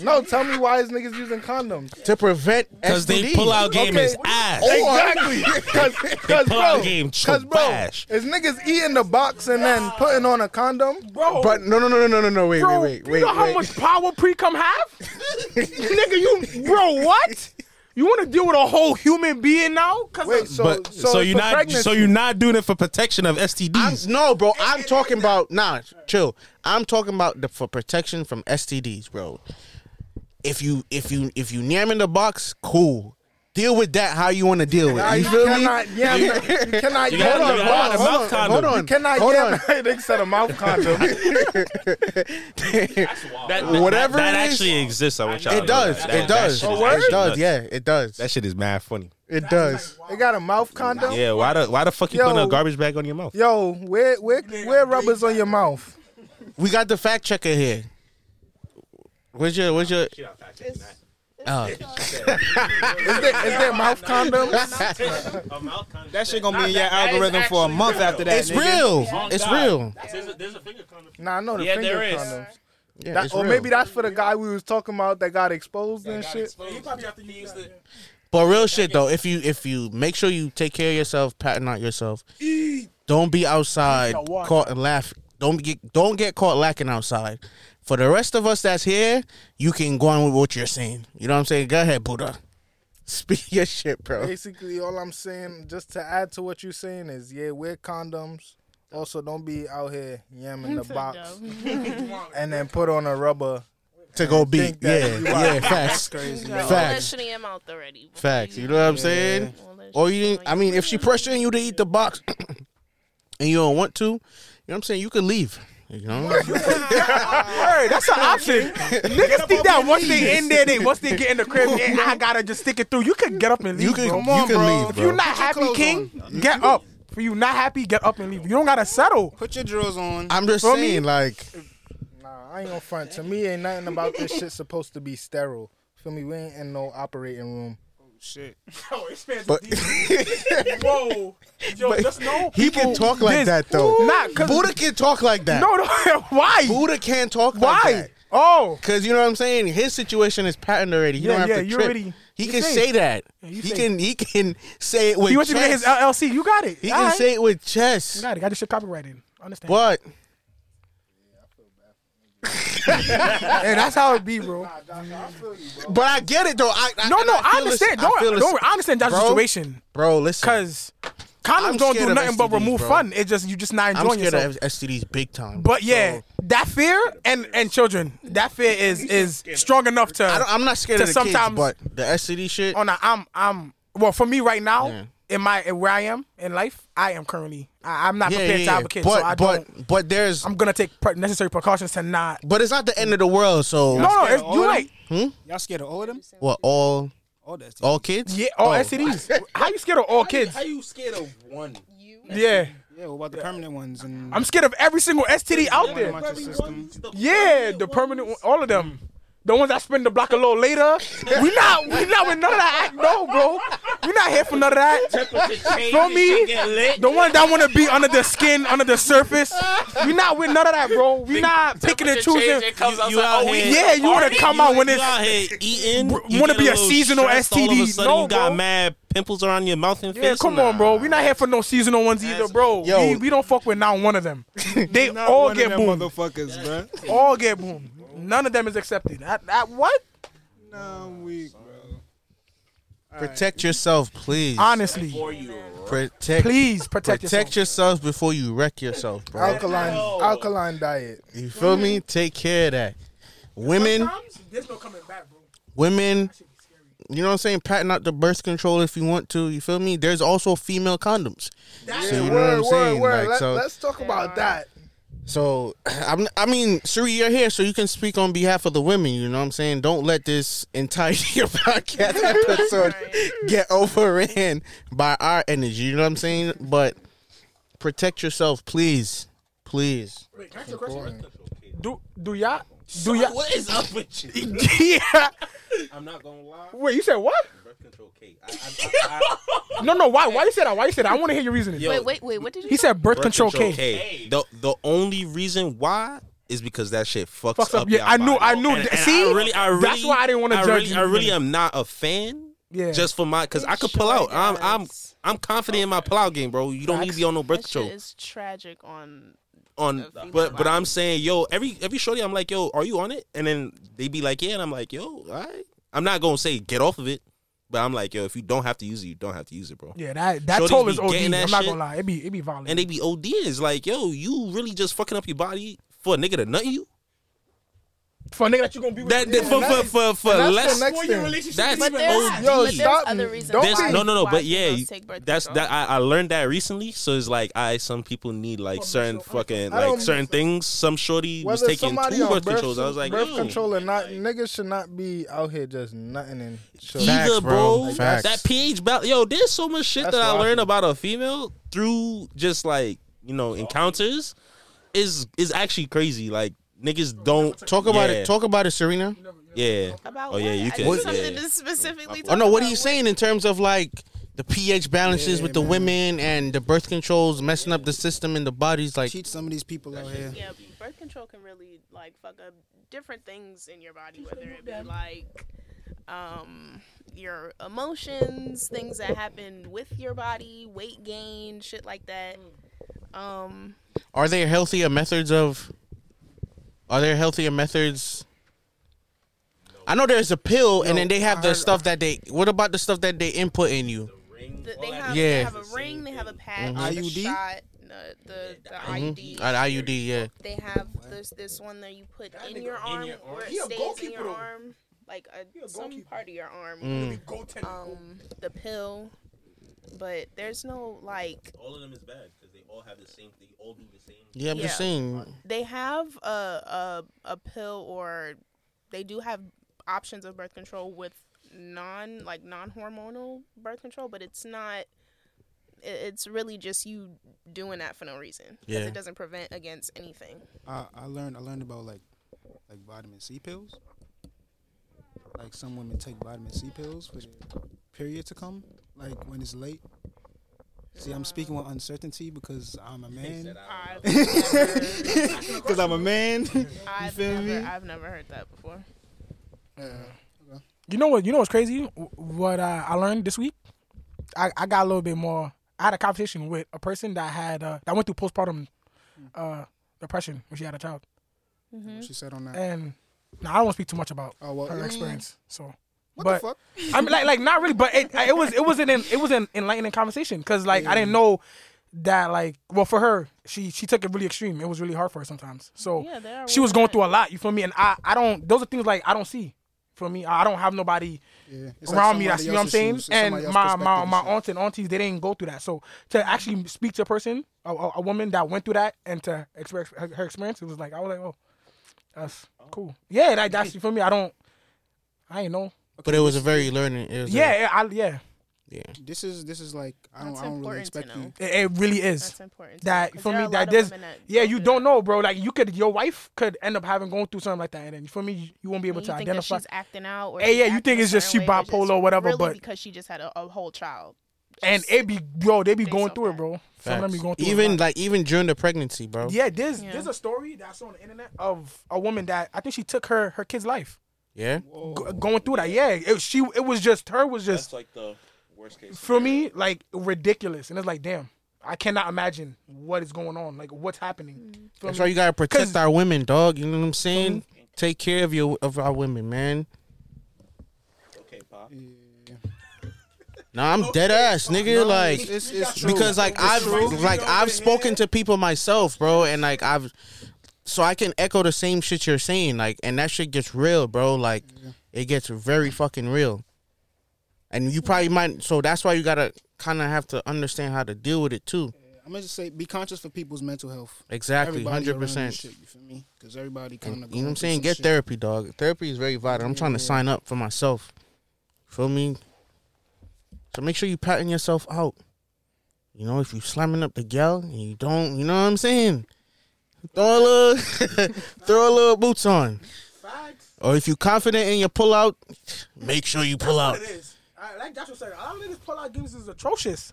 [SPEAKER 2] No, tell me why is niggas using condoms?
[SPEAKER 1] to prevent?
[SPEAKER 5] Cause they
[SPEAKER 1] STDs.
[SPEAKER 5] pull out game
[SPEAKER 2] Okay.
[SPEAKER 5] is ass.
[SPEAKER 2] Exactly. Because
[SPEAKER 5] pull out
[SPEAKER 2] bro,
[SPEAKER 5] game
[SPEAKER 2] because bro,
[SPEAKER 5] trash.
[SPEAKER 2] is niggas eating the box and then putting on a condom?
[SPEAKER 6] bro.
[SPEAKER 1] But no, no, no, no, no, no, no. Wait,
[SPEAKER 6] bro,
[SPEAKER 1] wait, wait,
[SPEAKER 6] you
[SPEAKER 1] wait.
[SPEAKER 6] know how
[SPEAKER 1] wait.
[SPEAKER 6] much power pre-cum have? Nigga, you, bro, what? You want to deal with a whole human being now? Cause
[SPEAKER 2] Wait,
[SPEAKER 6] of-
[SPEAKER 2] so
[SPEAKER 5] but so,
[SPEAKER 2] so, it's
[SPEAKER 5] you're
[SPEAKER 2] for
[SPEAKER 5] not
[SPEAKER 2] pregnancy.
[SPEAKER 5] so you're not doing it for protection of STDs.
[SPEAKER 1] I'm, no, bro. I'm talking about nah. Chill. I'm talking about the for protection from STDs, bro. If you if you if you yam in the box, cool. Deal with that how you want to deal with.
[SPEAKER 2] Nah,
[SPEAKER 1] it.
[SPEAKER 2] you
[SPEAKER 1] You feel me?
[SPEAKER 2] cannot yam. You cannot
[SPEAKER 5] You
[SPEAKER 2] yam.
[SPEAKER 5] gotta
[SPEAKER 2] the
[SPEAKER 5] do it
[SPEAKER 2] box.
[SPEAKER 5] out of mouth condom.
[SPEAKER 1] Hold on.
[SPEAKER 2] You cannot
[SPEAKER 1] Hold
[SPEAKER 2] yam.
[SPEAKER 1] on.
[SPEAKER 2] They said a mouth condom.
[SPEAKER 5] That,
[SPEAKER 1] Whatever
[SPEAKER 5] that,
[SPEAKER 1] it
[SPEAKER 5] that
[SPEAKER 1] is,
[SPEAKER 5] actually exists. I want y'all
[SPEAKER 1] It
[SPEAKER 5] to know
[SPEAKER 1] does. It
[SPEAKER 5] that. That- that
[SPEAKER 1] does.
[SPEAKER 5] shit
[SPEAKER 1] It
[SPEAKER 5] is actually
[SPEAKER 1] does.
[SPEAKER 5] nuts.
[SPEAKER 1] Yeah, it does.
[SPEAKER 5] That shit is mad funny.
[SPEAKER 1] It does.
[SPEAKER 2] They got a mouth condom.
[SPEAKER 5] Yeah, why the why the fuck you
[SPEAKER 2] Yo.
[SPEAKER 5] putting a garbage bag on your mouth?
[SPEAKER 2] Yo, where where where rubbers on your mouth?
[SPEAKER 1] We got the fact checker here. Where's your uh, where's your
[SPEAKER 4] It's,
[SPEAKER 2] Is there, is there mouth condoms?
[SPEAKER 7] A mouth condom.
[SPEAKER 6] That shit gonna be in your
[SPEAKER 7] That- that is
[SPEAKER 6] algorithm for a
[SPEAKER 7] actually
[SPEAKER 6] month
[SPEAKER 7] real.
[SPEAKER 6] after that.
[SPEAKER 1] It's
[SPEAKER 6] nigga.
[SPEAKER 1] real.
[SPEAKER 7] On
[SPEAKER 1] It's
[SPEAKER 7] God.
[SPEAKER 1] real.
[SPEAKER 7] There's a, there's a finger condom.
[SPEAKER 2] Nah, I know the
[SPEAKER 7] Yeah,
[SPEAKER 2] finger
[SPEAKER 7] there is.
[SPEAKER 2] condoms.
[SPEAKER 1] Yeah,
[SPEAKER 2] That-
[SPEAKER 1] it's
[SPEAKER 2] or
[SPEAKER 1] real.
[SPEAKER 2] maybe that's for the guy we was talking about that got exposed and shit.
[SPEAKER 6] You probably have to use the
[SPEAKER 1] But real shit though, if you if you make sure you take care of yourself, pattern out yourself. Don't be outside
[SPEAKER 10] Now watch.
[SPEAKER 1] caught and laugh. Don't get don't get caught lacking outside. For the rest of us that's here, you can go on with what you're saying. You know what I'm saying? Go ahead, Buddha. Speak your shit, bro.
[SPEAKER 2] Basically, all I'm saying, just to add to what you're saying, is yeah, wear condoms. Also, don't be out here yamming the box and then put on a rubber.
[SPEAKER 1] To go beat.
[SPEAKER 2] that
[SPEAKER 1] Yeah, yeah, facts.
[SPEAKER 4] All that
[SPEAKER 1] Facts.
[SPEAKER 4] shit in your mouth already. before
[SPEAKER 1] Facts. You know what I'm saying?
[SPEAKER 4] all that
[SPEAKER 1] Or
[SPEAKER 4] shit
[SPEAKER 1] you
[SPEAKER 4] in
[SPEAKER 1] didn't,
[SPEAKER 4] your
[SPEAKER 1] I mean, if she pressuring you to eat the box and you don't want to, you know what I'm saying? You could leave. You know?
[SPEAKER 6] Word, that's an option. Niggas think that once they in there, they once they get in the crib, yeah, I gotta just stick it through. You can get up and leave.
[SPEAKER 1] You could,
[SPEAKER 6] bro.
[SPEAKER 1] you could leave,
[SPEAKER 6] If
[SPEAKER 1] bro.
[SPEAKER 6] you're not happy, King, get up. If you not happy, get up and leave. You don't gotta settle.
[SPEAKER 11] Put your drawers on.
[SPEAKER 1] I'm just
[SPEAKER 6] Feel me?
[SPEAKER 1] saying, like,
[SPEAKER 2] Nah, I ain't gonna front. To me, ain't nothing about this shit supposed to be sterile. Feel me? We ain't in no operating room.
[SPEAKER 6] Shit.
[SPEAKER 1] but
[SPEAKER 10] Whoa. Yo, just know.
[SPEAKER 1] he can talk like
[SPEAKER 6] this-
[SPEAKER 1] that though.
[SPEAKER 6] Nah, 'cause-
[SPEAKER 1] Buddha can talk like that.
[SPEAKER 6] No, no. Why?
[SPEAKER 1] Buddha can't talk like
[SPEAKER 6] Why?
[SPEAKER 1] that.
[SPEAKER 6] Oh,
[SPEAKER 1] Cause you know what I'm saying. His situation is patterned already. He
[SPEAKER 6] Yeah,
[SPEAKER 1] don't have
[SPEAKER 6] yeah,
[SPEAKER 1] to
[SPEAKER 6] you
[SPEAKER 1] trip.
[SPEAKER 6] already-
[SPEAKER 1] he
[SPEAKER 6] you
[SPEAKER 1] can
[SPEAKER 6] safe.
[SPEAKER 1] say that.
[SPEAKER 6] you
[SPEAKER 1] he
[SPEAKER 6] safe.
[SPEAKER 1] can. He can say it with.
[SPEAKER 6] he wants you to get his uh,
[SPEAKER 1] chest.
[SPEAKER 6] LLC. You got it.
[SPEAKER 1] He
[SPEAKER 6] All
[SPEAKER 1] can
[SPEAKER 6] right.
[SPEAKER 1] say it with chest.
[SPEAKER 10] Got it. Got this shit copyrighted. Understand?
[SPEAKER 1] But
[SPEAKER 6] And that's how it be, bro.
[SPEAKER 1] but I get it though. I, I
[SPEAKER 6] No,
[SPEAKER 1] and
[SPEAKER 6] no, I
[SPEAKER 1] feel this-
[SPEAKER 6] understand. Don't,
[SPEAKER 1] I feel this-
[SPEAKER 6] don't worry. I understand Josh's
[SPEAKER 1] Bro.
[SPEAKER 6] situation.
[SPEAKER 1] bro. Listen,
[SPEAKER 6] Cause
[SPEAKER 1] I'm
[SPEAKER 6] condoms
[SPEAKER 1] scared
[SPEAKER 6] don't do
[SPEAKER 1] of
[SPEAKER 6] nothing but
[SPEAKER 1] STDs,
[SPEAKER 6] remove
[SPEAKER 1] bro.
[SPEAKER 6] fun. It's just you just not
[SPEAKER 1] I'm
[SPEAKER 6] enjoying
[SPEAKER 1] scared
[SPEAKER 6] yourself.
[SPEAKER 1] of STDs big time.
[SPEAKER 6] But yeah, that fear and and children, that fear is is strong enough to.
[SPEAKER 1] I don't, I'm not scared
[SPEAKER 6] to
[SPEAKER 1] of the kids.
[SPEAKER 6] sometimes-
[SPEAKER 1] But the STD shit.
[SPEAKER 6] Oh no, I'm I'm well for me right now
[SPEAKER 1] Yeah.
[SPEAKER 6] in my in where I am in life, I am currently I, I'm not
[SPEAKER 1] yeah, yeah,
[SPEAKER 6] prepared to
[SPEAKER 1] yeah.
[SPEAKER 6] have a kid,
[SPEAKER 1] but
[SPEAKER 6] so I
[SPEAKER 1] but
[SPEAKER 6] don't.
[SPEAKER 1] but there's.
[SPEAKER 6] I'm gonna take pre- necessary precautions to not.
[SPEAKER 1] but it's not the end of the world. So
[SPEAKER 6] No, no,
[SPEAKER 10] scared
[SPEAKER 6] it's,
[SPEAKER 10] of all
[SPEAKER 6] you
[SPEAKER 10] of
[SPEAKER 6] right.
[SPEAKER 12] Y'all scared of all of them?
[SPEAKER 1] what? All
[SPEAKER 12] All that.
[SPEAKER 1] all kids?
[SPEAKER 6] Yeah, all
[SPEAKER 1] Oh.
[SPEAKER 6] STDs. How you scared of all kids?
[SPEAKER 10] you scared of one?
[SPEAKER 6] Yeah,
[SPEAKER 12] Yeah, what about the permanent ones? And
[SPEAKER 6] I'm scared of every single STD out there.
[SPEAKER 12] Bunch of system.
[SPEAKER 6] Yeah, the permanent, one, all of them. The ones that spin the block a little later. We not, we not with none of that act, no, bro. We not here for none of that. Feel me? The ones that want to be under the skin, under the surface. We not with none of that, bro. We not picking and choosing.
[SPEAKER 5] You out here,
[SPEAKER 6] Oh, Yeah, you want to come out when
[SPEAKER 5] you
[SPEAKER 6] it's.
[SPEAKER 5] out here eating.
[SPEAKER 6] Br-
[SPEAKER 5] you
[SPEAKER 6] wanna
[SPEAKER 5] get
[SPEAKER 6] be a
[SPEAKER 5] little
[SPEAKER 6] seasonal
[SPEAKER 5] stressed, All of a
[SPEAKER 6] STD.
[SPEAKER 5] sudden,
[SPEAKER 6] No,
[SPEAKER 5] you got
[SPEAKER 6] bro.
[SPEAKER 5] mad pimples around your mouth and
[SPEAKER 6] Yeah,
[SPEAKER 5] face.
[SPEAKER 6] come on, bro. We not here for no seasonal ones either, bro.
[SPEAKER 1] Yo.
[SPEAKER 6] We, we don't fuck with not one of them. They all
[SPEAKER 11] One of
[SPEAKER 6] get
[SPEAKER 11] them
[SPEAKER 6] boomed.
[SPEAKER 11] motherfuckers, bro.
[SPEAKER 6] All get boomed. None of them is accepted. That, that what?
[SPEAKER 11] Nah, I'm weak, bro.
[SPEAKER 1] Protect yourself, please.
[SPEAKER 6] Honestly.
[SPEAKER 1] Protect
[SPEAKER 6] Please protect,
[SPEAKER 1] protect
[SPEAKER 6] yourself.
[SPEAKER 1] yourself before you wreck yourself, bro.
[SPEAKER 2] Alkaline, alkaline diet.
[SPEAKER 1] You feel me? Take care of that. Women,
[SPEAKER 6] There's no coming back, bro.
[SPEAKER 1] women, you know what I'm saying? Patent out the birth control if you want to. You feel me? There's also female condoms. So you know what I'm saying? Like,
[SPEAKER 2] Let,
[SPEAKER 1] so,
[SPEAKER 2] us talk about that.
[SPEAKER 1] so I'm, I mean, Suri, you're here, so you can speak on behalf of the women. You know what I'm saying? Don't let this entire podcast episode get overran by our energy. You know what I'm saying? But protect yourself, please, please.
[SPEAKER 6] Do do y'all do y'all?
[SPEAKER 5] What is up with you?
[SPEAKER 6] yeah.
[SPEAKER 7] I'm not gonna lie.
[SPEAKER 6] Wait, you said what?
[SPEAKER 7] Birth control cake. I, I, I,
[SPEAKER 6] No, no. Why? Why you said that? Why you said that? I want to hear your reasoning.
[SPEAKER 4] Wait, wait, wait. What did you?
[SPEAKER 6] He said birth, control, cake.
[SPEAKER 5] K. The the only reason why is because that shit fucks,
[SPEAKER 6] Fucks up.
[SPEAKER 5] up.
[SPEAKER 6] Yeah,
[SPEAKER 5] y'all
[SPEAKER 6] I knew.
[SPEAKER 5] body.
[SPEAKER 6] I knew.
[SPEAKER 5] And-
[SPEAKER 6] that-
[SPEAKER 5] and
[SPEAKER 6] See,
[SPEAKER 5] I really, I really,
[SPEAKER 6] that's why I didn't want to
[SPEAKER 5] I
[SPEAKER 6] judge
[SPEAKER 5] really,
[SPEAKER 6] you.
[SPEAKER 5] I really am not a fan.
[SPEAKER 6] Yeah.
[SPEAKER 5] Just for my, cause I could pull out. I'm, I'm, I'm confident in my pull out game, bro. You don't need to be on no birth
[SPEAKER 4] That
[SPEAKER 5] control.
[SPEAKER 4] shit is tragic on
[SPEAKER 5] On,
[SPEAKER 4] female
[SPEAKER 5] but, but
[SPEAKER 4] body.
[SPEAKER 5] I'm saying, yo, every, every shorty, I'm like, yo, are you on it? And then they be like, yeah, and I'm like, yo, all right. I'm not gonna say get off of it, but I'm like, yo, if you don't have to use it, you don't have to use it, bro.
[SPEAKER 6] Yeah, that that
[SPEAKER 5] Shorties
[SPEAKER 6] toll is
[SPEAKER 5] be
[SPEAKER 6] OD. I'm
[SPEAKER 5] getting that
[SPEAKER 6] not
[SPEAKER 5] shit.
[SPEAKER 6] gonna lie. It be it be violent.
[SPEAKER 5] and they be ODing. It's like, yo, you really just fucking up your body for a nigga to nut you?
[SPEAKER 6] for a nigga that you gonna be with.
[SPEAKER 5] That, that- for, for, for, for
[SPEAKER 2] That's
[SPEAKER 5] less.
[SPEAKER 2] the next thing.
[SPEAKER 5] That's
[SPEAKER 4] But there's,
[SPEAKER 5] OD.
[SPEAKER 2] Yo,
[SPEAKER 4] but there's
[SPEAKER 2] stop
[SPEAKER 4] other
[SPEAKER 2] me.
[SPEAKER 4] reasons.
[SPEAKER 2] Don't
[SPEAKER 4] why-
[SPEAKER 5] That's, no, no, no.
[SPEAKER 4] why
[SPEAKER 5] But yeah,
[SPEAKER 4] females
[SPEAKER 5] you-
[SPEAKER 4] take birth
[SPEAKER 5] that's
[SPEAKER 4] control.
[SPEAKER 5] that. I, I learned that recently. So it's like, I some people need like certain fucking
[SPEAKER 2] I
[SPEAKER 5] like
[SPEAKER 2] don't-
[SPEAKER 5] certain things. Some shorty was
[SPEAKER 2] Whether
[SPEAKER 5] taking
[SPEAKER 2] somebody
[SPEAKER 5] two
[SPEAKER 2] on
[SPEAKER 5] birth
[SPEAKER 2] birth,
[SPEAKER 5] controls. I was like,
[SPEAKER 2] birth
[SPEAKER 5] yo,
[SPEAKER 2] control or not, niggas should not be out here just nothing and shit.
[SPEAKER 1] Fact.
[SPEAKER 5] either,
[SPEAKER 1] Facts, bro.
[SPEAKER 5] bro.
[SPEAKER 1] Facts.
[SPEAKER 5] That pH balance. Yo, there's so much shit
[SPEAKER 2] That's
[SPEAKER 5] that I
[SPEAKER 2] what I
[SPEAKER 5] learned
[SPEAKER 2] feel.
[SPEAKER 5] about a female through just like you know encounters. Is is actually crazy. Like niggas don't
[SPEAKER 1] Talk about
[SPEAKER 5] Yeah.
[SPEAKER 1] it. Talk about it, Serena.
[SPEAKER 7] Yeah.
[SPEAKER 4] About
[SPEAKER 7] oh yeah,
[SPEAKER 4] what?
[SPEAKER 7] you
[SPEAKER 4] I
[SPEAKER 7] can.
[SPEAKER 4] need
[SPEAKER 7] yeah.
[SPEAKER 4] something to specifically
[SPEAKER 1] Oh
[SPEAKER 4] talk
[SPEAKER 1] no, what are
[SPEAKER 4] about.
[SPEAKER 1] you saying in terms of like the pH balances with the women and the birth controls messing up the system in the bodies? Like,
[SPEAKER 3] Teach some of these people out here.
[SPEAKER 4] Yeah, birth control can really like fuck up different things in your body, whether it be like um your emotions, things that happen with your body, weight gain, shit like that. Um
[SPEAKER 1] are there healthier methods of? Are there healthier methods? I know there's a pill, and then they have the stuff that they. What about the stuff that they input in you?
[SPEAKER 4] th- they,
[SPEAKER 1] Yeah.
[SPEAKER 4] have, they have a ring, they have a patch,
[SPEAKER 1] Mhm.
[SPEAKER 4] they have a
[SPEAKER 3] IUD?
[SPEAKER 4] shot, the the, the IUD.
[SPEAKER 1] An IUD, yeah.
[SPEAKER 4] They have this this one that you put in your, arm, where it
[SPEAKER 6] He a
[SPEAKER 4] stays in
[SPEAKER 6] goalkeeper
[SPEAKER 4] your
[SPEAKER 6] though.
[SPEAKER 4] arm, like a, some part of your arm.
[SPEAKER 6] Goaltender.
[SPEAKER 4] Um, the pill, but there's no like
[SPEAKER 5] All of them is bad because they all have the same. They all do the same.
[SPEAKER 1] Yeah, I'm just
[SPEAKER 4] Yeah.
[SPEAKER 1] saying.
[SPEAKER 4] they have a a, a pill or they do have options of birth control with non like non hormonal birth control, but it's not. i- It's really just you doing that for no reason because
[SPEAKER 1] Yeah.
[SPEAKER 4] it doesn't prevent against anything.
[SPEAKER 3] I, I learned I learned about like like vitamin C pills. Like some women take vitamin C pills for their period to come, like when it's late. See, I'm speaking with uncertainty because I'm a man.
[SPEAKER 4] I've
[SPEAKER 3] Because I'm a man.
[SPEAKER 4] I've
[SPEAKER 3] feel
[SPEAKER 4] never,
[SPEAKER 3] me?
[SPEAKER 4] I've never heard that before.
[SPEAKER 6] You know what? You know what's crazy? Wh- What uh, I learned this week, I, I got a little bit more. I had a conversation with a person that had uh, that went through postpartum uh, depression when she had a child,
[SPEAKER 3] she said on that.
[SPEAKER 6] and now I don't want to speak too much about
[SPEAKER 3] Oh, well, I
[SPEAKER 6] her
[SPEAKER 3] mean,
[SPEAKER 6] experience. So,
[SPEAKER 8] What
[SPEAKER 6] but
[SPEAKER 8] the fuck?
[SPEAKER 6] I mean, like, like not really, but it, it was it was an it was an enlightening conversation because like I didn't know that like well for her she she took it really extreme. It was really hard for her sometimes. So
[SPEAKER 4] Yeah, there are
[SPEAKER 6] she was
[SPEAKER 4] women
[SPEAKER 6] going
[SPEAKER 4] that-
[SPEAKER 6] through a lot. You feel me? And I I don't those are things like I don't see. For me, I I don't have nobody
[SPEAKER 3] Yeah. It's like
[SPEAKER 6] around me.
[SPEAKER 3] somebody
[SPEAKER 6] That's you know what I'm
[SPEAKER 3] else's
[SPEAKER 6] saying.
[SPEAKER 3] shoes, it's
[SPEAKER 6] And
[SPEAKER 3] somebody else's
[SPEAKER 6] my my
[SPEAKER 3] perspective
[SPEAKER 6] my
[SPEAKER 3] and shit.
[SPEAKER 6] aunts and aunties they didn't go through that. So to actually speak to a person, a, a, a woman that went through that, and to experience her, her experience, it was like I was like, oh, that's
[SPEAKER 3] Oh.
[SPEAKER 6] cool. Yeah, that, that's for me. I don't. I ain't know.
[SPEAKER 1] But it was a very learning. It was a-
[SPEAKER 6] Yeah, I, yeah.
[SPEAKER 1] yeah.
[SPEAKER 3] This is this is like I don't
[SPEAKER 4] That's
[SPEAKER 3] I don't really
[SPEAKER 4] important to
[SPEAKER 3] expect you.
[SPEAKER 4] know.
[SPEAKER 6] It, it really is.
[SPEAKER 4] That's important. to know,
[SPEAKER 6] that
[SPEAKER 4] 'cause
[SPEAKER 6] for
[SPEAKER 4] there are
[SPEAKER 6] me
[SPEAKER 4] a lot
[SPEAKER 6] that
[SPEAKER 4] of
[SPEAKER 6] this
[SPEAKER 4] women that
[SPEAKER 6] yeah
[SPEAKER 4] go
[SPEAKER 6] you
[SPEAKER 4] through
[SPEAKER 6] don't
[SPEAKER 4] that.
[SPEAKER 6] know bro like you could your wife could end up having going through something like that and then for me you, you won't be able
[SPEAKER 4] And
[SPEAKER 6] to
[SPEAKER 4] you think
[SPEAKER 6] identify
[SPEAKER 4] that she's acting out. Or
[SPEAKER 6] Hey,
[SPEAKER 4] she's
[SPEAKER 6] yeah, you
[SPEAKER 4] acting
[SPEAKER 6] think
[SPEAKER 4] a
[SPEAKER 6] it's just she
[SPEAKER 4] certain way, but it's
[SPEAKER 6] bipolar or whatever,
[SPEAKER 4] really
[SPEAKER 6] but-
[SPEAKER 4] because she just had a, a whole child.
[SPEAKER 6] and it be bro they be
[SPEAKER 4] They
[SPEAKER 6] going
[SPEAKER 4] so
[SPEAKER 6] through it
[SPEAKER 4] bad.
[SPEAKER 6] bro some of them be
[SPEAKER 1] Facts.
[SPEAKER 6] going through it a
[SPEAKER 1] even
[SPEAKER 6] lot.
[SPEAKER 1] like even during the pregnancy, bro. Yeah.
[SPEAKER 6] yeah there's
[SPEAKER 4] Yeah.
[SPEAKER 6] there's a story that's on the internet of a woman that I think she took her her kid's life go, going through that yeah it, she it was just her was just
[SPEAKER 9] That's like the worst case.
[SPEAKER 6] for me like ridiculous and it's like damn I cannot imagine what is going on like what's happening Feel
[SPEAKER 1] That's
[SPEAKER 6] me?
[SPEAKER 1] why you gotta protect
[SPEAKER 6] 'Cause-
[SPEAKER 1] our women, dog. You know what I'm saying?
[SPEAKER 6] Mm-hmm.
[SPEAKER 1] Take care of your of our women, man.
[SPEAKER 9] Okay, pop.
[SPEAKER 1] Nah, I'm dead ass, nigga. like
[SPEAKER 8] Oh, It's, it's true.
[SPEAKER 1] because like I've like I've spoken to people myself, bro, and like I've so I can echo the same shit you're saying, like, and that shit gets real, bro. Like, it gets very fucking real. And you probably might, so that's why you gotta kind of have to understand how to deal with it too.
[SPEAKER 3] I'm gonna just say be conscious for people's mental health.
[SPEAKER 1] Exactly,
[SPEAKER 3] Everybody
[SPEAKER 1] hundred
[SPEAKER 3] around this
[SPEAKER 1] percent.
[SPEAKER 3] shit, You feel me? Because everybody
[SPEAKER 1] And
[SPEAKER 3] kind of
[SPEAKER 1] you know what I'm saying? Get therapy, dog. Therapy is very vital. I'm trying to sign up for myself. Feel me? So make sure you patting yourself out. You know, if you slamming up the gal and you don't, you know what I'm saying? Throw a little, throw a little boots on. Or if you confident in your pull out, make sure you pull out.
[SPEAKER 6] It is. I, like Joshua said, a lot of niggas pull out games is atrocious.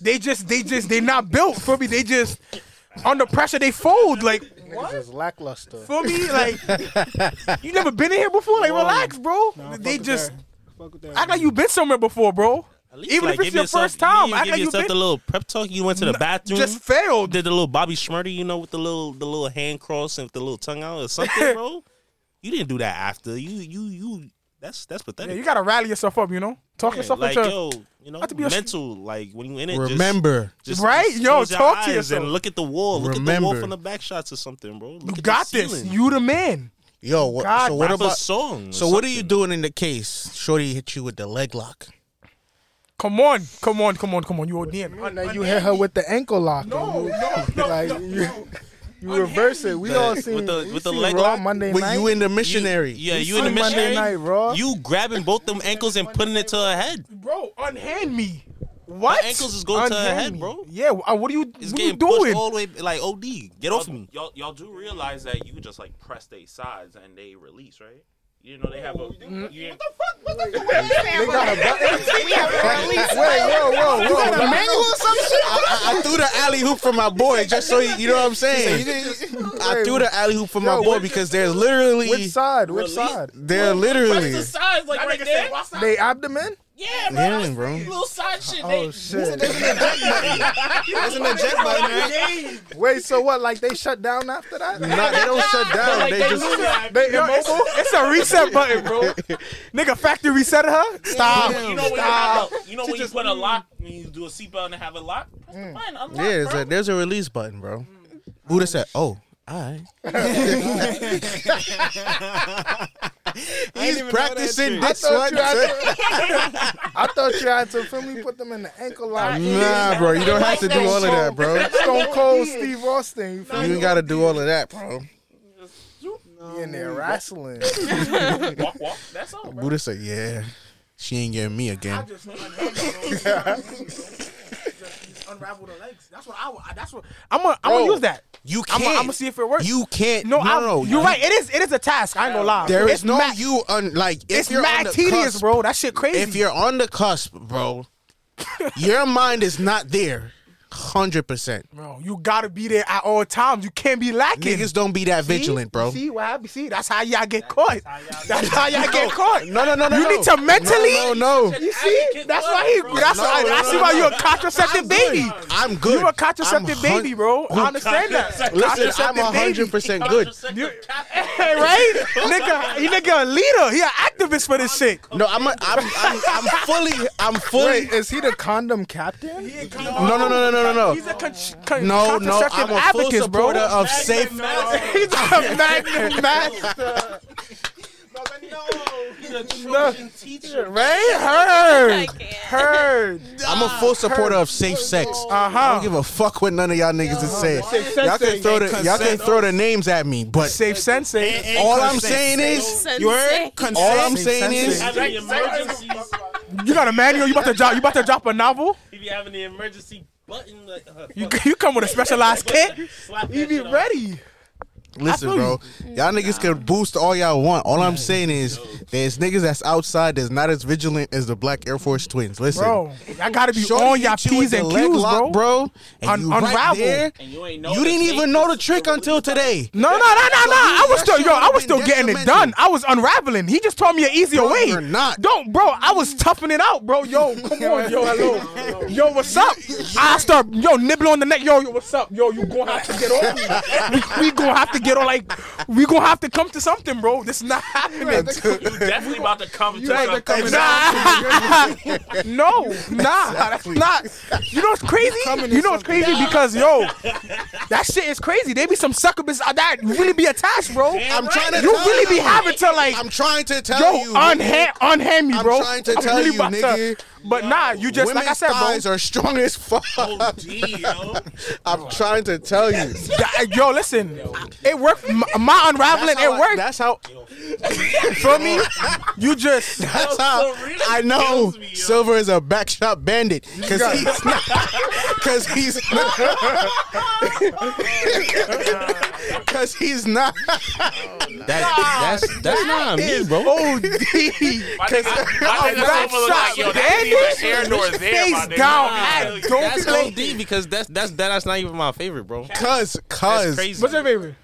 [SPEAKER 6] They just, they just, they not built for me. They just under pressure, they fold. Like
[SPEAKER 2] Niggas is lackluster.
[SPEAKER 6] for me, like you never been in here before. Like relax, bro. they just
[SPEAKER 3] Fuck with that.
[SPEAKER 6] act like you been somewhere before, bro.
[SPEAKER 5] At least,
[SPEAKER 6] Even
[SPEAKER 5] like,
[SPEAKER 6] if it's
[SPEAKER 5] give
[SPEAKER 6] your
[SPEAKER 5] yourself-
[SPEAKER 6] first time,
[SPEAKER 5] you
[SPEAKER 6] act
[SPEAKER 5] give
[SPEAKER 6] like you
[SPEAKER 5] yourself
[SPEAKER 6] been
[SPEAKER 5] the little prep talk. You went to the bathroom.
[SPEAKER 6] just failed.
[SPEAKER 5] did the little Bobby Schmurder, you know, with the little the little hand cross and with the little tongue out or something, bro. You didn't do that after. You you you. That's that's pathetic.
[SPEAKER 6] Yeah, you gotta rally yourself up, you know. Talk
[SPEAKER 5] Yeah,
[SPEAKER 6] yourself
[SPEAKER 5] like
[SPEAKER 6] into
[SPEAKER 5] yo, you know,
[SPEAKER 6] have to be a-
[SPEAKER 5] mental. like when you in it, just-
[SPEAKER 1] Remember,
[SPEAKER 5] just,
[SPEAKER 6] Right?
[SPEAKER 5] just
[SPEAKER 6] Yo,
[SPEAKER 5] close your
[SPEAKER 6] talk to
[SPEAKER 5] eyes
[SPEAKER 6] yourself.
[SPEAKER 5] and look at the wall. Look at the wall
[SPEAKER 1] Remember.
[SPEAKER 5] from the back shots or something, bro. Look
[SPEAKER 6] you
[SPEAKER 5] at
[SPEAKER 6] got
[SPEAKER 5] the
[SPEAKER 6] this.
[SPEAKER 5] ceiling.
[SPEAKER 6] You the man.
[SPEAKER 1] yo. What,
[SPEAKER 6] God,
[SPEAKER 1] so what
[SPEAKER 5] Rap a
[SPEAKER 1] about? So
[SPEAKER 5] song? or
[SPEAKER 1] what are you
[SPEAKER 5] something.
[SPEAKER 1] doing in the case? Shorty hit you with the leg lock.
[SPEAKER 6] Come on, come on, come on, come on. You ODM.
[SPEAKER 2] And then you hit her with the ankle lock.
[SPEAKER 6] No,
[SPEAKER 2] and
[SPEAKER 6] no,
[SPEAKER 2] you, like you, you reverse it. We all
[SPEAKER 5] With
[SPEAKER 2] seen
[SPEAKER 5] the-
[SPEAKER 2] we
[SPEAKER 5] with the
[SPEAKER 2] seen
[SPEAKER 5] leg
[SPEAKER 2] Raw
[SPEAKER 5] lock?
[SPEAKER 2] Monday
[SPEAKER 1] When
[SPEAKER 2] night.
[SPEAKER 1] you in the missionary,
[SPEAKER 5] Yeah, you in the
[SPEAKER 2] seen Monday
[SPEAKER 5] missionary.
[SPEAKER 2] Night Raw?
[SPEAKER 5] You grabbing both them ankles and putting it to her head.
[SPEAKER 6] Bro, unhand me. What?
[SPEAKER 5] ankles is going to her
[SPEAKER 6] Unhand
[SPEAKER 5] head,
[SPEAKER 6] me.
[SPEAKER 5] bro.
[SPEAKER 6] Yeah, uh, what are you,
[SPEAKER 5] It's
[SPEAKER 6] what are you
[SPEAKER 5] getting pushed
[SPEAKER 6] doing?
[SPEAKER 5] all the way like OD. Get off me.
[SPEAKER 7] Y'all, y'all do realize that you could just like press they sides and they release, right?
[SPEAKER 9] You know they have a. Mm-hmm. you-
[SPEAKER 13] They got a
[SPEAKER 4] we have a release.
[SPEAKER 13] whoa, whoa, whoa.
[SPEAKER 1] got a manual or some shit? I, I, I threw the alley hoop for my boy just so he, you know what I'm saying. I threw the alley hoop for my boy because there's literally
[SPEAKER 2] Which side? Which
[SPEAKER 9] Release-
[SPEAKER 2] side?
[SPEAKER 1] they're literally
[SPEAKER 9] It's the size like right there.
[SPEAKER 2] They abdomen?
[SPEAKER 9] Yeah, bro.
[SPEAKER 1] yeah, bro.
[SPEAKER 9] Little side shit.
[SPEAKER 2] Oh
[SPEAKER 9] They,
[SPEAKER 2] shit!
[SPEAKER 1] That's an eject button, right?
[SPEAKER 2] Wait, so what? Like they shut down after that?
[SPEAKER 1] Nah, they don't shut down. They just
[SPEAKER 13] They, yo, it's, it's a reset button, bro. Nigga, factory reset her. Stop.
[SPEAKER 9] you know when you, have a, you know when you put a lock when you do a seatbelt and have a lock. Press the button, unlock,
[SPEAKER 1] yeah. It's
[SPEAKER 9] bro.
[SPEAKER 1] a, there's a release button, bro. Buddha said, "Oh, all right." He's practicing this one.
[SPEAKER 2] I thought you had to film me put them in the ankle lock.
[SPEAKER 1] Nah, bro, you don't have to do all of that, bro.
[SPEAKER 2] Stone Cold Steve Austin. You feel
[SPEAKER 1] You
[SPEAKER 2] me?
[SPEAKER 1] ain't gotta do all of that, bro.
[SPEAKER 2] He in there wrestling.
[SPEAKER 9] walk, walk. That's all, bro.
[SPEAKER 1] Buddha said, "Yeah, she ain't getting me again."
[SPEAKER 6] Unravel the legs. That's what I. wa- That's what I'm gonna. I'm gonna use that.
[SPEAKER 1] You
[SPEAKER 6] I'm
[SPEAKER 1] can't.
[SPEAKER 6] gonna see if it works.
[SPEAKER 1] You can't.
[SPEAKER 6] no,
[SPEAKER 1] No,
[SPEAKER 6] I,
[SPEAKER 1] no, no.
[SPEAKER 6] You're right. It is. It is a task. I ain't gonna lie.
[SPEAKER 1] There
[SPEAKER 6] it's
[SPEAKER 1] is no
[SPEAKER 6] mad-
[SPEAKER 1] you. Un, like, if
[SPEAKER 6] It's
[SPEAKER 1] you're on
[SPEAKER 6] mad
[SPEAKER 1] the
[SPEAKER 6] tedious,
[SPEAKER 1] cusp,
[SPEAKER 6] bro. That shit crazy.
[SPEAKER 1] If you're on the cusp, bro, your mind is not there. Hundred percent.
[SPEAKER 6] bro, you gotta be there at all times. You can't be lacking.
[SPEAKER 1] Niggas don't be that
[SPEAKER 6] See?
[SPEAKER 1] vigilant, bro.
[SPEAKER 6] See what happened? See, that's how y'all get caught. That's how y'all get caught.
[SPEAKER 1] No, no, no, no.
[SPEAKER 6] You
[SPEAKER 1] no.
[SPEAKER 6] need to mentally-
[SPEAKER 1] No, no. no.
[SPEAKER 6] You see, that's why he. That's
[SPEAKER 1] No,
[SPEAKER 6] why.
[SPEAKER 1] no,
[SPEAKER 6] I
[SPEAKER 1] no,
[SPEAKER 6] see
[SPEAKER 1] no,
[SPEAKER 6] why
[SPEAKER 1] no.
[SPEAKER 6] you're a contraceptive baby.
[SPEAKER 1] I'm good.
[SPEAKER 6] You're a contraceptive
[SPEAKER 1] I'm hun-
[SPEAKER 6] baby, bro. I understand that.
[SPEAKER 1] Listen, I'm
[SPEAKER 6] Contraceptive
[SPEAKER 1] hundred
[SPEAKER 6] baby.
[SPEAKER 1] percent good.
[SPEAKER 6] Hey, right? nigga, you nigga a leader. He an activist for this shit.
[SPEAKER 1] No, I'm, a, I'm, I'm, I'm fully, I'm fully.
[SPEAKER 2] Wait, is he the condom captain?
[SPEAKER 1] no, no, no, no, no, no,
[SPEAKER 6] He's
[SPEAKER 1] no.
[SPEAKER 6] a con- con-
[SPEAKER 1] No, no, I'm
[SPEAKER 6] contraceptive
[SPEAKER 1] a full
[SPEAKER 6] advocate, bro.
[SPEAKER 1] supporter of safe.
[SPEAKER 6] He's a magnum master.
[SPEAKER 4] I
[SPEAKER 6] Right?
[SPEAKER 4] can't.
[SPEAKER 6] Heard. Heard.
[SPEAKER 1] I'm a full supporter of safe sex.
[SPEAKER 6] Uh
[SPEAKER 1] I don't
[SPEAKER 6] huh.
[SPEAKER 1] give a fuck what none of y'all niggas is saying. Y'all can throw the, y'all can throw the names at me, but
[SPEAKER 6] Safe eh?
[SPEAKER 2] Eh,
[SPEAKER 6] sensei.
[SPEAKER 1] all I'm saying is,
[SPEAKER 4] Sensei.
[SPEAKER 1] you heard? All I'm saying is,
[SPEAKER 9] Having the emergencies.
[SPEAKER 2] eh.
[SPEAKER 6] You got a manual. You about to drop. You about to drop a novel.
[SPEAKER 9] He be having the emergency button. Like, uh,
[SPEAKER 6] You you come with a specialized kit.
[SPEAKER 9] slap
[SPEAKER 6] You
[SPEAKER 9] that
[SPEAKER 6] be
[SPEAKER 9] shit on.
[SPEAKER 6] ready. I
[SPEAKER 1] Listen,
[SPEAKER 6] feel
[SPEAKER 1] bro. Y'all niggas can boost all y'all want. All I'm saying is, there's niggas that's outside that's not as vigilant as the Black Air Force Twins. Listen,
[SPEAKER 6] Bro, I gotta be
[SPEAKER 1] Shorty
[SPEAKER 6] on
[SPEAKER 1] hit
[SPEAKER 6] your
[SPEAKER 1] you with
[SPEAKER 6] P's
[SPEAKER 1] the
[SPEAKER 6] and
[SPEAKER 1] leg
[SPEAKER 6] Q's,
[SPEAKER 1] lock,
[SPEAKER 6] bro.
[SPEAKER 1] bro. And
[SPEAKER 6] Un-
[SPEAKER 1] you right
[SPEAKER 6] unravel.
[SPEAKER 1] there.
[SPEAKER 9] And you ain't know.
[SPEAKER 1] You didn't even know the trick until today.
[SPEAKER 6] No, no, no, no, no. I was still, yo, I was still getting it
[SPEAKER 1] Detrimental.
[SPEAKER 6] done. I was unraveling. He just told me an easier
[SPEAKER 1] No,
[SPEAKER 6] way.
[SPEAKER 1] you're not.
[SPEAKER 6] Don't, bro. I was toughing it out, bro. Yo, come on, yo, hello, yo, what's up? I start, yo, nibbling on the neck, yo, yo, what's up, yo? You gonna have to get on. we, we gonna have to get on, like, we gonna have to come to something, bro. This not happening.
[SPEAKER 9] You definitely about to come to
[SPEAKER 6] Like,
[SPEAKER 9] something.
[SPEAKER 6] nah, no, nah, that's not. You know what's crazy? You know what's crazy because yo, that shit is crazy. They be some sucker bitches out that really be attached, bro.
[SPEAKER 1] I'm trying to
[SPEAKER 6] You
[SPEAKER 1] tell
[SPEAKER 6] really be
[SPEAKER 1] you.
[SPEAKER 6] having to like,
[SPEAKER 1] I'm trying to tell
[SPEAKER 6] yo,
[SPEAKER 1] you.
[SPEAKER 6] unhand, unhand me,
[SPEAKER 1] I'm
[SPEAKER 6] bro.
[SPEAKER 1] trying to tell you,
[SPEAKER 6] about to-
[SPEAKER 1] nigga.
[SPEAKER 6] but nah, you just
[SPEAKER 1] Women's
[SPEAKER 6] like I said,
[SPEAKER 1] thighs
[SPEAKER 6] bro.
[SPEAKER 1] are strong as fuck.
[SPEAKER 9] Oh, gee, yo.
[SPEAKER 1] I'm trying to tell you.
[SPEAKER 6] That- yo, listen, it worked. My, my unraveling,
[SPEAKER 1] That's how
[SPEAKER 6] it
[SPEAKER 1] I-
[SPEAKER 6] worked.
[SPEAKER 1] That's how.
[SPEAKER 6] for me, you just.
[SPEAKER 1] That's how I know
[SPEAKER 9] kills me, yo.
[SPEAKER 1] Silver is a backshot bandit because he's not. Because he's not. Because he's not.
[SPEAKER 5] That, that's that's not me, bro.
[SPEAKER 6] Oh, D.
[SPEAKER 1] Because
[SPEAKER 6] Oh, that shot, Bandit? Face down. I don't
[SPEAKER 5] That's
[SPEAKER 6] play.
[SPEAKER 5] OD because that's that's that's not even my favorite, bro.
[SPEAKER 1] because
[SPEAKER 5] That's
[SPEAKER 1] because
[SPEAKER 5] crazy.
[SPEAKER 6] What's your favorite?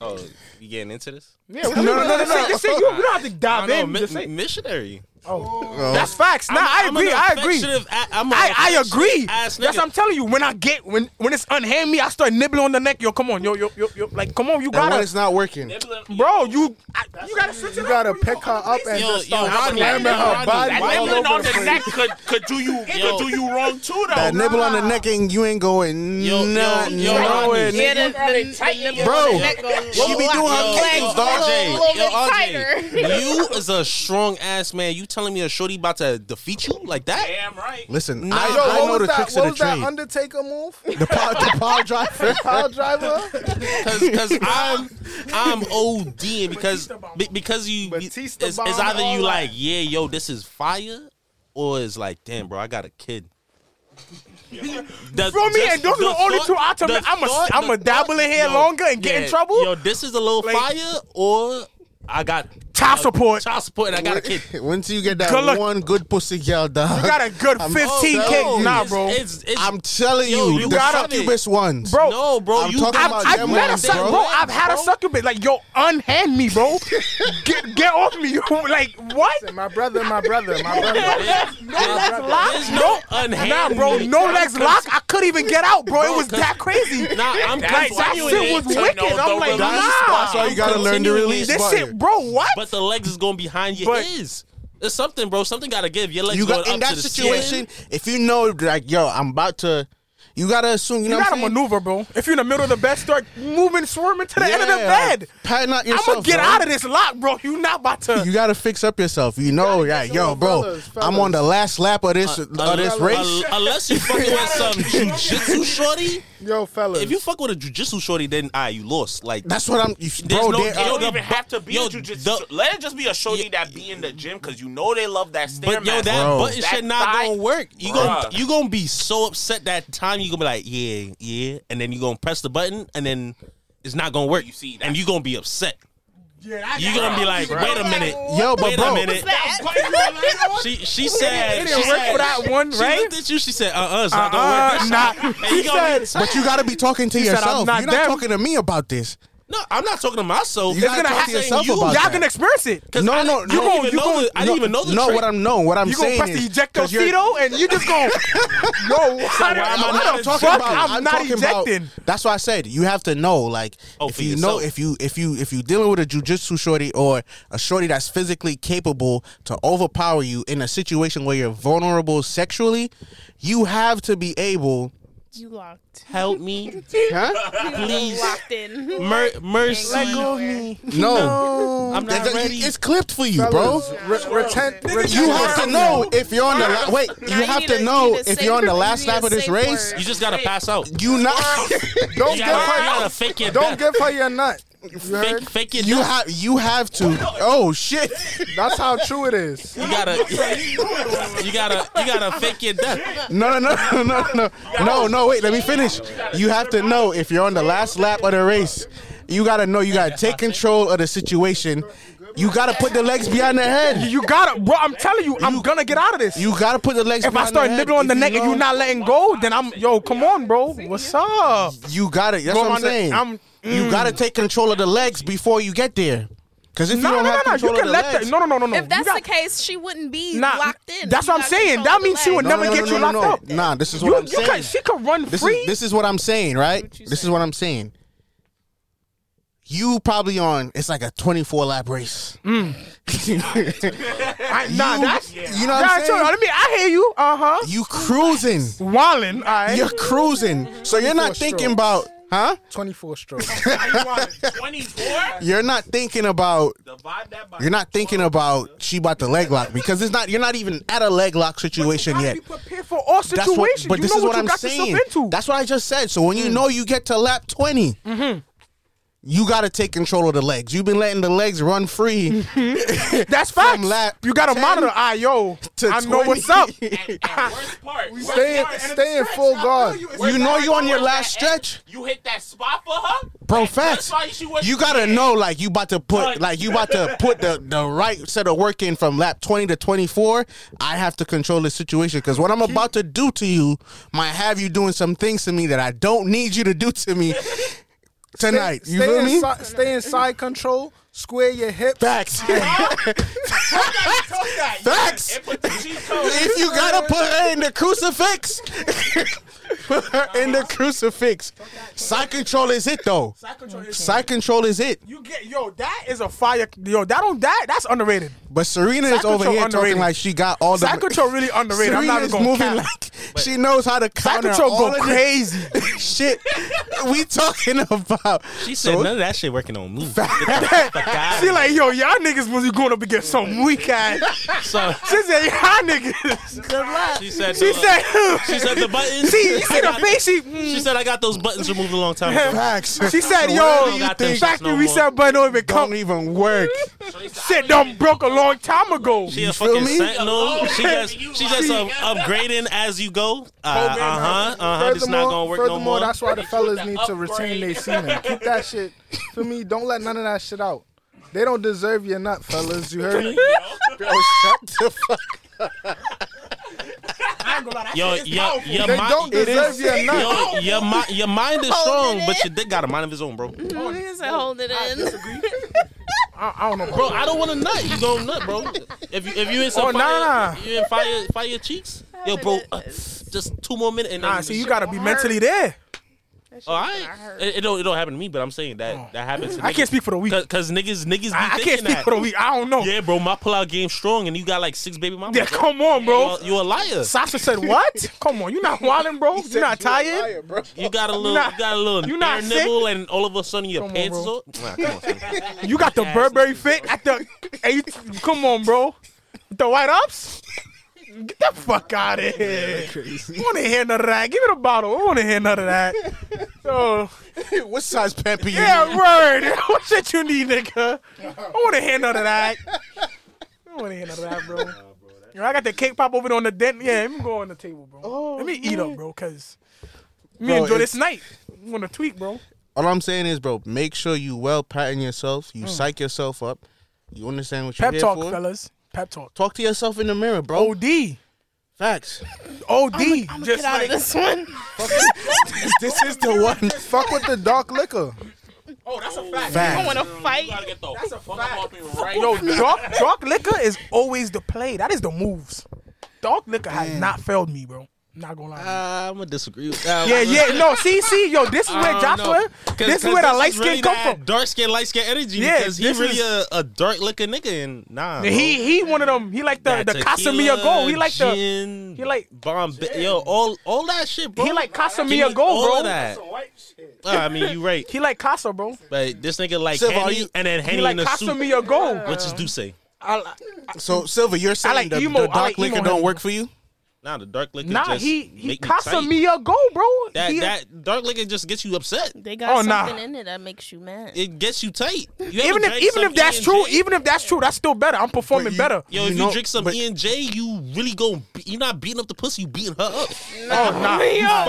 [SPEAKER 5] Oh, you getting into this?
[SPEAKER 6] Yeah, no, no, no, no, no. Just say, you, you don't have to
[SPEAKER 5] I
[SPEAKER 6] dive
[SPEAKER 5] know,
[SPEAKER 6] in.
[SPEAKER 5] mi-
[SPEAKER 6] Just say,
[SPEAKER 5] missionary.
[SPEAKER 6] that's facts. Nah, i
[SPEAKER 5] I'm an
[SPEAKER 6] agree. I agree.
[SPEAKER 5] affectionate a- I'm an
[SPEAKER 6] I, I
[SPEAKER 5] affectionate
[SPEAKER 6] agree. That's
[SPEAKER 5] ass nigga.
[SPEAKER 6] what I'm telling you. When I get when when it's unhand me, I start nibbling on the neck. Yo, come on, yo, yo, yo, yo. Like, come on, you
[SPEAKER 1] and when
[SPEAKER 6] gotta,
[SPEAKER 1] it's not working.
[SPEAKER 6] bro, you I, you gotta switch it
[SPEAKER 2] You
[SPEAKER 6] up.
[SPEAKER 2] gotta
[SPEAKER 6] bro.
[SPEAKER 2] pick her up and
[SPEAKER 5] Yo,
[SPEAKER 2] just
[SPEAKER 5] yo, Rodney,
[SPEAKER 2] slamming her
[SPEAKER 5] Rodney,
[SPEAKER 2] body
[SPEAKER 5] that
[SPEAKER 2] all
[SPEAKER 9] Nibbling
[SPEAKER 2] over
[SPEAKER 9] on
[SPEAKER 2] the
[SPEAKER 9] the
[SPEAKER 2] place.
[SPEAKER 9] neck could, could do you
[SPEAKER 5] Yo.
[SPEAKER 9] could do you wrong too though.
[SPEAKER 1] That nibble on the neck and you ain't going
[SPEAKER 5] Yo, yo,
[SPEAKER 1] not
[SPEAKER 5] yo,
[SPEAKER 1] nowhere.
[SPEAKER 5] Rodney.
[SPEAKER 1] nigga.
[SPEAKER 4] Yeah, the, the, the, the
[SPEAKER 1] Bro,
[SPEAKER 4] neck goes-
[SPEAKER 1] she be doing her
[SPEAKER 4] Legs
[SPEAKER 1] kicks,
[SPEAKER 4] go
[SPEAKER 1] dog.
[SPEAKER 4] a
[SPEAKER 5] RJ,
[SPEAKER 4] little
[SPEAKER 5] yo,
[SPEAKER 4] bit tighter.
[SPEAKER 5] RJ, you is a strong ass man. You telling me a shorty about to defeat you like that?
[SPEAKER 9] Damn right.
[SPEAKER 1] Listen,
[SPEAKER 5] Nah,
[SPEAKER 1] I,
[SPEAKER 5] yo,
[SPEAKER 1] I
[SPEAKER 2] What
[SPEAKER 1] know
[SPEAKER 2] was
[SPEAKER 1] the
[SPEAKER 2] that?
[SPEAKER 1] tricks
[SPEAKER 2] What
[SPEAKER 1] of
[SPEAKER 2] was
[SPEAKER 1] the
[SPEAKER 2] that
[SPEAKER 1] trade.
[SPEAKER 2] Undertaker move?
[SPEAKER 1] the power, the power driver.
[SPEAKER 2] Power driver.
[SPEAKER 5] Because I'm I'm ODing because be- because you be- it's,
[SPEAKER 2] Batista
[SPEAKER 5] it's
[SPEAKER 2] bomb
[SPEAKER 5] either
[SPEAKER 2] all
[SPEAKER 5] you
[SPEAKER 2] that.
[SPEAKER 5] like yeah yo this is fire or it's like damn bro I got a kid. The-
[SPEAKER 6] Bro, me
[SPEAKER 5] just
[SPEAKER 6] and those are the only
[SPEAKER 5] thought-
[SPEAKER 6] two I tell
[SPEAKER 5] the
[SPEAKER 6] me I'm a
[SPEAKER 5] thought-
[SPEAKER 6] I'm
[SPEAKER 5] the
[SPEAKER 6] a dabble in here
[SPEAKER 5] thought- yo,
[SPEAKER 6] longer and get
[SPEAKER 5] yeah,
[SPEAKER 6] in trouble.
[SPEAKER 5] Yo, this is a little
[SPEAKER 6] Like-
[SPEAKER 5] fire or I got
[SPEAKER 6] Child support.
[SPEAKER 5] Child support. And I got a kid.
[SPEAKER 1] Once you get that
[SPEAKER 6] Good luck.
[SPEAKER 1] one good pussy girl, dog,
[SPEAKER 6] You got a good
[SPEAKER 1] I'm
[SPEAKER 6] 15K.
[SPEAKER 1] telling
[SPEAKER 6] Nah,
[SPEAKER 1] you.
[SPEAKER 6] bro.
[SPEAKER 5] It's, it's,
[SPEAKER 1] I'm telling
[SPEAKER 5] Yo,
[SPEAKER 1] you,
[SPEAKER 5] you
[SPEAKER 1] the
[SPEAKER 5] gotta-
[SPEAKER 1] succubus ones.
[SPEAKER 6] Bro,
[SPEAKER 5] no, bro.
[SPEAKER 1] I'm
[SPEAKER 5] you
[SPEAKER 1] talking
[SPEAKER 5] got-
[SPEAKER 1] about
[SPEAKER 6] I've, I've
[SPEAKER 1] them
[SPEAKER 6] met a
[SPEAKER 1] ones,
[SPEAKER 6] suck,
[SPEAKER 1] bro.
[SPEAKER 6] bro. I've had a succubus. Like, yo, unhand me, bro. get get off me. like, what?
[SPEAKER 2] Say, my brother, my brother, my brother.
[SPEAKER 6] No legs
[SPEAKER 5] There's
[SPEAKER 6] lock.
[SPEAKER 5] no unhand.
[SPEAKER 6] Nah, bro.
[SPEAKER 5] me.
[SPEAKER 6] No legs lock. I couldn't even get out, bro. It was that crazy.
[SPEAKER 5] Nah, I'm
[SPEAKER 6] Like that
[SPEAKER 5] continuing
[SPEAKER 6] shit
[SPEAKER 5] it.
[SPEAKER 6] was
[SPEAKER 5] Turn
[SPEAKER 6] wicked.
[SPEAKER 5] on
[SPEAKER 6] I'm
[SPEAKER 5] the
[SPEAKER 6] like,
[SPEAKER 5] release
[SPEAKER 6] nah.
[SPEAKER 1] That's why you gotta learn to
[SPEAKER 5] Continuing
[SPEAKER 1] release.
[SPEAKER 6] This
[SPEAKER 1] button.
[SPEAKER 6] shit, bro. What?
[SPEAKER 5] But the legs is going behind your
[SPEAKER 6] But-
[SPEAKER 5] ears. There's something, bro. Something gotta give. Your legs
[SPEAKER 1] you
[SPEAKER 5] going
[SPEAKER 1] got
[SPEAKER 5] up
[SPEAKER 1] in that
[SPEAKER 5] to the
[SPEAKER 1] situation.
[SPEAKER 5] Ceiling.
[SPEAKER 1] if you know, like, yo, I'm about to, you gotta assume. You,
[SPEAKER 6] You
[SPEAKER 1] know, what
[SPEAKER 6] gotta
[SPEAKER 1] I'm saying?
[SPEAKER 6] maneuver, bro. If you're in the middle of the bed, start moving, swerving to the end of the
[SPEAKER 1] Yeah,
[SPEAKER 6] bed.
[SPEAKER 1] Pattern out
[SPEAKER 6] I'm
[SPEAKER 1] yourself.
[SPEAKER 6] gonna get
[SPEAKER 1] bro.
[SPEAKER 6] out of this lock, bro. You not about to.
[SPEAKER 1] You gotta fix up yourself. You know, like, yo, bro,
[SPEAKER 2] fellas,
[SPEAKER 1] I'm on the last lap of this of this uh, race.
[SPEAKER 5] Un- unless you fucking with some jujitsu shorty.
[SPEAKER 2] Yo, fellas.
[SPEAKER 5] If you fuck with a jujitsu shorty, then ah, you lost. Like
[SPEAKER 1] That's what I'm, you,
[SPEAKER 5] There's
[SPEAKER 1] bro.
[SPEAKER 5] no-
[SPEAKER 1] there
[SPEAKER 5] yo,
[SPEAKER 1] are-
[SPEAKER 7] don't even have to be
[SPEAKER 5] uh, yo,
[SPEAKER 7] a jujitsu.
[SPEAKER 5] the-
[SPEAKER 7] shorty. Let it just be a shorty that be in the gym because you know they love that stairmaster.
[SPEAKER 5] But yo, that
[SPEAKER 1] Bro.
[SPEAKER 5] button
[SPEAKER 7] That
[SPEAKER 5] shit not
[SPEAKER 7] thigh-
[SPEAKER 5] gonna work. You gonna
[SPEAKER 7] Bruh.
[SPEAKER 5] you gonna be so upset that time you gonna be like, yeah, yeah, and then you gonna press the button and then it's not gonna work.
[SPEAKER 7] You see,
[SPEAKER 5] and
[SPEAKER 7] that's-
[SPEAKER 5] you gonna be upset. you gonna be like, wait a minute,
[SPEAKER 1] Yo, but
[SPEAKER 5] wait
[SPEAKER 1] bro-
[SPEAKER 5] a minute. She she said
[SPEAKER 6] It
[SPEAKER 5] she
[SPEAKER 6] didn't work
[SPEAKER 5] said
[SPEAKER 6] for that one,
[SPEAKER 5] she
[SPEAKER 6] right?
[SPEAKER 5] looked at you. She said, uh, uh it's
[SPEAKER 1] Uh-uh,
[SPEAKER 5] not gonna work.
[SPEAKER 6] Uh,
[SPEAKER 5] That's
[SPEAKER 6] nah.
[SPEAKER 5] not-
[SPEAKER 6] He
[SPEAKER 5] You gonna be-
[SPEAKER 6] said,
[SPEAKER 1] But you gotta be talking to
[SPEAKER 6] said, I'm
[SPEAKER 1] yourself.
[SPEAKER 6] not
[SPEAKER 1] You're not
[SPEAKER 6] them.
[SPEAKER 1] talking to me about this.
[SPEAKER 5] no, I'm not talking to myself.
[SPEAKER 1] You gotta
[SPEAKER 5] I'm
[SPEAKER 1] talk to
[SPEAKER 5] saying
[SPEAKER 1] yourself
[SPEAKER 5] you.
[SPEAKER 1] about
[SPEAKER 6] y'all
[SPEAKER 1] that.
[SPEAKER 6] gonna experience it.
[SPEAKER 5] Cause
[SPEAKER 1] No,
[SPEAKER 5] I
[SPEAKER 1] no,
[SPEAKER 5] didn't-
[SPEAKER 1] no.
[SPEAKER 5] I didn't even
[SPEAKER 6] You
[SPEAKER 5] know
[SPEAKER 6] gonna-
[SPEAKER 5] the- I didn't even know the
[SPEAKER 1] No,
[SPEAKER 5] trick.
[SPEAKER 1] what I'm no, what I'm
[SPEAKER 6] You gonna
[SPEAKER 1] saying
[SPEAKER 6] press
[SPEAKER 1] is,
[SPEAKER 6] the ejector
[SPEAKER 1] 'cause you're-
[SPEAKER 6] fetal and you just gonna yo. What,
[SPEAKER 5] why am I
[SPEAKER 6] what
[SPEAKER 5] not
[SPEAKER 6] the
[SPEAKER 1] talking
[SPEAKER 6] fuck?
[SPEAKER 1] about-
[SPEAKER 6] I'm, not
[SPEAKER 1] talking about-
[SPEAKER 6] ejecting.
[SPEAKER 1] that's why I said you have to know, like,
[SPEAKER 5] Oh,
[SPEAKER 1] if
[SPEAKER 5] for
[SPEAKER 1] you know,
[SPEAKER 5] yourself.
[SPEAKER 1] if you if you if you dealing with a jujitsu shorty or a shorty that's physically capable to overpower you in a situation where you're vulnerable sexually, you have to be able.
[SPEAKER 4] You locked.
[SPEAKER 5] Help me,
[SPEAKER 4] Please. Locked in.
[SPEAKER 5] Mer- mercy.
[SPEAKER 4] Let go of me.
[SPEAKER 1] No,
[SPEAKER 5] I'm not
[SPEAKER 1] It's-
[SPEAKER 5] ready.
[SPEAKER 1] It's clipped for you, bro.
[SPEAKER 2] re- retent,
[SPEAKER 1] You have to know if you're on the la- wait.
[SPEAKER 4] Now
[SPEAKER 1] You
[SPEAKER 4] you
[SPEAKER 1] have
[SPEAKER 4] need
[SPEAKER 1] to
[SPEAKER 4] a- you
[SPEAKER 1] know
[SPEAKER 4] need a
[SPEAKER 1] if you're on the
[SPEAKER 4] safe-
[SPEAKER 1] last
[SPEAKER 4] you need
[SPEAKER 1] lap
[SPEAKER 4] a
[SPEAKER 1] of this
[SPEAKER 4] safe
[SPEAKER 1] race.
[SPEAKER 4] word.
[SPEAKER 5] You just gotta pass out. You
[SPEAKER 1] You not.
[SPEAKER 2] don't
[SPEAKER 5] gotta, you
[SPEAKER 2] give her,
[SPEAKER 5] gotta fake your
[SPEAKER 2] don't
[SPEAKER 5] death.
[SPEAKER 2] give her your nut. You heard?
[SPEAKER 5] fake, fake your
[SPEAKER 1] You
[SPEAKER 5] death.
[SPEAKER 1] have. You have to. Oh shit.
[SPEAKER 2] That's how true it is.
[SPEAKER 5] You gotta, you gotta, you gotta fake your death.
[SPEAKER 1] No, no, no, no, no, no, no, no. Wait, let me finish. You have to know if you're on the last lap of the race. You gotta know. You gotta take control of the situation. You gotta put the legs behind the head.
[SPEAKER 6] You gotta, bro. I'm telling you, I'm gonna get out of this.
[SPEAKER 1] You gotta put the legs.
[SPEAKER 6] if I
[SPEAKER 1] behind
[SPEAKER 6] start
[SPEAKER 1] head.
[SPEAKER 6] nibbling on the
[SPEAKER 1] If
[SPEAKER 6] neck and
[SPEAKER 1] know-
[SPEAKER 6] you not letting go, then I'm yo. Come on, bro. What's up?
[SPEAKER 1] you gotta. That's what I'm
[SPEAKER 6] on the-
[SPEAKER 1] saying.
[SPEAKER 6] I'm- Mm.
[SPEAKER 1] You gotta take control of the legs before you get there. Because if you
[SPEAKER 6] No, no,
[SPEAKER 1] don't
[SPEAKER 6] no,
[SPEAKER 1] have
[SPEAKER 6] no.
[SPEAKER 1] control
[SPEAKER 6] You
[SPEAKER 1] of
[SPEAKER 6] can
[SPEAKER 1] the
[SPEAKER 6] let
[SPEAKER 1] legs,
[SPEAKER 6] that. No, no, no, no, no.
[SPEAKER 4] If that's
[SPEAKER 6] you
[SPEAKER 4] the case, she wouldn't be
[SPEAKER 6] Nah,
[SPEAKER 4] locked in.
[SPEAKER 6] that's
[SPEAKER 4] You
[SPEAKER 6] what I'm
[SPEAKER 4] got
[SPEAKER 6] saying.
[SPEAKER 4] control
[SPEAKER 6] That
[SPEAKER 4] of the
[SPEAKER 6] means she would
[SPEAKER 4] leg.
[SPEAKER 6] never get you locked up.
[SPEAKER 1] Nah, this is
[SPEAKER 6] you,
[SPEAKER 1] what I'm
[SPEAKER 6] you
[SPEAKER 1] saying.
[SPEAKER 6] can, she could run
[SPEAKER 1] this
[SPEAKER 6] free.
[SPEAKER 1] is this is what I'm saying, right? This is what I'm saying. You probably on it's like a 24 lap race.
[SPEAKER 6] I, nah,
[SPEAKER 1] you-
[SPEAKER 6] that's
[SPEAKER 1] you know what I'm
[SPEAKER 6] Nah, chill.
[SPEAKER 1] saying?
[SPEAKER 6] I mean, I hear you. Uh huh.
[SPEAKER 1] You cruising.
[SPEAKER 6] Wallin, all right.
[SPEAKER 1] You're cruising. So you're not thinking about, huh?
[SPEAKER 2] 24 strokes.
[SPEAKER 1] You're not thinking about
[SPEAKER 7] Divide that by
[SPEAKER 1] you're not thinking about she about the leg lock because it's not you're not even at a leg lock situation yet.
[SPEAKER 6] Be prepared for all
[SPEAKER 1] That's
[SPEAKER 6] situations.
[SPEAKER 1] what but
[SPEAKER 6] you
[SPEAKER 1] this
[SPEAKER 6] know
[SPEAKER 1] is
[SPEAKER 6] what,
[SPEAKER 1] what
[SPEAKER 6] you
[SPEAKER 1] I'm
[SPEAKER 6] got
[SPEAKER 1] saying.
[SPEAKER 6] yourself into. Mm.
[SPEAKER 1] That's what I just said. So when you know you get to lap 20,
[SPEAKER 6] Mm-hmm.
[SPEAKER 1] you got to take control of the legs. You've been letting the legs run free.
[SPEAKER 6] That's facts.
[SPEAKER 1] lap
[SPEAKER 6] you got to
[SPEAKER 1] 10
[SPEAKER 6] monitor. I yo,
[SPEAKER 1] to
[SPEAKER 6] I know
[SPEAKER 1] 20.
[SPEAKER 6] what's up.
[SPEAKER 7] worst part. Worst
[SPEAKER 2] Stay,
[SPEAKER 7] part, and
[SPEAKER 2] stay in full guard.
[SPEAKER 1] you know you're on your last
[SPEAKER 7] that end,
[SPEAKER 1] stretch.
[SPEAKER 7] You hit that spot for her,
[SPEAKER 1] Bro,
[SPEAKER 7] and
[SPEAKER 1] facts.
[SPEAKER 7] That's why she was.
[SPEAKER 1] You gotta know, like you about to put,
[SPEAKER 7] Right.
[SPEAKER 1] like you about to put the the right set of work in from lap twenty to twenty four. I have to control the situation because what I'm about to do to you might have you doing some things to me that I don't need you to do to me tonight.
[SPEAKER 2] Stay,
[SPEAKER 1] you feel me?
[SPEAKER 2] inside, stay inside control. Square your hips.
[SPEAKER 1] Facts. Facts.
[SPEAKER 7] And put the cheat code.
[SPEAKER 1] If you gotta put her in the crucifix, put her in
[SPEAKER 2] Uh-huh.
[SPEAKER 1] the crucifix. Side control is it though. Side control is it.
[SPEAKER 6] You get yo, that is a fire. Yo, that don't that that's underrated.
[SPEAKER 1] But Serena is
[SPEAKER 6] Side
[SPEAKER 1] over
[SPEAKER 6] control
[SPEAKER 1] here
[SPEAKER 6] underrated.
[SPEAKER 1] talking like she got all the.
[SPEAKER 6] Side control really underrated. I'm not
[SPEAKER 1] Serena's
[SPEAKER 6] even gonna
[SPEAKER 1] moving
[SPEAKER 6] cap.
[SPEAKER 1] like she knows how to
[SPEAKER 6] Side
[SPEAKER 1] counter
[SPEAKER 6] control
[SPEAKER 1] all
[SPEAKER 6] go
[SPEAKER 1] of
[SPEAKER 6] crazy.
[SPEAKER 1] this shit. We talking about.
[SPEAKER 5] She said
[SPEAKER 1] So-
[SPEAKER 5] none of that shit working on me.
[SPEAKER 6] She like yo, y'all niggas must be going up against some weak ass.
[SPEAKER 5] So
[SPEAKER 6] She said y'all niggas.
[SPEAKER 5] she said,
[SPEAKER 6] She said.
[SPEAKER 5] she said the buttons.
[SPEAKER 6] See, you see
[SPEAKER 5] I
[SPEAKER 6] the
[SPEAKER 5] got-
[SPEAKER 6] face. She,
[SPEAKER 5] She
[SPEAKER 6] mm.
[SPEAKER 5] said I got those buttons removed a long time ago.
[SPEAKER 1] Facts.
[SPEAKER 6] she said,
[SPEAKER 1] So
[SPEAKER 6] "Yo,
[SPEAKER 1] whatever you
[SPEAKER 5] Got them
[SPEAKER 1] think
[SPEAKER 5] shit.
[SPEAKER 6] factory
[SPEAKER 5] no
[SPEAKER 6] reset button don't even come.
[SPEAKER 1] don't even work.
[SPEAKER 6] Shit done broke a long time ago.
[SPEAKER 5] She a
[SPEAKER 1] feel
[SPEAKER 5] fucking
[SPEAKER 1] me?
[SPEAKER 5] sentinel.
[SPEAKER 6] Oh,
[SPEAKER 5] She just she just um, upgrading as you go. Uh huh. Uh huh. It's not gonna work no
[SPEAKER 2] furthermore,
[SPEAKER 5] more.
[SPEAKER 2] that's why the fellas need to
[SPEAKER 7] upgrade.
[SPEAKER 2] retain their semen. Keep that shit. For me, don't let none of that shit out. They don't deserve your nut, fellas. You heard me?
[SPEAKER 1] Bro, shut the fuck
[SPEAKER 5] Yo, yo, your
[SPEAKER 2] They
[SPEAKER 5] mind,
[SPEAKER 2] don't deserve your nut.
[SPEAKER 5] yo, your, mi- your mind is strong, but your dick got a mind of his own, bro.
[SPEAKER 4] Niggas are holding it in.
[SPEAKER 6] I, I don't know,
[SPEAKER 5] Bro, I don't want to nut. You gonna nut, bro? If you if you in some
[SPEAKER 6] Oh,
[SPEAKER 5] fire,
[SPEAKER 6] nah.
[SPEAKER 5] you in fire fire your cheeks. Yo, bro, uh, just two more minutes and then
[SPEAKER 6] Nah, see, you gotta be mentally there.
[SPEAKER 5] All right, it, it don't it don't happen to me, but I'm saying that that happens. To
[SPEAKER 6] I can't
[SPEAKER 5] niggas.
[SPEAKER 6] speak for the week.
[SPEAKER 5] Cause, cause niggas, niggas be
[SPEAKER 6] I, I
[SPEAKER 5] thinking
[SPEAKER 6] can't speak
[SPEAKER 5] that.
[SPEAKER 6] for the week. I don't know. Yeah,
[SPEAKER 5] Yeah, bro, my pullout game strong, and you got like six baby mamas. bro.
[SPEAKER 6] come on, bro.
[SPEAKER 5] You a liar.
[SPEAKER 6] Sasha said, "What? Come on, you not wilding, bro. You not tired?
[SPEAKER 8] bro.
[SPEAKER 5] You got a little,
[SPEAKER 6] not-
[SPEAKER 5] you got a little
[SPEAKER 6] you not
[SPEAKER 5] air
[SPEAKER 6] sick?
[SPEAKER 5] nibble, and all of a sudden your
[SPEAKER 6] Come on,
[SPEAKER 5] pants
[SPEAKER 6] bro.
[SPEAKER 5] is up. Nah, come on, son.
[SPEAKER 6] You got the Burberry fit at the eight? Come on, bro. The white ups? Get the fuck out of here. I want to hear none of that. Give me the bottle. I want to hear none of that. So
[SPEAKER 1] up. What size pamper you?
[SPEAKER 6] yeah, word. what shit you need, nigga? I want to hear none of that. I want to hear none of that, bro. You know, I got the cake pop over on the dent. Yeah, let me go on the table, bro. let me eat up, bro, cause me
[SPEAKER 1] Bro,
[SPEAKER 6] enjoy
[SPEAKER 1] it's-
[SPEAKER 6] this night. I'm gonna tweet, bro.
[SPEAKER 1] All I'm saying is, bro, make sure you well pattern yourself. You psych yourself up. You understand what you're
[SPEAKER 6] Pep
[SPEAKER 1] there
[SPEAKER 6] talk,
[SPEAKER 1] for.
[SPEAKER 6] fellas. Pep talk.
[SPEAKER 1] Talk to yourself in the mirror, bro.
[SPEAKER 6] Od.
[SPEAKER 1] Facts.
[SPEAKER 6] OD. just
[SPEAKER 4] Get out of
[SPEAKER 6] like,
[SPEAKER 4] this one.
[SPEAKER 1] this is the one.
[SPEAKER 2] Fuck with the dark liquor.
[SPEAKER 9] Oh, that's a fact.
[SPEAKER 4] I
[SPEAKER 1] Facts.
[SPEAKER 4] want to fight.
[SPEAKER 9] You gotta get the fuck off me right
[SPEAKER 6] yo,
[SPEAKER 9] now.
[SPEAKER 6] dark, dark liquor is always the play. That is the moves. Dark liquor has not failed me, bro. Not gonna lie.
[SPEAKER 5] Uh, I'm gonna disagree with that.
[SPEAKER 6] yeah, yeah, no, see, see, yo, this is where Joshua, this is where the light skin come from.
[SPEAKER 5] Dark skin, light skin energy.
[SPEAKER 6] Yeah,
[SPEAKER 5] because he
[SPEAKER 6] this
[SPEAKER 5] really
[SPEAKER 6] is-
[SPEAKER 5] a, a dark looking nigga, and nah.
[SPEAKER 6] And he he one of them. He like the the Casemiro goal. He like the he like-
[SPEAKER 5] Bombay. Yo, all all that shit, bro.
[SPEAKER 6] he like
[SPEAKER 5] Give
[SPEAKER 6] Casemiro
[SPEAKER 5] me
[SPEAKER 6] goal,
[SPEAKER 5] all
[SPEAKER 6] bro.
[SPEAKER 5] of that. Uh, I mean, you right,
[SPEAKER 6] He like Casa, bro.
[SPEAKER 5] but this nigga like
[SPEAKER 1] Silva, are
[SPEAKER 5] Henny,
[SPEAKER 1] you-
[SPEAKER 5] and then Henny
[SPEAKER 6] He like
[SPEAKER 5] in a suit,
[SPEAKER 6] Casemiro goal.
[SPEAKER 5] which is Duce.
[SPEAKER 6] I, I-
[SPEAKER 1] So, Silver, you're saying
[SPEAKER 6] like
[SPEAKER 1] the,
[SPEAKER 6] emo-
[SPEAKER 1] the
[SPEAKER 6] I
[SPEAKER 1] dark
[SPEAKER 6] like
[SPEAKER 1] liquor
[SPEAKER 6] emo
[SPEAKER 1] don't
[SPEAKER 6] heavy.
[SPEAKER 1] work for you?
[SPEAKER 5] Nah, the dark liquor
[SPEAKER 6] nah,
[SPEAKER 5] just
[SPEAKER 6] he he
[SPEAKER 5] make me tight.
[SPEAKER 6] Casemiro goal, bro.
[SPEAKER 5] That
[SPEAKER 6] He-
[SPEAKER 5] that dark liquor just gets you upset.
[SPEAKER 4] They got
[SPEAKER 6] Oh, nah.
[SPEAKER 4] something in it that makes you mad.
[SPEAKER 5] It gets you tight. You ever
[SPEAKER 6] even if
[SPEAKER 5] drank
[SPEAKER 6] even
[SPEAKER 5] some
[SPEAKER 6] if that's true,
[SPEAKER 5] E&J?
[SPEAKER 6] even if that's true, that's still better. I'm performing
[SPEAKER 1] you-
[SPEAKER 6] better.
[SPEAKER 5] Yo,
[SPEAKER 1] You
[SPEAKER 5] if you
[SPEAKER 1] know-
[SPEAKER 5] drink some
[SPEAKER 1] but-
[SPEAKER 5] E and J, you really go. You're not beating up the pussy. You beating her up,
[SPEAKER 6] Oh, nah.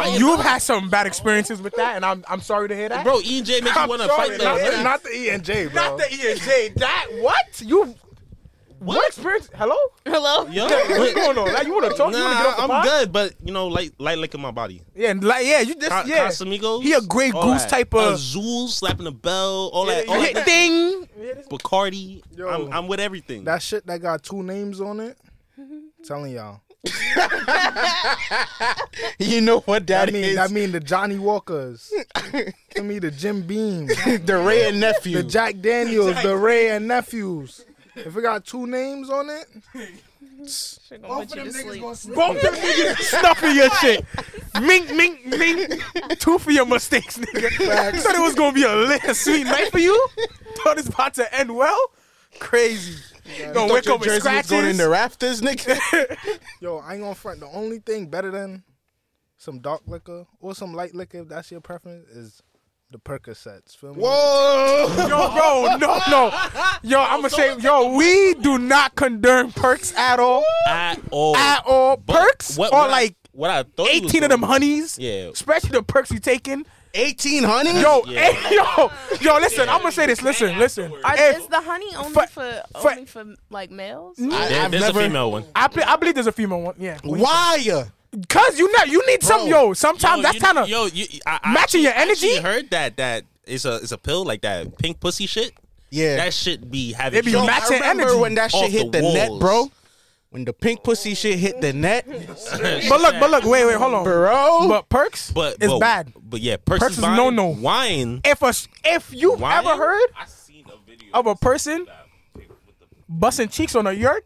[SPEAKER 5] Yo.
[SPEAKER 6] You've had some bad experiences with that, and I'm I'm sorry to hear that.
[SPEAKER 5] bro. E and J make you
[SPEAKER 6] I'm
[SPEAKER 5] want to
[SPEAKER 6] sorry,
[SPEAKER 5] fight.
[SPEAKER 6] not-
[SPEAKER 5] Like,
[SPEAKER 6] not-
[SPEAKER 2] Not the E and J, bro.
[SPEAKER 6] Not the E and J. That what you what, experience? Hello,
[SPEAKER 4] Hello?
[SPEAKER 5] yo,
[SPEAKER 6] what's going on? Like you want to talk? you want to get
[SPEAKER 5] nah,
[SPEAKER 6] off the
[SPEAKER 5] I'm
[SPEAKER 6] pod?
[SPEAKER 5] good, but you know, light, light lick in my body.
[SPEAKER 6] Yeah, and like yeah, you just
[SPEAKER 5] Ca-
[SPEAKER 6] yeah.
[SPEAKER 5] Casamigos,
[SPEAKER 6] He a Grey
[SPEAKER 5] all
[SPEAKER 6] Goose
[SPEAKER 5] that.
[SPEAKER 6] type of-
[SPEAKER 5] Azul slapping the bell, all that, all
[SPEAKER 6] Hit
[SPEAKER 5] that.
[SPEAKER 6] Ding.
[SPEAKER 5] Bacardi,
[SPEAKER 2] Yo.
[SPEAKER 5] I'm, I'm with everything.
[SPEAKER 2] That shit that got two names on it. telling y'all.
[SPEAKER 1] You know what
[SPEAKER 2] That
[SPEAKER 1] that
[SPEAKER 2] mean
[SPEAKER 1] is?
[SPEAKER 2] that mean the Johnny Walkers. to me, the Jim Beam,
[SPEAKER 1] the Ray and nephew.
[SPEAKER 2] the Jack Daniels, the Ray and nephews. If it got two names on it,
[SPEAKER 4] Shit gonna put you to sleep.
[SPEAKER 6] Both them niggas snuffing your shit. Mink, mink, mink. Two for your mistakes, nigga. Thought it was gonna be a lit, a sweet night for you. Thought it's about to end well. Crazy. Gonna wake
[SPEAKER 1] Your
[SPEAKER 6] up with
[SPEAKER 1] jersey was going in the rafters,
[SPEAKER 6] scratches.
[SPEAKER 1] nigga.
[SPEAKER 2] yo, I ain't gonna front. The only thing better than some dark liquor or some light liquor, if that's your preference, is the Percocets. Feel me?
[SPEAKER 1] Whoa!
[SPEAKER 6] Yo, bro, no, no. Yo, I'm gonna say, yo, we do not condone perks at all.
[SPEAKER 5] at all,
[SPEAKER 6] At all.
[SPEAKER 5] But
[SPEAKER 6] Perks
[SPEAKER 5] what-
[SPEAKER 6] are
[SPEAKER 5] what I-
[SPEAKER 6] like
[SPEAKER 5] what I thought he was
[SPEAKER 6] 18 of them
[SPEAKER 5] doing-
[SPEAKER 6] honeys.
[SPEAKER 5] Yeah.
[SPEAKER 6] Especially the perks we taking.
[SPEAKER 1] 18 honey?
[SPEAKER 6] Yo,
[SPEAKER 5] Yeah.
[SPEAKER 6] eh, yo, yo, listen, I'm gonna say this. Listen, listen.
[SPEAKER 4] Are,
[SPEAKER 6] If-
[SPEAKER 4] is the honey only
[SPEAKER 6] for-
[SPEAKER 4] for,
[SPEAKER 6] for-
[SPEAKER 4] only for like males?
[SPEAKER 5] There-
[SPEAKER 1] I've
[SPEAKER 5] there's
[SPEAKER 1] never-
[SPEAKER 5] a female one.
[SPEAKER 6] I, ble- I believe there's a female one. Yeah.
[SPEAKER 1] Why?
[SPEAKER 6] Cause you not you need some yo. Sometimes that's
[SPEAKER 5] you-
[SPEAKER 6] kind of
[SPEAKER 5] yo. You, I, I
[SPEAKER 6] matching your
[SPEAKER 5] actually
[SPEAKER 6] energy.
[SPEAKER 5] heard that that it's a it's a pill like that pink pussy shit.
[SPEAKER 1] Yeah.
[SPEAKER 5] That shit be having.
[SPEAKER 6] It be
[SPEAKER 5] you-
[SPEAKER 1] I
[SPEAKER 6] matching
[SPEAKER 1] remember
[SPEAKER 6] energy.
[SPEAKER 1] when that
[SPEAKER 5] off
[SPEAKER 1] shit hit
[SPEAKER 5] the
[SPEAKER 1] the, net,
[SPEAKER 5] walls.
[SPEAKER 1] bro. When the pink pussy shit hit the net,
[SPEAKER 6] But look, but look, wait, wait, hold on.
[SPEAKER 1] bro.
[SPEAKER 6] But perks,
[SPEAKER 5] but
[SPEAKER 6] is
[SPEAKER 5] but-
[SPEAKER 6] bad.
[SPEAKER 5] But yeah, perks,
[SPEAKER 6] Perks
[SPEAKER 5] is
[SPEAKER 6] is
[SPEAKER 5] buying
[SPEAKER 6] no-no.
[SPEAKER 5] Wine.
[SPEAKER 6] If a s- if you've
[SPEAKER 5] Why?
[SPEAKER 6] ever heard
[SPEAKER 9] I seen a video
[SPEAKER 6] of a person busting cheeks on a yerk,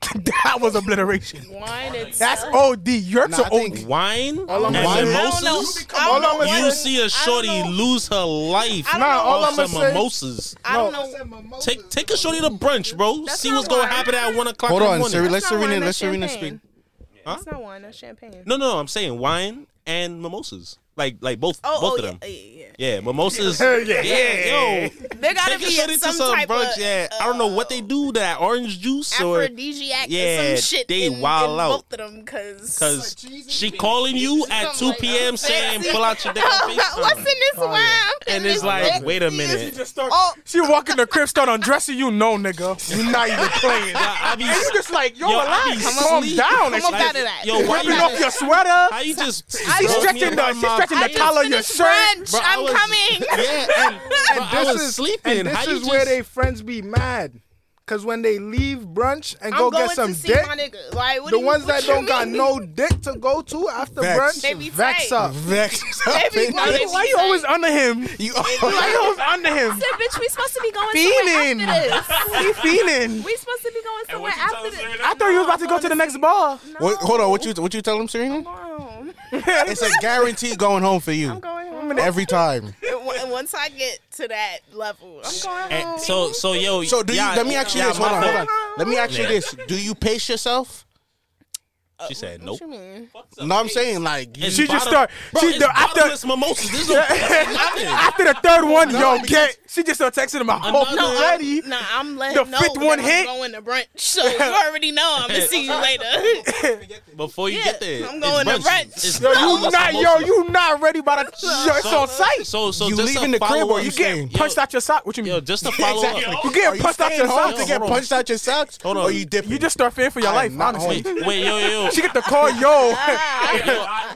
[SPEAKER 6] that was obliteration.
[SPEAKER 4] Wine it's
[SPEAKER 6] That's OD. Yerks
[SPEAKER 1] Nah, I
[SPEAKER 6] are OD.
[SPEAKER 1] think-
[SPEAKER 5] Wine and
[SPEAKER 1] I'm saying-
[SPEAKER 5] mimosas.
[SPEAKER 4] I don't know. I don't know
[SPEAKER 5] You
[SPEAKER 4] what-
[SPEAKER 5] see
[SPEAKER 4] I
[SPEAKER 5] a
[SPEAKER 4] don't
[SPEAKER 5] shorty
[SPEAKER 4] know-
[SPEAKER 5] lose her life
[SPEAKER 4] I don't know.
[SPEAKER 5] off
[SPEAKER 2] I'ma
[SPEAKER 5] some
[SPEAKER 2] say-
[SPEAKER 5] mimosas.
[SPEAKER 4] I don't know.
[SPEAKER 5] Take take a shorty to brunch, bro.
[SPEAKER 4] That's
[SPEAKER 5] see
[SPEAKER 4] not
[SPEAKER 5] what's gonna
[SPEAKER 4] wine.
[SPEAKER 5] happen at one o'clock
[SPEAKER 1] Hold
[SPEAKER 5] in the
[SPEAKER 1] on,
[SPEAKER 5] morning.
[SPEAKER 1] Serena. Let's
[SPEAKER 4] That's not wine,
[SPEAKER 1] Serena.
[SPEAKER 4] that's
[SPEAKER 1] Let's Serena
[SPEAKER 4] champagne.
[SPEAKER 1] speak.
[SPEAKER 4] That's not wine. That's champagne.
[SPEAKER 5] No, no, no. I'm saying wine and mimosas. Like like both
[SPEAKER 4] Oh,
[SPEAKER 5] both
[SPEAKER 4] oh,
[SPEAKER 5] of them.
[SPEAKER 4] yeah, yeah,
[SPEAKER 5] Yeah, but most is
[SPEAKER 14] Yeah,
[SPEAKER 5] yeah, yo.
[SPEAKER 4] There gotta
[SPEAKER 5] Take your
[SPEAKER 4] be
[SPEAKER 5] shit into
[SPEAKER 4] some,
[SPEAKER 5] some,
[SPEAKER 4] type
[SPEAKER 5] brunch,
[SPEAKER 4] of uh,
[SPEAKER 5] yeah. I don't know what they do that orange juice or
[SPEAKER 4] aphrodisiac
[SPEAKER 5] Yeah,
[SPEAKER 4] or some shit.
[SPEAKER 5] they
[SPEAKER 4] in,
[SPEAKER 5] wild
[SPEAKER 4] in
[SPEAKER 5] out.
[SPEAKER 4] both of them, cause
[SPEAKER 5] because she calling you at two p.m. saying pull out your dick on
[SPEAKER 4] What's in
[SPEAKER 5] FaceTime.
[SPEAKER 4] this wow?
[SPEAKER 5] and it's like wait a
[SPEAKER 6] She
[SPEAKER 5] minute.
[SPEAKER 6] just start.
[SPEAKER 4] Oh.
[SPEAKER 6] She walk in the crib, start undressing you. No, nigga, you not even playing.
[SPEAKER 5] I be,
[SPEAKER 6] And you just like, yo,
[SPEAKER 5] Yo, I be
[SPEAKER 6] relax, calm
[SPEAKER 5] sleep.
[SPEAKER 6] down.
[SPEAKER 4] Come
[SPEAKER 6] It's
[SPEAKER 4] up
[SPEAKER 6] like,
[SPEAKER 4] out of that.
[SPEAKER 5] yo, why
[SPEAKER 6] rubbing
[SPEAKER 5] you
[SPEAKER 6] off your sweater.
[SPEAKER 5] how you just
[SPEAKER 6] She's
[SPEAKER 5] throw me
[SPEAKER 6] stretching the,
[SPEAKER 5] around
[SPEAKER 6] she's
[SPEAKER 5] my-
[SPEAKER 6] stretching the
[SPEAKER 4] I
[SPEAKER 6] collar of your
[SPEAKER 4] just
[SPEAKER 6] shirt.
[SPEAKER 4] finished brunch.
[SPEAKER 5] Bro, I
[SPEAKER 4] I'm
[SPEAKER 5] was-
[SPEAKER 4] coming.
[SPEAKER 5] Yeah, and,
[SPEAKER 2] And
[SPEAKER 5] bro, I
[SPEAKER 2] this
[SPEAKER 5] was
[SPEAKER 2] is-
[SPEAKER 5] sleeping.
[SPEAKER 2] And this
[SPEAKER 5] How you
[SPEAKER 2] is where
[SPEAKER 5] just-
[SPEAKER 2] they friends be mad, cause when they leave brunch and
[SPEAKER 4] I'm
[SPEAKER 2] go
[SPEAKER 4] going
[SPEAKER 2] get some
[SPEAKER 4] to see
[SPEAKER 2] dick,
[SPEAKER 4] my nigga. Like, what
[SPEAKER 2] the
[SPEAKER 4] do you-
[SPEAKER 2] ones
[SPEAKER 4] what
[SPEAKER 2] that
[SPEAKER 4] you
[SPEAKER 2] don't got
[SPEAKER 4] mean?
[SPEAKER 2] no dick to go to after
[SPEAKER 1] Vex.
[SPEAKER 4] They
[SPEAKER 2] brunch,
[SPEAKER 4] be
[SPEAKER 2] vex
[SPEAKER 4] tight.
[SPEAKER 2] up.
[SPEAKER 1] Vex.
[SPEAKER 4] Baby, no, they be
[SPEAKER 6] Why you
[SPEAKER 4] tight.
[SPEAKER 6] always under him?
[SPEAKER 1] You
[SPEAKER 6] Why
[SPEAKER 4] oh.
[SPEAKER 6] you always under him?
[SPEAKER 4] Said, bitch, we supposed to be going
[SPEAKER 6] Fiending.
[SPEAKER 4] somewhere after this.
[SPEAKER 6] He feeling.
[SPEAKER 4] We supposed to be going somewhere
[SPEAKER 7] what you
[SPEAKER 4] after
[SPEAKER 7] told
[SPEAKER 4] this.
[SPEAKER 7] Serena?
[SPEAKER 6] I thought you was about to go to the next bar.
[SPEAKER 4] No.
[SPEAKER 1] What, hold on, what you what you tell them, Serena?
[SPEAKER 4] Mom,
[SPEAKER 1] It's a guarantee going home for
[SPEAKER 4] I'm
[SPEAKER 1] you
[SPEAKER 4] going home.
[SPEAKER 1] every time.
[SPEAKER 4] And w- and once I get to that level, I'm going home.
[SPEAKER 5] And so so yo.
[SPEAKER 1] So do you?
[SPEAKER 5] yeah,
[SPEAKER 1] let me ask you
[SPEAKER 5] yeah,
[SPEAKER 1] this. Hold
[SPEAKER 5] my
[SPEAKER 1] on, hold on.
[SPEAKER 5] fault.
[SPEAKER 1] Let me ask you
[SPEAKER 5] Yeah.
[SPEAKER 1] this. Do you pace yourself?
[SPEAKER 5] She said
[SPEAKER 4] What
[SPEAKER 5] nope.
[SPEAKER 4] you mean?
[SPEAKER 1] No, I'm saying like you,
[SPEAKER 5] It's
[SPEAKER 6] She just
[SPEAKER 5] bottom-
[SPEAKER 6] start.
[SPEAKER 5] Bro,
[SPEAKER 6] She
[SPEAKER 5] it's
[SPEAKER 6] the- after
[SPEAKER 5] bottomless mimosas. This is
[SPEAKER 6] after the third one, yo, get. She just start texting him. I hope
[SPEAKER 5] Another-
[SPEAKER 6] you're ready.
[SPEAKER 4] Nah, I'm letting
[SPEAKER 6] The
[SPEAKER 4] know
[SPEAKER 6] fifth
[SPEAKER 4] that
[SPEAKER 6] one
[SPEAKER 4] I'm
[SPEAKER 6] hit?
[SPEAKER 4] going to brunch, so you already know I'm gonna see you later.
[SPEAKER 5] before you
[SPEAKER 4] Yeah,
[SPEAKER 5] get there.
[SPEAKER 4] I'm going to
[SPEAKER 5] it's
[SPEAKER 4] brunch.
[SPEAKER 5] It's
[SPEAKER 6] Yo, you
[SPEAKER 5] bottomless
[SPEAKER 6] not. Yo,
[SPEAKER 5] mimosas.
[SPEAKER 6] you not ready by the. Yo, it's
[SPEAKER 5] So-
[SPEAKER 6] on site.
[SPEAKER 5] So so
[SPEAKER 1] you
[SPEAKER 5] just to
[SPEAKER 1] leaving the crib
[SPEAKER 5] follow
[SPEAKER 1] or
[SPEAKER 5] up-
[SPEAKER 1] you
[SPEAKER 6] Get
[SPEAKER 1] staying?
[SPEAKER 6] punched out your sock. What you mean?
[SPEAKER 5] Yo, just to follow up.
[SPEAKER 6] you get
[SPEAKER 1] Are you
[SPEAKER 6] punched out
[SPEAKER 1] staying
[SPEAKER 6] your
[SPEAKER 1] home
[SPEAKER 6] sock.
[SPEAKER 1] to get
[SPEAKER 5] Hold on.
[SPEAKER 1] punched out your socks?
[SPEAKER 5] Hold on.
[SPEAKER 1] Or you dipping?
[SPEAKER 6] You just start fearing for your
[SPEAKER 1] I
[SPEAKER 6] life,
[SPEAKER 1] am not
[SPEAKER 6] honestly.
[SPEAKER 1] home.
[SPEAKER 5] Wait, yo, yo,
[SPEAKER 6] She get the call, yo.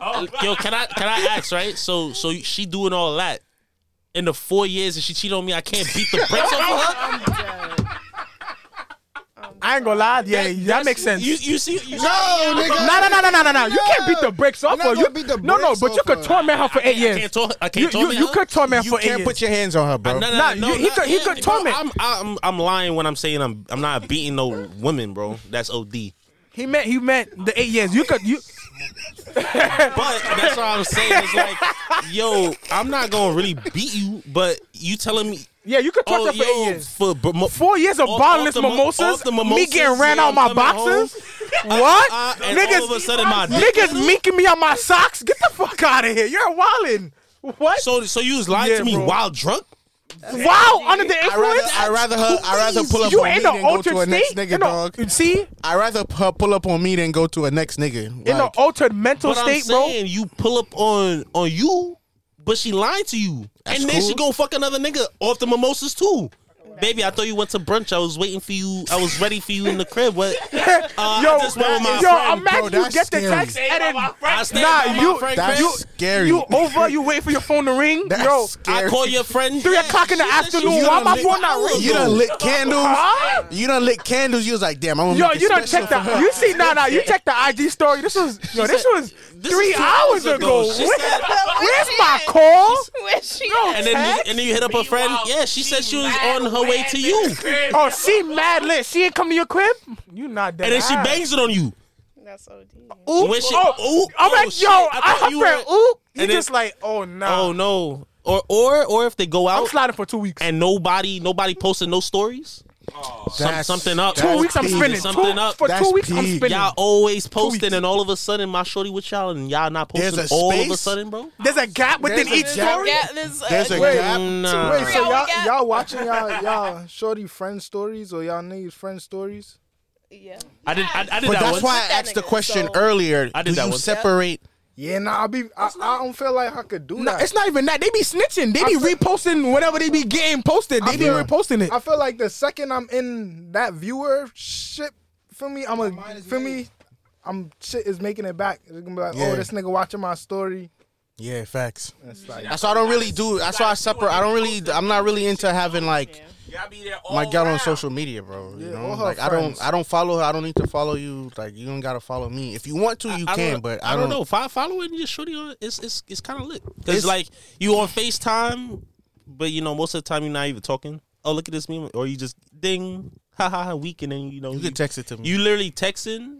[SPEAKER 5] yo, yo, can I can I ask right? So so she doing all that in the four years and she cheated on me. I can't beat the brakes off of her.
[SPEAKER 6] I ain't gonna lie. Yeah, that, makes sense.
[SPEAKER 5] You you see
[SPEAKER 1] no,
[SPEAKER 5] you
[SPEAKER 1] nigga.
[SPEAKER 6] no, no, no, no, no, no, no. You can't beat the brakes off
[SPEAKER 2] You're
[SPEAKER 6] her.
[SPEAKER 2] not
[SPEAKER 6] You
[SPEAKER 2] gonna beat the
[SPEAKER 6] no, no,
[SPEAKER 2] brakes
[SPEAKER 6] but you
[SPEAKER 2] off
[SPEAKER 6] could
[SPEAKER 2] her.
[SPEAKER 6] torment her for eight
[SPEAKER 5] I
[SPEAKER 6] years.
[SPEAKER 5] can't talk. I
[SPEAKER 6] You
[SPEAKER 5] can't
[SPEAKER 6] you,
[SPEAKER 5] torment
[SPEAKER 6] you
[SPEAKER 5] her.
[SPEAKER 6] could torment
[SPEAKER 1] You
[SPEAKER 6] for eight
[SPEAKER 1] can't put your
[SPEAKER 6] years.
[SPEAKER 1] hands on her, bro.
[SPEAKER 5] No, no,
[SPEAKER 6] Nah,
[SPEAKER 5] no,
[SPEAKER 6] you- he
[SPEAKER 5] no,
[SPEAKER 6] could- he could
[SPEAKER 5] yeah,
[SPEAKER 6] torment.
[SPEAKER 5] Bro, I'm, I'm I'm lying when I'm saying I'm I'm not beating no women, bro. That's OD.
[SPEAKER 6] He meant he meant the eight years. You could you.
[SPEAKER 5] But that's what I'm saying. It's like, yo, I'm not gonna really beat you, but you telling me,
[SPEAKER 6] Yeah, you could
[SPEAKER 5] oh,
[SPEAKER 6] torture for eight
[SPEAKER 5] yo,
[SPEAKER 6] years.
[SPEAKER 5] for but mo-
[SPEAKER 6] Four years of
[SPEAKER 5] off-
[SPEAKER 6] bottomless
[SPEAKER 5] off the mo-
[SPEAKER 6] mimosas,
[SPEAKER 5] off the mimosas,
[SPEAKER 6] me getting ran
[SPEAKER 5] yeah,
[SPEAKER 6] out my
[SPEAKER 5] I'm coming
[SPEAKER 6] boxes. what?
[SPEAKER 5] uh, and all of a
[SPEAKER 6] niggas,
[SPEAKER 5] sudden my dick
[SPEAKER 6] niggas minking me on my socks. Get the fuck out of here. You're wildin'. What?
[SPEAKER 5] So, so you was lying
[SPEAKER 6] Yeah,
[SPEAKER 5] to me
[SPEAKER 6] bro.
[SPEAKER 5] while drunk?
[SPEAKER 6] wow, under the
[SPEAKER 1] I rather
[SPEAKER 6] influence.
[SPEAKER 1] I rather her I rather pull up
[SPEAKER 6] you
[SPEAKER 1] on me
[SPEAKER 6] in the
[SPEAKER 1] than go
[SPEAKER 6] altered
[SPEAKER 1] to a next
[SPEAKER 6] state.
[SPEAKER 1] nigga,
[SPEAKER 6] in
[SPEAKER 1] dog.
[SPEAKER 6] the, see,
[SPEAKER 1] I rather her pull up on me than go to a next nigga.
[SPEAKER 6] in the
[SPEAKER 1] Like,
[SPEAKER 6] altered mental
[SPEAKER 5] But I'm
[SPEAKER 6] state, bro.
[SPEAKER 5] saying you pull up on on you, but she lied to you, and then she go fuck another nigga off the mimosas too. Baby, I thought you went to brunch. I was waiting for you. I was ready for you in the crib. What? Uh, I
[SPEAKER 6] Yo,
[SPEAKER 5] just went with my
[SPEAKER 6] yo,
[SPEAKER 5] friend.
[SPEAKER 1] bro,
[SPEAKER 6] imagine you
[SPEAKER 1] that's
[SPEAKER 6] get the
[SPEAKER 1] scary.
[SPEAKER 6] text
[SPEAKER 7] Hey,
[SPEAKER 6] and
[SPEAKER 7] my
[SPEAKER 6] then
[SPEAKER 7] friend,
[SPEAKER 5] stand
[SPEAKER 6] Nah,
[SPEAKER 5] by my
[SPEAKER 6] you-
[SPEAKER 5] friend
[SPEAKER 1] that's
[SPEAKER 5] Chris.
[SPEAKER 1] scary.
[SPEAKER 6] you over, you wait for your phone to ring.
[SPEAKER 1] That's
[SPEAKER 6] Yo,
[SPEAKER 1] scary.
[SPEAKER 5] I call your friend.
[SPEAKER 6] Three o'clock in the
[SPEAKER 5] She said she
[SPEAKER 6] afternoon.
[SPEAKER 5] was
[SPEAKER 6] Why
[SPEAKER 5] gonna
[SPEAKER 6] my
[SPEAKER 5] make-
[SPEAKER 6] phone not
[SPEAKER 5] I was
[SPEAKER 6] ringing?
[SPEAKER 1] You done lit candles.
[SPEAKER 6] huh?
[SPEAKER 1] You done lit candles. You was like, damn, I'm gonna
[SPEAKER 6] Yo,
[SPEAKER 1] make it
[SPEAKER 6] you done
[SPEAKER 1] special
[SPEAKER 6] checked the.
[SPEAKER 1] for her.
[SPEAKER 6] You see, nah, nah, you checked the IG story. This was, yo, this was
[SPEAKER 5] This
[SPEAKER 6] three
[SPEAKER 5] is two
[SPEAKER 6] hours ago.
[SPEAKER 5] She
[SPEAKER 6] Where-
[SPEAKER 5] said-
[SPEAKER 6] where's my call?
[SPEAKER 4] Where she
[SPEAKER 5] and
[SPEAKER 4] at?
[SPEAKER 5] then
[SPEAKER 6] text?
[SPEAKER 5] and then you hit up a friend. Yeah, she said she was on her way to you, and
[SPEAKER 6] Oh, she mad lit. She ain't come to your crib. You not that.
[SPEAKER 5] then she
[SPEAKER 6] high.
[SPEAKER 5] bangs it on you.
[SPEAKER 4] That's OD.
[SPEAKER 6] Oop.
[SPEAKER 5] When she-
[SPEAKER 6] oh,
[SPEAKER 5] oop.
[SPEAKER 6] I'm
[SPEAKER 5] Oh,
[SPEAKER 6] like,
[SPEAKER 5] shit.
[SPEAKER 6] yo,
[SPEAKER 5] I
[SPEAKER 6] I,
[SPEAKER 5] thought
[SPEAKER 6] I
[SPEAKER 5] you
[SPEAKER 6] friend,
[SPEAKER 5] were-
[SPEAKER 6] oop. You
[SPEAKER 5] and then-
[SPEAKER 6] just like, oh nah.
[SPEAKER 5] Oh no. Or or or if they go
[SPEAKER 6] I'm
[SPEAKER 5] out
[SPEAKER 6] sliding for two weeks.
[SPEAKER 5] and nobody nobody posted no stories. Some,
[SPEAKER 1] That's-
[SPEAKER 5] something up.
[SPEAKER 1] that's
[SPEAKER 6] two weeks I'm
[SPEAKER 1] deep.
[SPEAKER 6] spinning.
[SPEAKER 5] Something
[SPEAKER 6] two,
[SPEAKER 5] up.
[SPEAKER 6] For
[SPEAKER 1] That's
[SPEAKER 6] two weeks I'm
[SPEAKER 1] deep.
[SPEAKER 6] spinning.
[SPEAKER 5] Y'all always posting,
[SPEAKER 6] weeks.
[SPEAKER 5] and all of a sudden, my shorty with y'all, and y'all not
[SPEAKER 1] There's
[SPEAKER 5] posting.
[SPEAKER 1] a
[SPEAKER 5] all of a
[SPEAKER 1] space?
[SPEAKER 5] sudden, bro.
[SPEAKER 6] There's a gap within
[SPEAKER 1] There's a
[SPEAKER 6] each
[SPEAKER 1] gap.
[SPEAKER 6] story.
[SPEAKER 4] Yeah, there's, uh,
[SPEAKER 1] There's a
[SPEAKER 2] Wait,
[SPEAKER 1] gap.
[SPEAKER 5] Nah.
[SPEAKER 2] Wait, so
[SPEAKER 4] Y'all
[SPEAKER 2] y'all
[SPEAKER 4] got-
[SPEAKER 2] y'all watching y'all y'all shorty friend stories or y'all niggas friend stories?
[SPEAKER 4] yeah.
[SPEAKER 5] I did. I, I did
[SPEAKER 1] But
[SPEAKER 5] that
[SPEAKER 1] that's
[SPEAKER 5] once.
[SPEAKER 1] why
[SPEAKER 4] With
[SPEAKER 1] I
[SPEAKER 4] that
[SPEAKER 1] asked the
[SPEAKER 4] nigga,
[SPEAKER 1] question
[SPEAKER 4] so-
[SPEAKER 1] earlier.
[SPEAKER 5] I did
[SPEAKER 1] do
[SPEAKER 5] that
[SPEAKER 1] you
[SPEAKER 5] one.
[SPEAKER 1] separate?
[SPEAKER 2] Yeah, nah, I be I, I don't feel like I could do
[SPEAKER 6] No,
[SPEAKER 2] that.
[SPEAKER 6] it's not even that. They be snitching. They be reposting whatever they be getting posted. They be
[SPEAKER 2] feel-
[SPEAKER 6] reposting it.
[SPEAKER 2] I feel like the second I'm in that viewer shit, feel me? I'm a feel me. I'm shit is making it back. It's gonna be like,
[SPEAKER 1] Yeah.
[SPEAKER 2] oh, this nigga watching my story.
[SPEAKER 1] Yeah, facts.
[SPEAKER 2] It's like,
[SPEAKER 1] That's why I don't really do. That's why I separate. I don't really. I'm not really into having like my
[SPEAKER 5] Oh,
[SPEAKER 1] gal on social media, bro. You
[SPEAKER 2] Yeah,
[SPEAKER 1] know,
[SPEAKER 2] all her
[SPEAKER 1] like I
[SPEAKER 2] friends.
[SPEAKER 1] don't. I don't follow her. I don't need to follow you. Like you don't gotta follow me. If you want to, you
[SPEAKER 5] I
[SPEAKER 1] can.
[SPEAKER 5] don't,
[SPEAKER 1] But
[SPEAKER 5] I don't, know. Fo- Following your shorty on it's it's it's kind of lit because
[SPEAKER 1] It's-
[SPEAKER 5] like you on Facetime, but you know most of the time you're not even talking. Oh look at this meme, or you just ding, ha ha, ha weak, and then you know
[SPEAKER 1] You can text it to me.
[SPEAKER 5] You literally texting,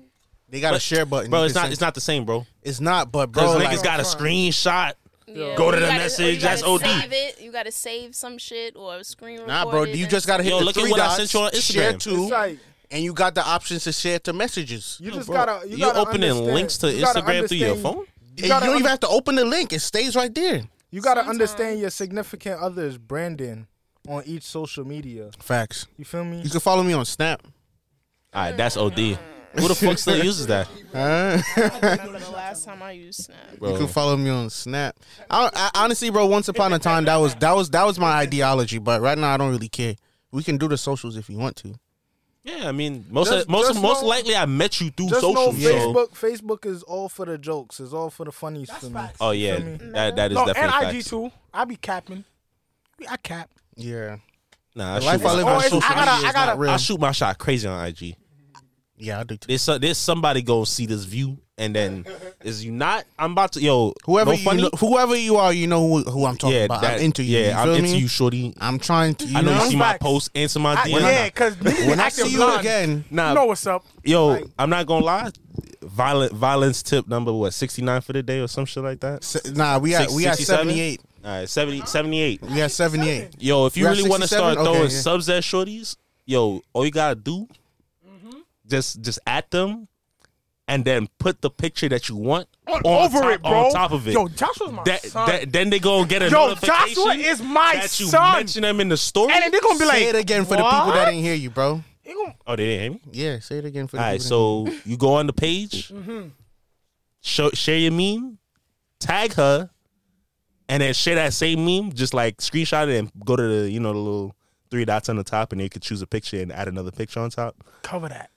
[SPEAKER 1] they got a
[SPEAKER 5] but-
[SPEAKER 1] share button,
[SPEAKER 5] bro.
[SPEAKER 1] You
[SPEAKER 5] It's
[SPEAKER 1] can
[SPEAKER 5] not
[SPEAKER 1] send-
[SPEAKER 5] it's not the same, bro.
[SPEAKER 1] It's not. But bro,
[SPEAKER 5] Because
[SPEAKER 1] like,
[SPEAKER 5] niggas got a screenshot.
[SPEAKER 4] Yeah.
[SPEAKER 5] Go to
[SPEAKER 4] You
[SPEAKER 5] the
[SPEAKER 4] gotta-
[SPEAKER 5] message,
[SPEAKER 4] or you
[SPEAKER 5] that's
[SPEAKER 4] gotta
[SPEAKER 5] OD.
[SPEAKER 4] Save it. You gotta save some shit or screen
[SPEAKER 1] Nah,
[SPEAKER 4] record
[SPEAKER 1] bro.
[SPEAKER 4] it
[SPEAKER 1] You
[SPEAKER 4] and-
[SPEAKER 1] just gotta hit
[SPEAKER 5] Yo,
[SPEAKER 1] the
[SPEAKER 5] look at
[SPEAKER 1] three
[SPEAKER 5] what I
[SPEAKER 1] dots,
[SPEAKER 5] sent you on Instagram.
[SPEAKER 1] Share to,
[SPEAKER 2] it's like
[SPEAKER 1] and you got the options to share to messages.
[SPEAKER 2] you just
[SPEAKER 5] Bro,
[SPEAKER 2] gotta you
[SPEAKER 5] you're
[SPEAKER 1] Uh,
[SPEAKER 2] gotta
[SPEAKER 5] opening
[SPEAKER 2] understand-
[SPEAKER 5] links to
[SPEAKER 2] you gotta
[SPEAKER 5] Instagram through your
[SPEAKER 2] understand-
[SPEAKER 5] phone.
[SPEAKER 1] you don't even have to open the link. It stays right there.
[SPEAKER 2] You gotta understand your significant other's branding on each social media.
[SPEAKER 1] Facts.
[SPEAKER 2] You feel me?
[SPEAKER 1] You can follow me on Snap.
[SPEAKER 5] All right, that's OD. Who the fuck still uses that?
[SPEAKER 1] Huh?
[SPEAKER 4] remember the last time I used Snap.
[SPEAKER 1] You can follow me on Snap. I, I honestly, bro, once upon a time that was that was that was my ideology, but right now I don't really care. We can do the socials if you want to.
[SPEAKER 5] Yeah, I mean, most
[SPEAKER 2] Just-
[SPEAKER 5] of, most
[SPEAKER 2] just
[SPEAKER 5] most
[SPEAKER 2] know-
[SPEAKER 5] likely I met you through
[SPEAKER 2] Just know
[SPEAKER 5] social. So,
[SPEAKER 2] Facebook. Facebook is all for the jokes. It's all for the funnies.
[SPEAKER 6] That's
[SPEAKER 2] for me.
[SPEAKER 6] facts.
[SPEAKER 5] oh yeah, that that is
[SPEAKER 6] No,
[SPEAKER 5] definitely
[SPEAKER 6] and IG
[SPEAKER 5] facts.
[SPEAKER 6] too. I be capping. I cap.
[SPEAKER 1] Yeah.
[SPEAKER 5] Nah, I
[SPEAKER 1] The life
[SPEAKER 5] shoot,
[SPEAKER 1] I live
[SPEAKER 5] my,
[SPEAKER 1] on
[SPEAKER 5] I, shoot
[SPEAKER 1] social
[SPEAKER 5] I,
[SPEAKER 1] media
[SPEAKER 6] gotta-
[SPEAKER 1] is
[SPEAKER 6] I gotta-
[SPEAKER 1] not real.
[SPEAKER 5] I shoot my shot crazy on IG.
[SPEAKER 1] yeah, I do too.
[SPEAKER 5] There's so- there's somebody gonna see this view, and then is you not? I'm about to yo
[SPEAKER 1] Whoever
[SPEAKER 5] no
[SPEAKER 1] you
[SPEAKER 5] funny.
[SPEAKER 1] know, whoever you are, you know who, who I'm talking
[SPEAKER 5] yeah,
[SPEAKER 1] about.
[SPEAKER 5] that-
[SPEAKER 1] I'm into you.
[SPEAKER 5] Yeah,
[SPEAKER 1] you
[SPEAKER 5] I'm
[SPEAKER 1] feel
[SPEAKER 5] into
[SPEAKER 1] me?
[SPEAKER 5] you, shorty.
[SPEAKER 1] I'm trying to. You
[SPEAKER 5] I know
[SPEAKER 1] know?
[SPEAKER 5] you see my
[SPEAKER 6] Facts.
[SPEAKER 5] post, answer my
[SPEAKER 6] I,
[SPEAKER 5] DM.
[SPEAKER 6] yeah, because
[SPEAKER 1] when I see you again,
[SPEAKER 5] Nah,
[SPEAKER 6] you know what's up.
[SPEAKER 5] yo, I'm not gonna lie. Violent violence tip number what 69 for the day or some shit like that.
[SPEAKER 1] s- nah, we at
[SPEAKER 5] Six-
[SPEAKER 1] we at
[SPEAKER 5] 67?
[SPEAKER 1] 78.
[SPEAKER 5] All right, 70, 78.
[SPEAKER 1] We at 78.
[SPEAKER 5] Yo, if you
[SPEAKER 1] We're at
[SPEAKER 5] really want to start
[SPEAKER 1] 67?
[SPEAKER 5] throwing
[SPEAKER 1] Okay, yeah.
[SPEAKER 5] subs at shorties, yo, all you gotta do,
[SPEAKER 6] Mm-hmm.
[SPEAKER 5] just just at them, and then put the picture that you want on
[SPEAKER 6] Over
[SPEAKER 5] top,
[SPEAKER 6] it, bro.
[SPEAKER 5] on top of it.
[SPEAKER 6] Yo, Joshua's my
[SPEAKER 5] that,
[SPEAKER 6] son.
[SPEAKER 5] that- then they gonna get a
[SPEAKER 6] Yo,
[SPEAKER 5] notification
[SPEAKER 6] Joshua is my
[SPEAKER 5] that you
[SPEAKER 6] son.
[SPEAKER 5] mention them in the story.
[SPEAKER 6] and then they're gonna be
[SPEAKER 1] say
[SPEAKER 6] like,
[SPEAKER 1] it again for the people
[SPEAKER 6] "What?"
[SPEAKER 1] that didn't hear you, bro.
[SPEAKER 6] They gonna-
[SPEAKER 5] oh, they didn't hear me.
[SPEAKER 1] Yeah, say it again for the
[SPEAKER 5] All right,
[SPEAKER 1] people. that didn't
[SPEAKER 5] so you go on the page, show, share your meme, tag her, and then share that same meme. Just like screenshot it and go to the you know the little three dots on the top, and you could choose a picture and add another picture on top.
[SPEAKER 6] cover that.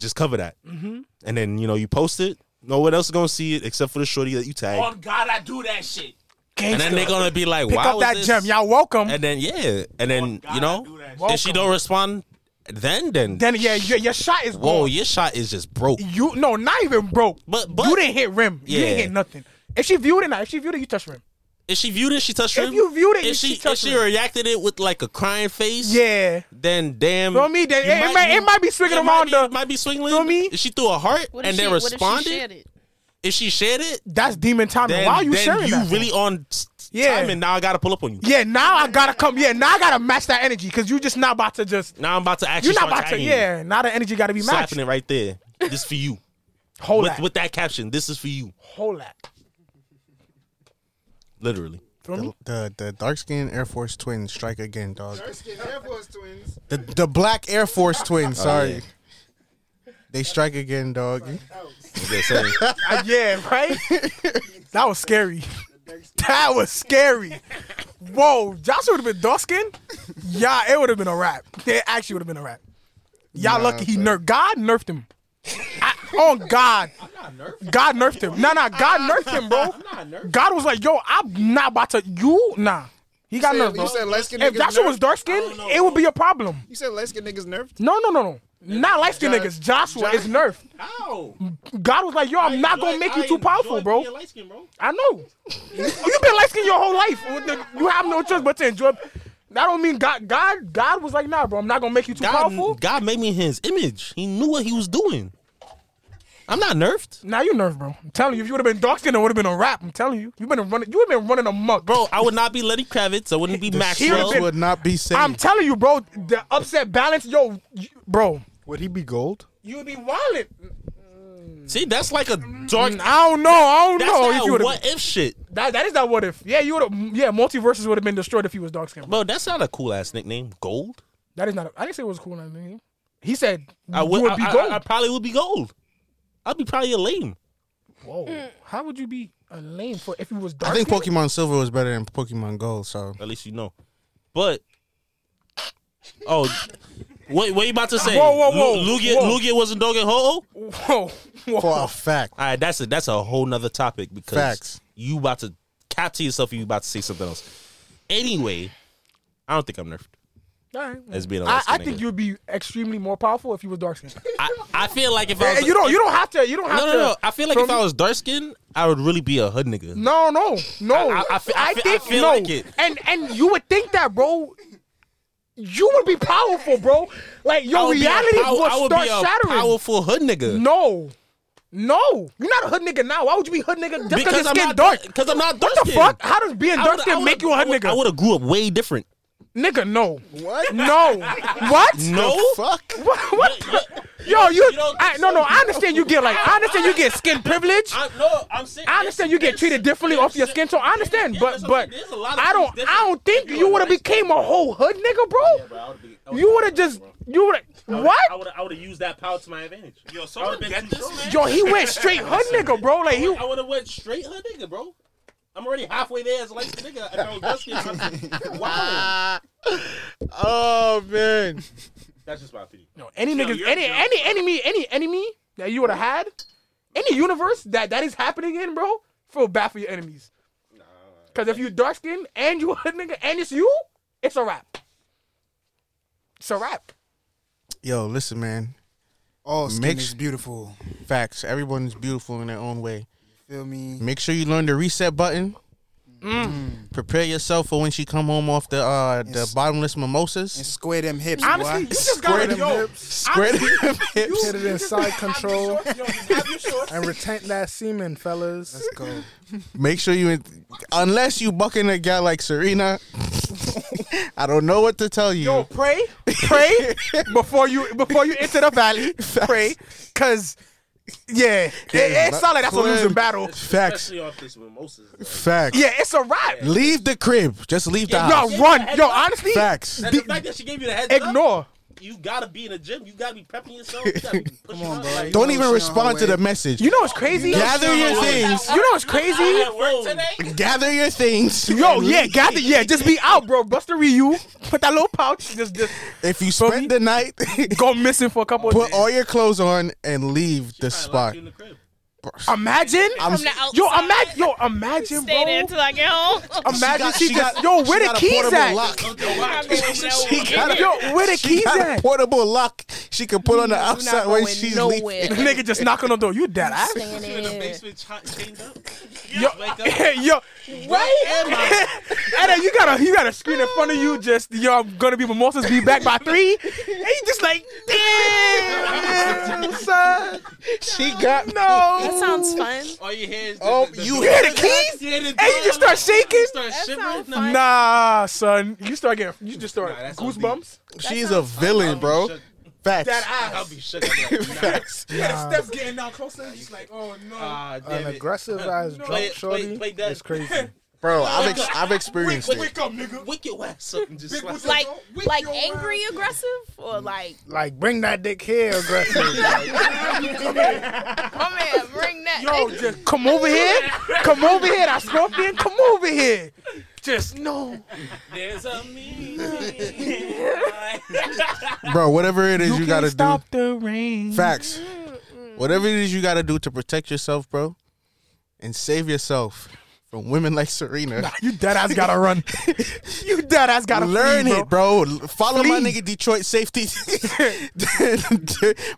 [SPEAKER 5] Just cover that,
[SPEAKER 6] Mm-hmm.
[SPEAKER 5] and then you know you post it. No one else is gonna see it except for the shorty that you tag,
[SPEAKER 9] On God, I do that shit.
[SPEAKER 5] and then they're gonna be like,
[SPEAKER 6] Pick
[SPEAKER 5] "Wow,
[SPEAKER 6] up that
[SPEAKER 5] this?
[SPEAKER 6] gem. Y'all welcome.
[SPEAKER 5] And then yeah, and then
[SPEAKER 9] God, I
[SPEAKER 5] you
[SPEAKER 9] do
[SPEAKER 5] know
[SPEAKER 9] that
[SPEAKER 5] if she don't respond, then then
[SPEAKER 6] then yeah, your, your shot is
[SPEAKER 5] whoa,
[SPEAKER 6] gone.
[SPEAKER 5] your shot is just broke.
[SPEAKER 6] You no, not even broke.
[SPEAKER 5] But- but-
[SPEAKER 6] you didn't hit rim. You
[SPEAKER 5] Yeah.
[SPEAKER 6] didn't hit nothing. If she viewed it, now if she viewed it, you touch rim.
[SPEAKER 5] If she viewed it, she touched
[SPEAKER 6] If
[SPEAKER 5] him.
[SPEAKER 6] you viewed it,
[SPEAKER 5] if
[SPEAKER 6] she
[SPEAKER 5] she, if
[SPEAKER 6] touched
[SPEAKER 5] she
[SPEAKER 6] him.
[SPEAKER 5] reacted it with like a crying face,
[SPEAKER 6] Yeah.
[SPEAKER 5] then damn.
[SPEAKER 6] Feel me? Then
[SPEAKER 5] you
[SPEAKER 6] it- it might- it might be swinging
[SPEAKER 5] it might
[SPEAKER 6] around
[SPEAKER 5] be-
[SPEAKER 6] the-
[SPEAKER 5] it might be swinging.
[SPEAKER 6] Feel me?
[SPEAKER 5] If she threw a heart
[SPEAKER 4] What if
[SPEAKER 5] and
[SPEAKER 4] she-
[SPEAKER 5] then
[SPEAKER 4] what if she
[SPEAKER 5] responded,
[SPEAKER 4] shared it?
[SPEAKER 5] if she shared it,
[SPEAKER 6] That's demon timing.
[SPEAKER 5] then
[SPEAKER 6] Why are you
[SPEAKER 5] then
[SPEAKER 6] sharing
[SPEAKER 5] you
[SPEAKER 6] that?
[SPEAKER 5] really on yeah.
[SPEAKER 6] Yeah.
[SPEAKER 5] time, and now I gotta pull up on you.
[SPEAKER 6] yeah, now I gotta come. Yeah, now I gotta match that energy because you just not about to just.
[SPEAKER 5] Now I'm about to actually
[SPEAKER 6] You're not
[SPEAKER 5] start
[SPEAKER 6] about to.
[SPEAKER 5] tagging you.
[SPEAKER 6] Yeah, now the energy gotta be matched.
[SPEAKER 5] slapping it right there. This for you.
[SPEAKER 6] Hold
[SPEAKER 5] with,
[SPEAKER 6] that.
[SPEAKER 5] with that caption, this is for you,
[SPEAKER 6] Hold that.
[SPEAKER 5] literally.
[SPEAKER 6] Feel me?
[SPEAKER 1] The the dark skinned Air Force twins strike again, dog. Dark skinned Air Force twins. The the black Air Force twins. Sorry,
[SPEAKER 5] Oh, yeah.
[SPEAKER 1] they strike again, dog.
[SPEAKER 5] Yeah, same.
[SPEAKER 6] Uh, yeah, right? that was scary. That was scary. Whoa, Joshua would have been dark skinned. Yeah, it would have been a wrap. It actually would have been a wrap. Y'all lucky he nerfed. God nerfed him. I, on God. God nerfed him. Nah, nah, God nerfed him, bro. God was like, yo, I'm not about to. You, nah. He got nerfed, bro.
[SPEAKER 8] light skinned
[SPEAKER 6] If Joshua was dark skinned, it would be a problem.
[SPEAKER 8] You said light skinned niggas nerfed?
[SPEAKER 6] No, no, no, no. Not light skinned niggas. Joshua is nerfed.
[SPEAKER 9] How?
[SPEAKER 6] God was like, yo, I'm not gonna make you too powerful, bro.
[SPEAKER 9] Light skin, bro.
[SPEAKER 6] I know. You've been light skinned your whole life. With the- You have no choice but to enjoy. That don't mean God. God. God was like, nah, bro. I'm not gonna make you too powerful.
[SPEAKER 5] God, God made me in His image. He knew what He was doing. I'm not nerfed.
[SPEAKER 6] Now you nerve, bro. I'm telling you, if you would have been dark skinned, it would have been a rap. I'm telling you, you've been running. You've been running amok,
[SPEAKER 5] Bro, I would not be Lenny Kravitz. I wouldn't be Maxwell.
[SPEAKER 1] This would not be safe.
[SPEAKER 6] I'm telling you, bro. The upset balance, yo, you- bro.
[SPEAKER 2] Would he be gold?
[SPEAKER 6] You would be wildin'.
[SPEAKER 5] See, that's like a dark.
[SPEAKER 6] I don't know. I don't
[SPEAKER 5] That's
[SPEAKER 6] know. Mm. If you
[SPEAKER 5] not
[SPEAKER 6] would've-
[SPEAKER 5] what if shit,
[SPEAKER 6] that, that is not what if. Yeah, you would have. Yeah, multiverses would have been destroyed if he was dark skinned.
[SPEAKER 5] bro. That's not a cool ass nickname. Gold.
[SPEAKER 6] That is not. A, I didn't say it was cool. I mean, he said
[SPEAKER 5] I would.
[SPEAKER 6] you would
[SPEAKER 5] I,
[SPEAKER 6] be
[SPEAKER 5] I-
[SPEAKER 6] gold.
[SPEAKER 5] I, probably would be gold. I'd be probably a lame.
[SPEAKER 6] Whoa. How would you be a lame for if you was dark?
[SPEAKER 1] I think Pokemon Silver was better than Pokemon Gold. So
[SPEAKER 5] At least you know. But oh, what what you about to say?
[SPEAKER 6] Whoa, whoa, whoa,
[SPEAKER 5] Lu- Lugia,
[SPEAKER 6] whoa.
[SPEAKER 5] Lugia wasn't dog and ho. All
[SPEAKER 6] Whoa. Whoa.
[SPEAKER 1] for a fact,
[SPEAKER 5] right, that's a that's a whole nother topic because
[SPEAKER 1] Facts.
[SPEAKER 5] you about to cap to yourself. and You about to say something else. Anyway, I don't think I'm nerfed
[SPEAKER 6] Alright.
[SPEAKER 5] as being a
[SPEAKER 6] I,
[SPEAKER 5] light
[SPEAKER 6] I
[SPEAKER 5] skinned
[SPEAKER 6] think
[SPEAKER 5] nigga.
[SPEAKER 6] you'd be extremely more powerful if you was dark skinned.
[SPEAKER 5] I, I feel like if I was
[SPEAKER 6] you don't you don't have to you don't have
[SPEAKER 5] No, no,
[SPEAKER 6] to
[SPEAKER 5] no. I feel like
[SPEAKER 6] from-
[SPEAKER 5] if I was dark skinned, I would really be a hood nigga.
[SPEAKER 6] No, no, no. I,
[SPEAKER 5] I- I- I fe- I fe- I
[SPEAKER 6] think
[SPEAKER 5] feel
[SPEAKER 6] no.
[SPEAKER 5] like it.
[SPEAKER 6] And and you would think that, bro. You would be powerful, bro. Like
[SPEAKER 5] I
[SPEAKER 6] your
[SPEAKER 5] would be a
[SPEAKER 6] reality
[SPEAKER 5] pow- I
[SPEAKER 6] would
[SPEAKER 5] would
[SPEAKER 6] start
[SPEAKER 5] be a
[SPEAKER 6] shattering.
[SPEAKER 5] Powerful hood nigga.
[SPEAKER 6] No. No. You're not a hood nigga now. Why would you be hood nigga just because
[SPEAKER 5] Because
[SPEAKER 6] your
[SPEAKER 5] I'm
[SPEAKER 6] skin
[SPEAKER 5] not
[SPEAKER 6] dark?
[SPEAKER 5] because I'm not dark
[SPEAKER 6] What the
[SPEAKER 5] skinned.
[SPEAKER 6] fuck? How does being
[SPEAKER 5] I
[SPEAKER 6] dark
[SPEAKER 5] would- I
[SPEAKER 6] skin
[SPEAKER 5] would-
[SPEAKER 6] make you a hood
[SPEAKER 5] I would- I
[SPEAKER 6] nigga?
[SPEAKER 5] would have grew up way different.
[SPEAKER 6] Nigga, no.
[SPEAKER 2] What?
[SPEAKER 6] No. what?
[SPEAKER 5] No.
[SPEAKER 2] Fuck.
[SPEAKER 6] What? what? Yo, you. I, no, no. I understand you get like. I understand you get skin privilege.
[SPEAKER 9] I, no, I'm saying.
[SPEAKER 6] I understand you get treated differently off your skin tone. I understand, but but I don't. I don't think you would have became a whole hood nigga, bro. You would have just. You would.
[SPEAKER 9] I
[SPEAKER 6] What?
[SPEAKER 9] would I would have used that power to my advantage.
[SPEAKER 7] Yo, someone get this man.
[SPEAKER 6] Yo, he went straight hood nigga, bro. Like he.
[SPEAKER 9] I would have went straight her nigga, bro. I'm already halfway there as a light skinned nigga. and I was dark skinned, I'm- wow.
[SPEAKER 1] Oh man.
[SPEAKER 9] That's just my opinion.
[SPEAKER 6] No, any
[SPEAKER 7] Yo,
[SPEAKER 6] niggas,
[SPEAKER 7] you're
[SPEAKER 6] any
[SPEAKER 7] drunk.
[SPEAKER 6] any enemy, any enemy that you would have had, any universe that that is happening in, bro, feel bad for your enemies. Cause if you dark skinned and you a nigga and it's you, it's a wrap. It's a wrap.
[SPEAKER 1] Yo, listen, man.
[SPEAKER 8] All skin
[SPEAKER 1] Mixed-
[SPEAKER 8] is beautiful.
[SPEAKER 1] Facts. Everyone's beautiful in their own way.
[SPEAKER 8] Feel me?
[SPEAKER 1] Make sure you learn the reset button.
[SPEAKER 5] Mm.
[SPEAKER 1] Prepare yourself for when she come home off the uh the
[SPEAKER 8] It's-
[SPEAKER 1] bottomless mimosas.
[SPEAKER 8] And square them hips.
[SPEAKER 6] Honestly, you
[SPEAKER 8] boy.
[SPEAKER 6] just gotta
[SPEAKER 8] them
[SPEAKER 6] yo,
[SPEAKER 8] hips.
[SPEAKER 1] Spread them hips.
[SPEAKER 2] Hit it in side control and retent that semen, fellas.
[SPEAKER 8] Let's go.
[SPEAKER 1] Make sure you, unless you bucking a guy like Serena, I don't know what to tell you.
[SPEAKER 6] yo, pray, pray before you before you enter the valley. Pray, cause yeah, it, it's not like that's a losing battle.
[SPEAKER 1] Facts,
[SPEAKER 9] Especially off this mimosas. like,
[SPEAKER 1] facts.
[SPEAKER 6] Yeah, it's a wrap.
[SPEAKER 1] Leave the crib. Just leave the house.
[SPEAKER 6] Yo, run. Yo, honestly,
[SPEAKER 1] Facts.
[SPEAKER 9] And the fact that she gave you the heads up,
[SPEAKER 6] ignore.
[SPEAKER 9] you gotta be in the gym. You gotta be prepping yourself. You gotta be pushing Come on, bro. Like,
[SPEAKER 1] Don't
[SPEAKER 8] You know
[SPEAKER 1] even
[SPEAKER 8] she
[SPEAKER 1] respond to
[SPEAKER 8] on her
[SPEAKER 1] the message.
[SPEAKER 6] You know what's crazy?
[SPEAKER 1] gather your things.
[SPEAKER 6] You know what's crazy?
[SPEAKER 9] at work today.
[SPEAKER 1] Gather your things.
[SPEAKER 6] Yo, yeah, gather, yeah, just be out, bro. Buster Ryu, put that little pouch, just, just
[SPEAKER 1] If you spend the night,
[SPEAKER 6] go missing for a couple of
[SPEAKER 1] put
[SPEAKER 6] days.
[SPEAKER 1] all your clothes on and leave the spot.
[SPEAKER 9] You in the crib.
[SPEAKER 6] Imagine,
[SPEAKER 4] From the outside.
[SPEAKER 6] yo, imagine, yo, imagine,
[SPEAKER 4] Stay there
[SPEAKER 6] bro.
[SPEAKER 4] until I get home.
[SPEAKER 6] Imagine she,
[SPEAKER 1] she
[SPEAKER 6] just,
[SPEAKER 1] got-
[SPEAKER 6] yo,
[SPEAKER 1] she
[SPEAKER 6] where
[SPEAKER 1] got
[SPEAKER 6] the
[SPEAKER 1] a
[SPEAKER 6] keys
[SPEAKER 1] portable lock.
[SPEAKER 6] at?
[SPEAKER 4] she
[SPEAKER 1] got
[SPEAKER 6] Yo, where the
[SPEAKER 1] She
[SPEAKER 6] keys
[SPEAKER 1] got a
[SPEAKER 6] at?
[SPEAKER 1] portable lock she can put on the
[SPEAKER 4] You're not
[SPEAKER 1] outside when
[SPEAKER 4] going
[SPEAKER 1] she's
[SPEAKER 4] nowhere.
[SPEAKER 1] leaving.
[SPEAKER 6] Nigga just knocking on the door. You dead ass.
[SPEAKER 7] You in the basement, cha- chained up.
[SPEAKER 6] Yo, yo,
[SPEAKER 7] Right?
[SPEAKER 6] and then you got a you got a screen in front of you. Just yo, I'm gonna be mimosas. Be back by three. And you just like, damn, son.
[SPEAKER 1] She got
[SPEAKER 6] No.
[SPEAKER 4] That sounds fun.
[SPEAKER 7] All you hear is the,
[SPEAKER 1] Oh,
[SPEAKER 7] the, the,
[SPEAKER 1] you
[SPEAKER 6] You hear the keys?
[SPEAKER 7] you hear the
[SPEAKER 6] And you just
[SPEAKER 7] drum,
[SPEAKER 6] start shaking?
[SPEAKER 7] Start
[SPEAKER 4] That
[SPEAKER 7] shivering.
[SPEAKER 4] sounds fun.
[SPEAKER 6] Nah, son. You start getting you just start
[SPEAKER 9] that's on
[SPEAKER 6] goosebumps.
[SPEAKER 1] She's a villain, bro.
[SPEAKER 9] Shook.
[SPEAKER 1] Facts.
[SPEAKER 6] That
[SPEAKER 9] I'll
[SPEAKER 6] ass.
[SPEAKER 9] be shook. I'm like, nah.
[SPEAKER 1] Facts.
[SPEAKER 6] Yeah, the steps getting down closer. Just like, oh no.
[SPEAKER 9] Ah,
[SPEAKER 2] An
[SPEAKER 9] damn it.
[SPEAKER 2] aggressive ass
[SPEAKER 9] Play
[SPEAKER 2] drunk
[SPEAKER 9] it, play, it,
[SPEAKER 2] shorty.
[SPEAKER 9] play that. It's crazy.
[SPEAKER 1] Bro, I've, ex- I've experienced it.
[SPEAKER 6] Wake up, nigga.
[SPEAKER 9] Wicked ass up and just like,
[SPEAKER 4] Like,
[SPEAKER 6] With
[SPEAKER 4] like
[SPEAKER 6] your
[SPEAKER 4] angry aggressive or like,
[SPEAKER 2] Like, bring that dick here, aggressive.
[SPEAKER 4] my oh, man, bring that.
[SPEAKER 6] Yo, just come over here. Come over here. That scorpion. Come over here. Just no.
[SPEAKER 9] there's a meaning.
[SPEAKER 1] Bro, whatever it is you,
[SPEAKER 6] can't
[SPEAKER 1] gotta
[SPEAKER 6] stop Mm, the rain.
[SPEAKER 1] do. Facts. Whatever it is you gotta do to protect yourself, bro, and save yourself from women like Serena.
[SPEAKER 6] You dead ass gotta run. you dead ass gotta
[SPEAKER 1] Learn
[SPEAKER 6] flee, bro.
[SPEAKER 1] it, bro. L- Follow my
[SPEAKER 6] Flee.
[SPEAKER 1] nigga Detroit safety.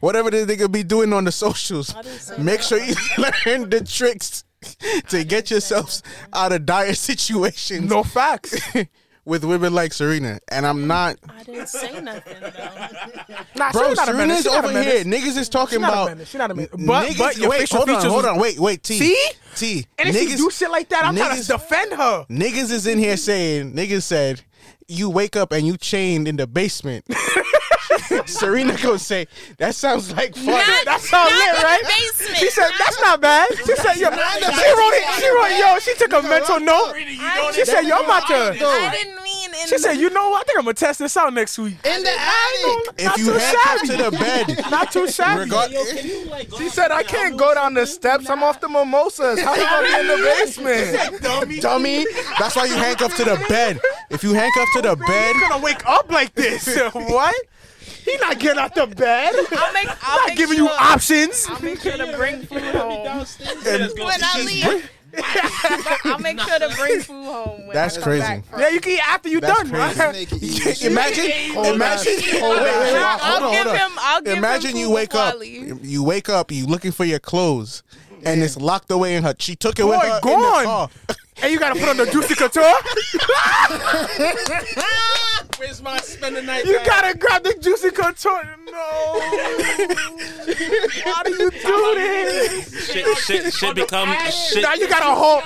[SPEAKER 1] Whatever this nigga be doing on the socials,
[SPEAKER 4] didn't say
[SPEAKER 1] make sure you learn the tricks to get yourselves out of dire situations
[SPEAKER 6] No facts.
[SPEAKER 1] with women like Serena. And I'm not
[SPEAKER 4] I didn't say nothing though.
[SPEAKER 6] Nah,
[SPEAKER 1] Bro,
[SPEAKER 6] she's not a
[SPEAKER 1] Serena's
[SPEAKER 6] menace. She's not a
[SPEAKER 1] over
[SPEAKER 6] menace.
[SPEAKER 1] here. Niggas is talking
[SPEAKER 6] She's not a
[SPEAKER 1] about.
[SPEAKER 6] menace. She's not a menace.
[SPEAKER 1] Niggas,
[SPEAKER 6] But, but your
[SPEAKER 1] wait,
[SPEAKER 6] facial
[SPEAKER 1] hold on,
[SPEAKER 6] features.
[SPEAKER 1] hold
[SPEAKER 6] was-
[SPEAKER 1] on, wait, wait, T.
[SPEAKER 6] See?
[SPEAKER 1] T.
[SPEAKER 6] And if she do shit like that, I'm trying
[SPEAKER 1] niggas-
[SPEAKER 6] to defend her.
[SPEAKER 1] niggas is in here saying, niggas said, you wake up and you chained in the basement. Serena gonna say, that sounds like fun.
[SPEAKER 6] That's all
[SPEAKER 4] not
[SPEAKER 6] lit,
[SPEAKER 4] in the
[SPEAKER 6] right?
[SPEAKER 4] basement.
[SPEAKER 6] She said, that's not bad. She said, yo, she wrote it. She wrote, yo, she took a mental note. She said, yo, I'm about to.
[SPEAKER 4] I didn't mean in
[SPEAKER 6] She said, you know what? I think I'm going to test this out next week.
[SPEAKER 1] in the attic. If
[SPEAKER 6] Not
[SPEAKER 1] you
[SPEAKER 6] too
[SPEAKER 1] handcuffed to
[SPEAKER 6] shabby.
[SPEAKER 1] the bed,
[SPEAKER 6] Not too savvy.
[SPEAKER 1] regard-
[SPEAKER 2] She said, I can't go down the steps. I'm off the mimosas. How you gonna be in the basement?
[SPEAKER 1] dummy, that's why you handcuffed to the bed. If you handcuffed to the bed,
[SPEAKER 6] You're going to wake up like this. What? He not getting out the bed.
[SPEAKER 4] I'll make, I'll
[SPEAKER 6] Not
[SPEAKER 4] make
[SPEAKER 6] giving
[SPEAKER 4] sure,
[SPEAKER 6] you options.
[SPEAKER 4] I'll make sure to bring food home when I
[SPEAKER 1] she's br-
[SPEAKER 4] leave. I'll make sure to bring food home. When
[SPEAKER 1] that's
[SPEAKER 4] I come
[SPEAKER 1] crazy.
[SPEAKER 4] Back.
[SPEAKER 6] Yeah, you can eat after you
[SPEAKER 1] That's
[SPEAKER 6] done.
[SPEAKER 1] crazy.
[SPEAKER 6] right?
[SPEAKER 8] Make it easy.
[SPEAKER 1] Imagine, imagine. Oh, wait, wait, wait,
[SPEAKER 4] I'll
[SPEAKER 1] hold on,
[SPEAKER 4] give
[SPEAKER 1] hold on.
[SPEAKER 4] him. I'll give
[SPEAKER 1] Imagine
[SPEAKER 4] him
[SPEAKER 1] you
[SPEAKER 4] food
[SPEAKER 1] wake
[SPEAKER 4] before I
[SPEAKER 1] up,
[SPEAKER 4] leave.
[SPEAKER 1] you wake up, you looking for your clothes, and it's locked away in her. She took it with
[SPEAKER 6] Boy,
[SPEAKER 1] her in the
[SPEAKER 6] gone.
[SPEAKER 1] car.
[SPEAKER 6] And you got to put on the juicy couture.
[SPEAKER 9] Where's my spend the night?
[SPEAKER 6] You
[SPEAKER 9] bag?
[SPEAKER 6] gotta grab the juicy contour. No. How do you do this?
[SPEAKER 7] Shit, shit, shit become shit.
[SPEAKER 6] Now you got a whole,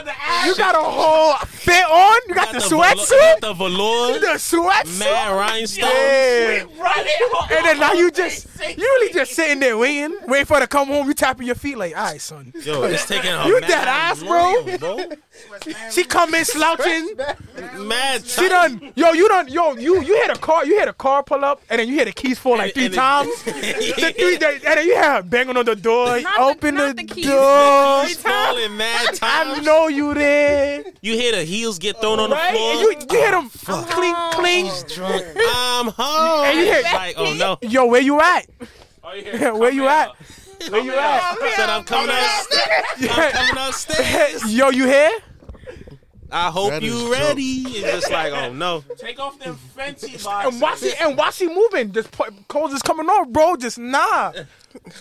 [SPEAKER 6] you got a whole fit on. You got, the, sweatsuit,
[SPEAKER 5] the velour,
[SPEAKER 6] the sweatsuit,
[SPEAKER 5] mad rhinestone.
[SPEAKER 6] yeah. And then now you just, you really just sitting there waiting, waiting for her to come home. You tapping your feet like, all right, son.
[SPEAKER 5] Yo, it's taking a
[SPEAKER 6] You
[SPEAKER 5] mad
[SPEAKER 6] dead ass, bro.
[SPEAKER 5] long, bro.
[SPEAKER 6] She come in slouching.
[SPEAKER 5] Mad.
[SPEAKER 6] She done, yo, you done, yo, you you hit a car, you hit a car pull up, and then you hit the keys fall like three
[SPEAKER 5] And- and
[SPEAKER 6] times.
[SPEAKER 5] it-
[SPEAKER 6] The three- the- and then you had her banging on the door,
[SPEAKER 4] Not the-
[SPEAKER 6] open the,
[SPEAKER 4] not the keys.
[SPEAKER 6] door.
[SPEAKER 5] He's falling mad
[SPEAKER 6] I
[SPEAKER 5] times.
[SPEAKER 6] know you there,
[SPEAKER 5] You hear the heels get thrown on the
[SPEAKER 6] right?
[SPEAKER 5] floor.
[SPEAKER 6] And you you hit him, clink
[SPEAKER 4] Oh.
[SPEAKER 6] clink.
[SPEAKER 5] I'm home.
[SPEAKER 6] And you hear-
[SPEAKER 5] like, oh no.
[SPEAKER 6] Yo, where you at? where you at?
[SPEAKER 5] Where you at? Said I'm coming upstairs. I'm
[SPEAKER 6] Yeah.
[SPEAKER 5] coming upstairs.
[SPEAKER 6] Yo, you here?
[SPEAKER 5] I hope
[SPEAKER 1] That is
[SPEAKER 5] you
[SPEAKER 1] dope.
[SPEAKER 5] ready. It's just like, oh no.
[SPEAKER 7] Take off them Fenty boxes.
[SPEAKER 6] And why she and why she moving? Just put, clothes is coming off, bro. Just nah.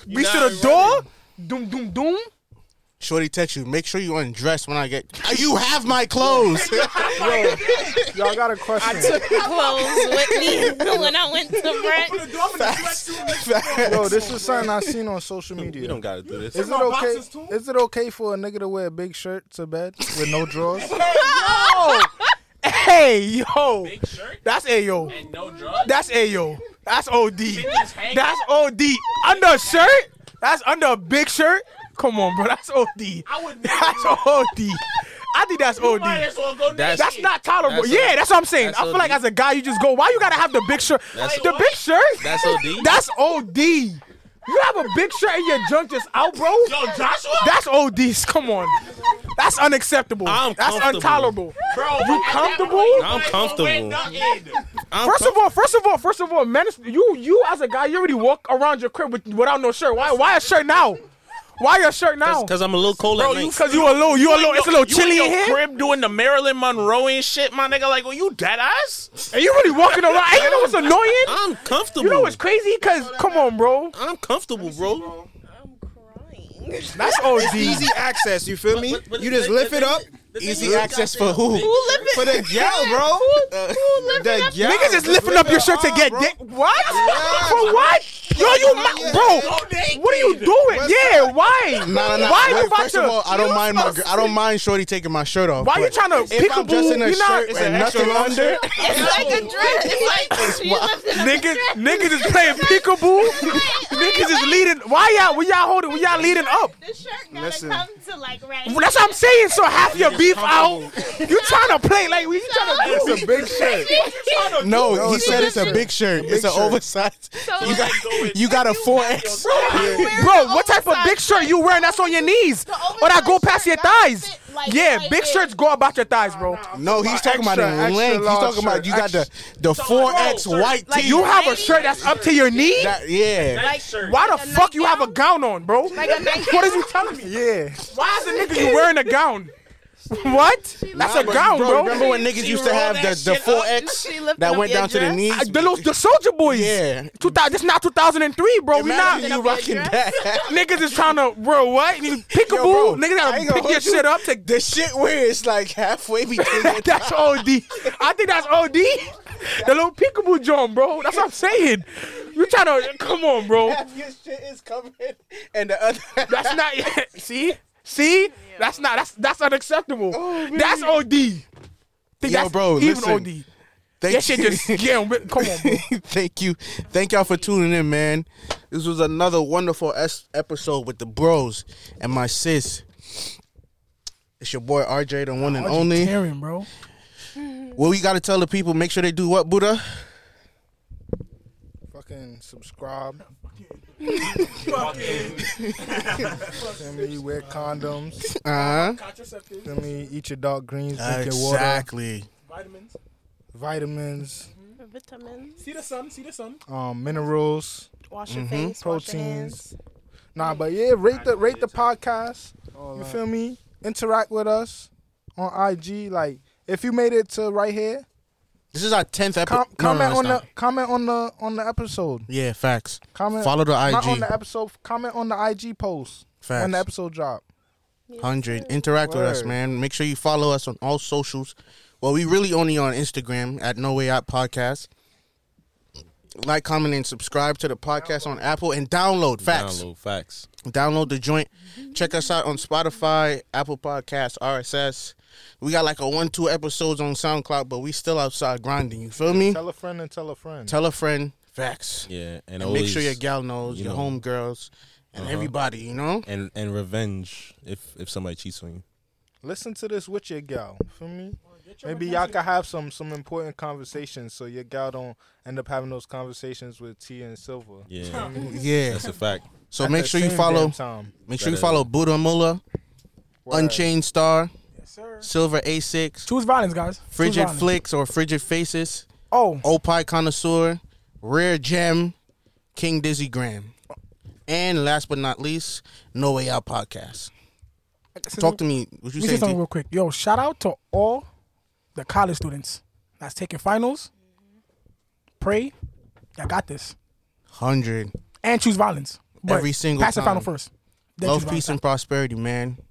[SPEAKER 6] Reach to
[SPEAKER 5] not
[SPEAKER 6] the door. Doom doom doom.
[SPEAKER 1] Shorty text you. Make sure you undress when I get. You have my clothes.
[SPEAKER 2] Yo, I got a question.
[SPEAKER 4] clothes with me when I went to Brett.
[SPEAKER 2] Yo, this is something I seen on social media.
[SPEAKER 5] You don't gotta do this.
[SPEAKER 2] Is it okay? Is it okay for a nigga to wear a big shirt to bed with no drawers?
[SPEAKER 6] Hey yo,
[SPEAKER 7] shirt
[SPEAKER 6] that's ayo.
[SPEAKER 7] and no drugs.
[SPEAKER 6] That's ayo. That's od.
[SPEAKER 7] just hang
[SPEAKER 6] That's od. Under a shirt. That's under a big shirt. Come on, bro. That's od.
[SPEAKER 7] I would never.
[SPEAKER 6] That's od. I think that's od.
[SPEAKER 7] Might as well go
[SPEAKER 5] That's-
[SPEAKER 6] That's
[SPEAKER 7] naked.
[SPEAKER 6] not tolerable.
[SPEAKER 5] That's
[SPEAKER 6] yeah,
[SPEAKER 5] a-
[SPEAKER 6] that's what I'm saying. I
[SPEAKER 5] that's
[SPEAKER 6] feel
[SPEAKER 5] OD.
[SPEAKER 6] like as a guy, you just go, why you gotta have the big shirt?
[SPEAKER 5] That's
[SPEAKER 6] the
[SPEAKER 5] what?
[SPEAKER 6] big shirt?
[SPEAKER 5] That's OD.
[SPEAKER 6] That's OD. You have a big shirt and your junk just out, bro?
[SPEAKER 7] Yo, Joshua.
[SPEAKER 6] That's ODs. Come on. That's unacceptable.
[SPEAKER 5] I'm
[SPEAKER 6] That's
[SPEAKER 5] comfortable.
[SPEAKER 6] intolerable.
[SPEAKER 7] bro,
[SPEAKER 6] You comfortable?
[SPEAKER 5] I'm comfortable. I'm
[SPEAKER 6] First of all, first of all, first of all, man, it's- you you as a guy, you already walk around your crib with, without no shirt. Why why a shirt now? Why a shirt now?
[SPEAKER 5] because I'm a little cold at
[SPEAKER 7] you
[SPEAKER 5] night.
[SPEAKER 6] Cause you a little, you a little, it's a little
[SPEAKER 7] you in
[SPEAKER 6] chilly in
[SPEAKER 7] your
[SPEAKER 6] here,
[SPEAKER 7] crib doing the Marilyn Monroe and shit, my nigga. Like, well, you dead ass?
[SPEAKER 6] and you really walking around. And you know what's annoying?
[SPEAKER 5] I'm comfortable.
[SPEAKER 6] You know what's crazy? Cause come on, bro,
[SPEAKER 5] I'm comfortable, bro.
[SPEAKER 4] I'm crying.
[SPEAKER 6] that's
[SPEAKER 1] Oh,
[SPEAKER 6] OD.
[SPEAKER 15] Easy access, you feel me?
[SPEAKER 5] But- but
[SPEAKER 15] you
[SPEAKER 5] the
[SPEAKER 15] just
[SPEAKER 5] thing-
[SPEAKER 15] lift
[SPEAKER 5] the
[SPEAKER 15] it
[SPEAKER 5] thing-
[SPEAKER 15] up.
[SPEAKER 5] the thing
[SPEAKER 1] Easy
[SPEAKER 5] is-
[SPEAKER 1] access for who?
[SPEAKER 4] Who living?
[SPEAKER 15] For the gal, bro. The gal.
[SPEAKER 6] Niggas just lifting up your shirt to get dick. What? For what? Yo, you, ma- bro. What are you doing? Yeah, why?
[SPEAKER 1] Nah, nah, nah.
[SPEAKER 6] Why
[SPEAKER 1] Wait,
[SPEAKER 6] you about
[SPEAKER 1] first of all,
[SPEAKER 6] to?
[SPEAKER 1] I don't mind my. gir- I don't mind Shorty taking my shirt off.
[SPEAKER 6] Why you
[SPEAKER 1] but
[SPEAKER 6] trying to
[SPEAKER 1] If I'm
[SPEAKER 6] peekaboo?
[SPEAKER 1] just in a
[SPEAKER 6] You not?
[SPEAKER 1] shirt and nothing under,
[SPEAKER 4] It's like a dress. It's like she lifted up
[SPEAKER 6] Niggas, niggas is playing peekaboo. niggas is leading. Why y'all? What y'all holding? What y'all leading up?
[SPEAKER 4] the shirt gotta come to like right.
[SPEAKER 6] Well, That's what I'm saying. So half your beef out. You trying to play like we? You trying to?
[SPEAKER 15] It's a big shirt.
[SPEAKER 1] no, he
[SPEAKER 15] it's
[SPEAKER 1] said
[SPEAKER 15] a
[SPEAKER 1] it's a big shirt. It's an
[SPEAKER 15] shirt.
[SPEAKER 1] oversized.
[SPEAKER 4] So
[SPEAKER 1] You got you got a four X.
[SPEAKER 6] Bro, what type of big shirt you wearing that's on your knees? Or that go past your thighs? Yeah, big shirts go about your thighs, bro.
[SPEAKER 1] No, he's talking about
[SPEAKER 15] Extra,
[SPEAKER 1] the
[SPEAKER 15] extra
[SPEAKER 1] length. He's
[SPEAKER 15] large
[SPEAKER 1] talking about
[SPEAKER 15] shirt.
[SPEAKER 1] you got the the four X white tee.
[SPEAKER 6] You have a shirt that's up to your knee?
[SPEAKER 1] That- yeah.
[SPEAKER 4] Like,
[SPEAKER 6] Why the
[SPEAKER 4] a
[SPEAKER 6] fuck you have a gown on, bro?
[SPEAKER 4] a nightgown?
[SPEAKER 6] What is you telling me?
[SPEAKER 15] Yeah.
[SPEAKER 6] Why is a nigga you wearing a gown? What? That's a
[SPEAKER 1] But
[SPEAKER 6] gown, bro.
[SPEAKER 1] Remember when niggas used to have the the four X
[SPEAKER 4] She lifted
[SPEAKER 1] that
[SPEAKER 4] up
[SPEAKER 1] went
[SPEAKER 4] your
[SPEAKER 1] down to the
[SPEAKER 4] dress?
[SPEAKER 1] knees?
[SPEAKER 6] I- the little, the Soldier Boys.
[SPEAKER 1] Yeah.
[SPEAKER 6] 2000. This not 2003, bro. We not.
[SPEAKER 1] Imagine you rocking that.
[SPEAKER 6] Niggas is trying to, bro. What?
[SPEAKER 1] bro,
[SPEAKER 6] You Peekaboo. Niggas
[SPEAKER 1] I
[SPEAKER 6] gotta
[SPEAKER 1] ain't gonna
[SPEAKER 6] pick your
[SPEAKER 1] hold you.
[SPEAKER 6] shit up to
[SPEAKER 1] The shit where it's like halfway between. your
[SPEAKER 6] that's OD. I think that's OD. The little peekaboo John, bro. That's what I'm saying. You trying to come on, bro.
[SPEAKER 1] half your shit is covered, and the other.
[SPEAKER 6] That's not see, see. That's not. That's that's unacceptable. that's OD. Think
[SPEAKER 1] Oh, Yo,
[SPEAKER 6] that's
[SPEAKER 1] bro,
[SPEAKER 6] even
[SPEAKER 1] listen.
[SPEAKER 6] OD.
[SPEAKER 1] Thank
[SPEAKER 6] That shit just yeah. wi- Come on, bro.
[SPEAKER 1] Thank you. Thank y'all for tuning in, man. This was another wonderful es- episode with the bros and my sis. It's your boy RJ, the one and only.
[SPEAKER 6] Karen, bro.
[SPEAKER 1] Well, we got to tell the people, make sure they do what, Buddha?
[SPEAKER 2] Fucking subscribe. Feel me? Wear condoms.
[SPEAKER 1] Uh-huh.
[SPEAKER 2] Feel me? Eat your dark greens. Drink your water.
[SPEAKER 1] Exactly.
[SPEAKER 16] Vitamins.
[SPEAKER 2] Vitamins.
[SPEAKER 4] Vitamins.
[SPEAKER 16] See the sun. See the sun.
[SPEAKER 2] Um, minerals.
[SPEAKER 4] Wash
[SPEAKER 6] Mm-hmm.
[SPEAKER 4] your face. Wash
[SPEAKER 1] Mm-hmm.
[SPEAKER 4] your hands.
[SPEAKER 2] Proteins. Nah, but yeah, rate the rate the podcast. You feel me? Interact with us on IG. Like if you made it to right here,
[SPEAKER 1] This is our 10th
[SPEAKER 2] com-
[SPEAKER 1] episode.
[SPEAKER 2] comment on the comment on the on the episode.
[SPEAKER 1] Yeah, facts.
[SPEAKER 2] Comment
[SPEAKER 1] Follow the
[SPEAKER 2] not on
[SPEAKER 1] IG.
[SPEAKER 2] the episode. Comment on the IG post when the
[SPEAKER 1] Facts.
[SPEAKER 2] episode drop.
[SPEAKER 1] 100. Interact with us,
[SPEAKER 2] Word.
[SPEAKER 1] man. Make sure you follow us on all socials. Well, we really only on Instagram at No Way Out Podcast. Like, comment, and subscribe to the podcast on Apple and download. Facts.
[SPEAKER 17] Download facts.
[SPEAKER 1] Download the joint. Check us out on Spotify, Apple Podcasts, RSS, We got like a one, two episodes on SoundCloud, but we still outside grinding. You feel me?
[SPEAKER 2] Tell a friend and tell a friend.
[SPEAKER 1] Tell a friend. Facts.
[SPEAKER 5] Yeah, and,
[SPEAKER 1] And,
[SPEAKER 5] always,
[SPEAKER 1] make sure your gal knows,
[SPEAKER 5] you
[SPEAKER 1] your
[SPEAKER 5] know.
[SPEAKER 1] homegirls, and
[SPEAKER 5] Uh-huh.
[SPEAKER 1] everybody. You know.
[SPEAKER 5] and and revenge if if somebody cheats on you.
[SPEAKER 2] Listen to this with your gal. Feel me? Maybe y'all can have some some important conversations so your gal don't end up having those conversations with T and Silver.
[SPEAKER 5] Yeah,
[SPEAKER 1] Yeah.
[SPEAKER 5] that's a fact.
[SPEAKER 1] So
[SPEAKER 2] At
[SPEAKER 1] make
[SPEAKER 2] the
[SPEAKER 1] sure you
[SPEAKER 2] same
[SPEAKER 1] follow.
[SPEAKER 2] damn time.
[SPEAKER 1] Make sure
[SPEAKER 5] That
[SPEAKER 1] you
[SPEAKER 5] is-
[SPEAKER 1] follow Buddha Mullah,
[SPEAKER 2] Word.
[SPEAKER 1] Unchained Star,
[SPEAKER 6] sir.
[SPEAKER 1] Silver A6,
[SPEAKER 6] Choose violence, guys. Choose
[SPEAKER 1] Frigid
[SPEAKER 6] violence.
[SPEAKER 1] Flicks or Frigid Faces,
[SPEAKER 6] Oh,
[SPEAKER 1] Opie Connoisseur, Rare Gem, King Dizzy Graham, and last but not least, No Way Out Podcast. Talk to me. What you
[SPEAKER 6] Let me say
[SPEAKER 1] saying?
[SPEAKER 6] something
[SPEAKER 1] T?
[SPEAKER 6] real quick. Yo, shout out to all the college students that's taking finals. Pray, y'all got this.
[SPEAKER 1] Hundred.
[SPEAKER 6] And choose violence. But
[SPEAKER 1] Every single
[SPEAKER 6] pass the final
[SPEAKER 1] time.
[SPEAKER 6] first. Then choose
[SPEAKER 1] Love,
[SPEAKER 6] violence.
[SPEAKER 1] peace, and prosperity, man.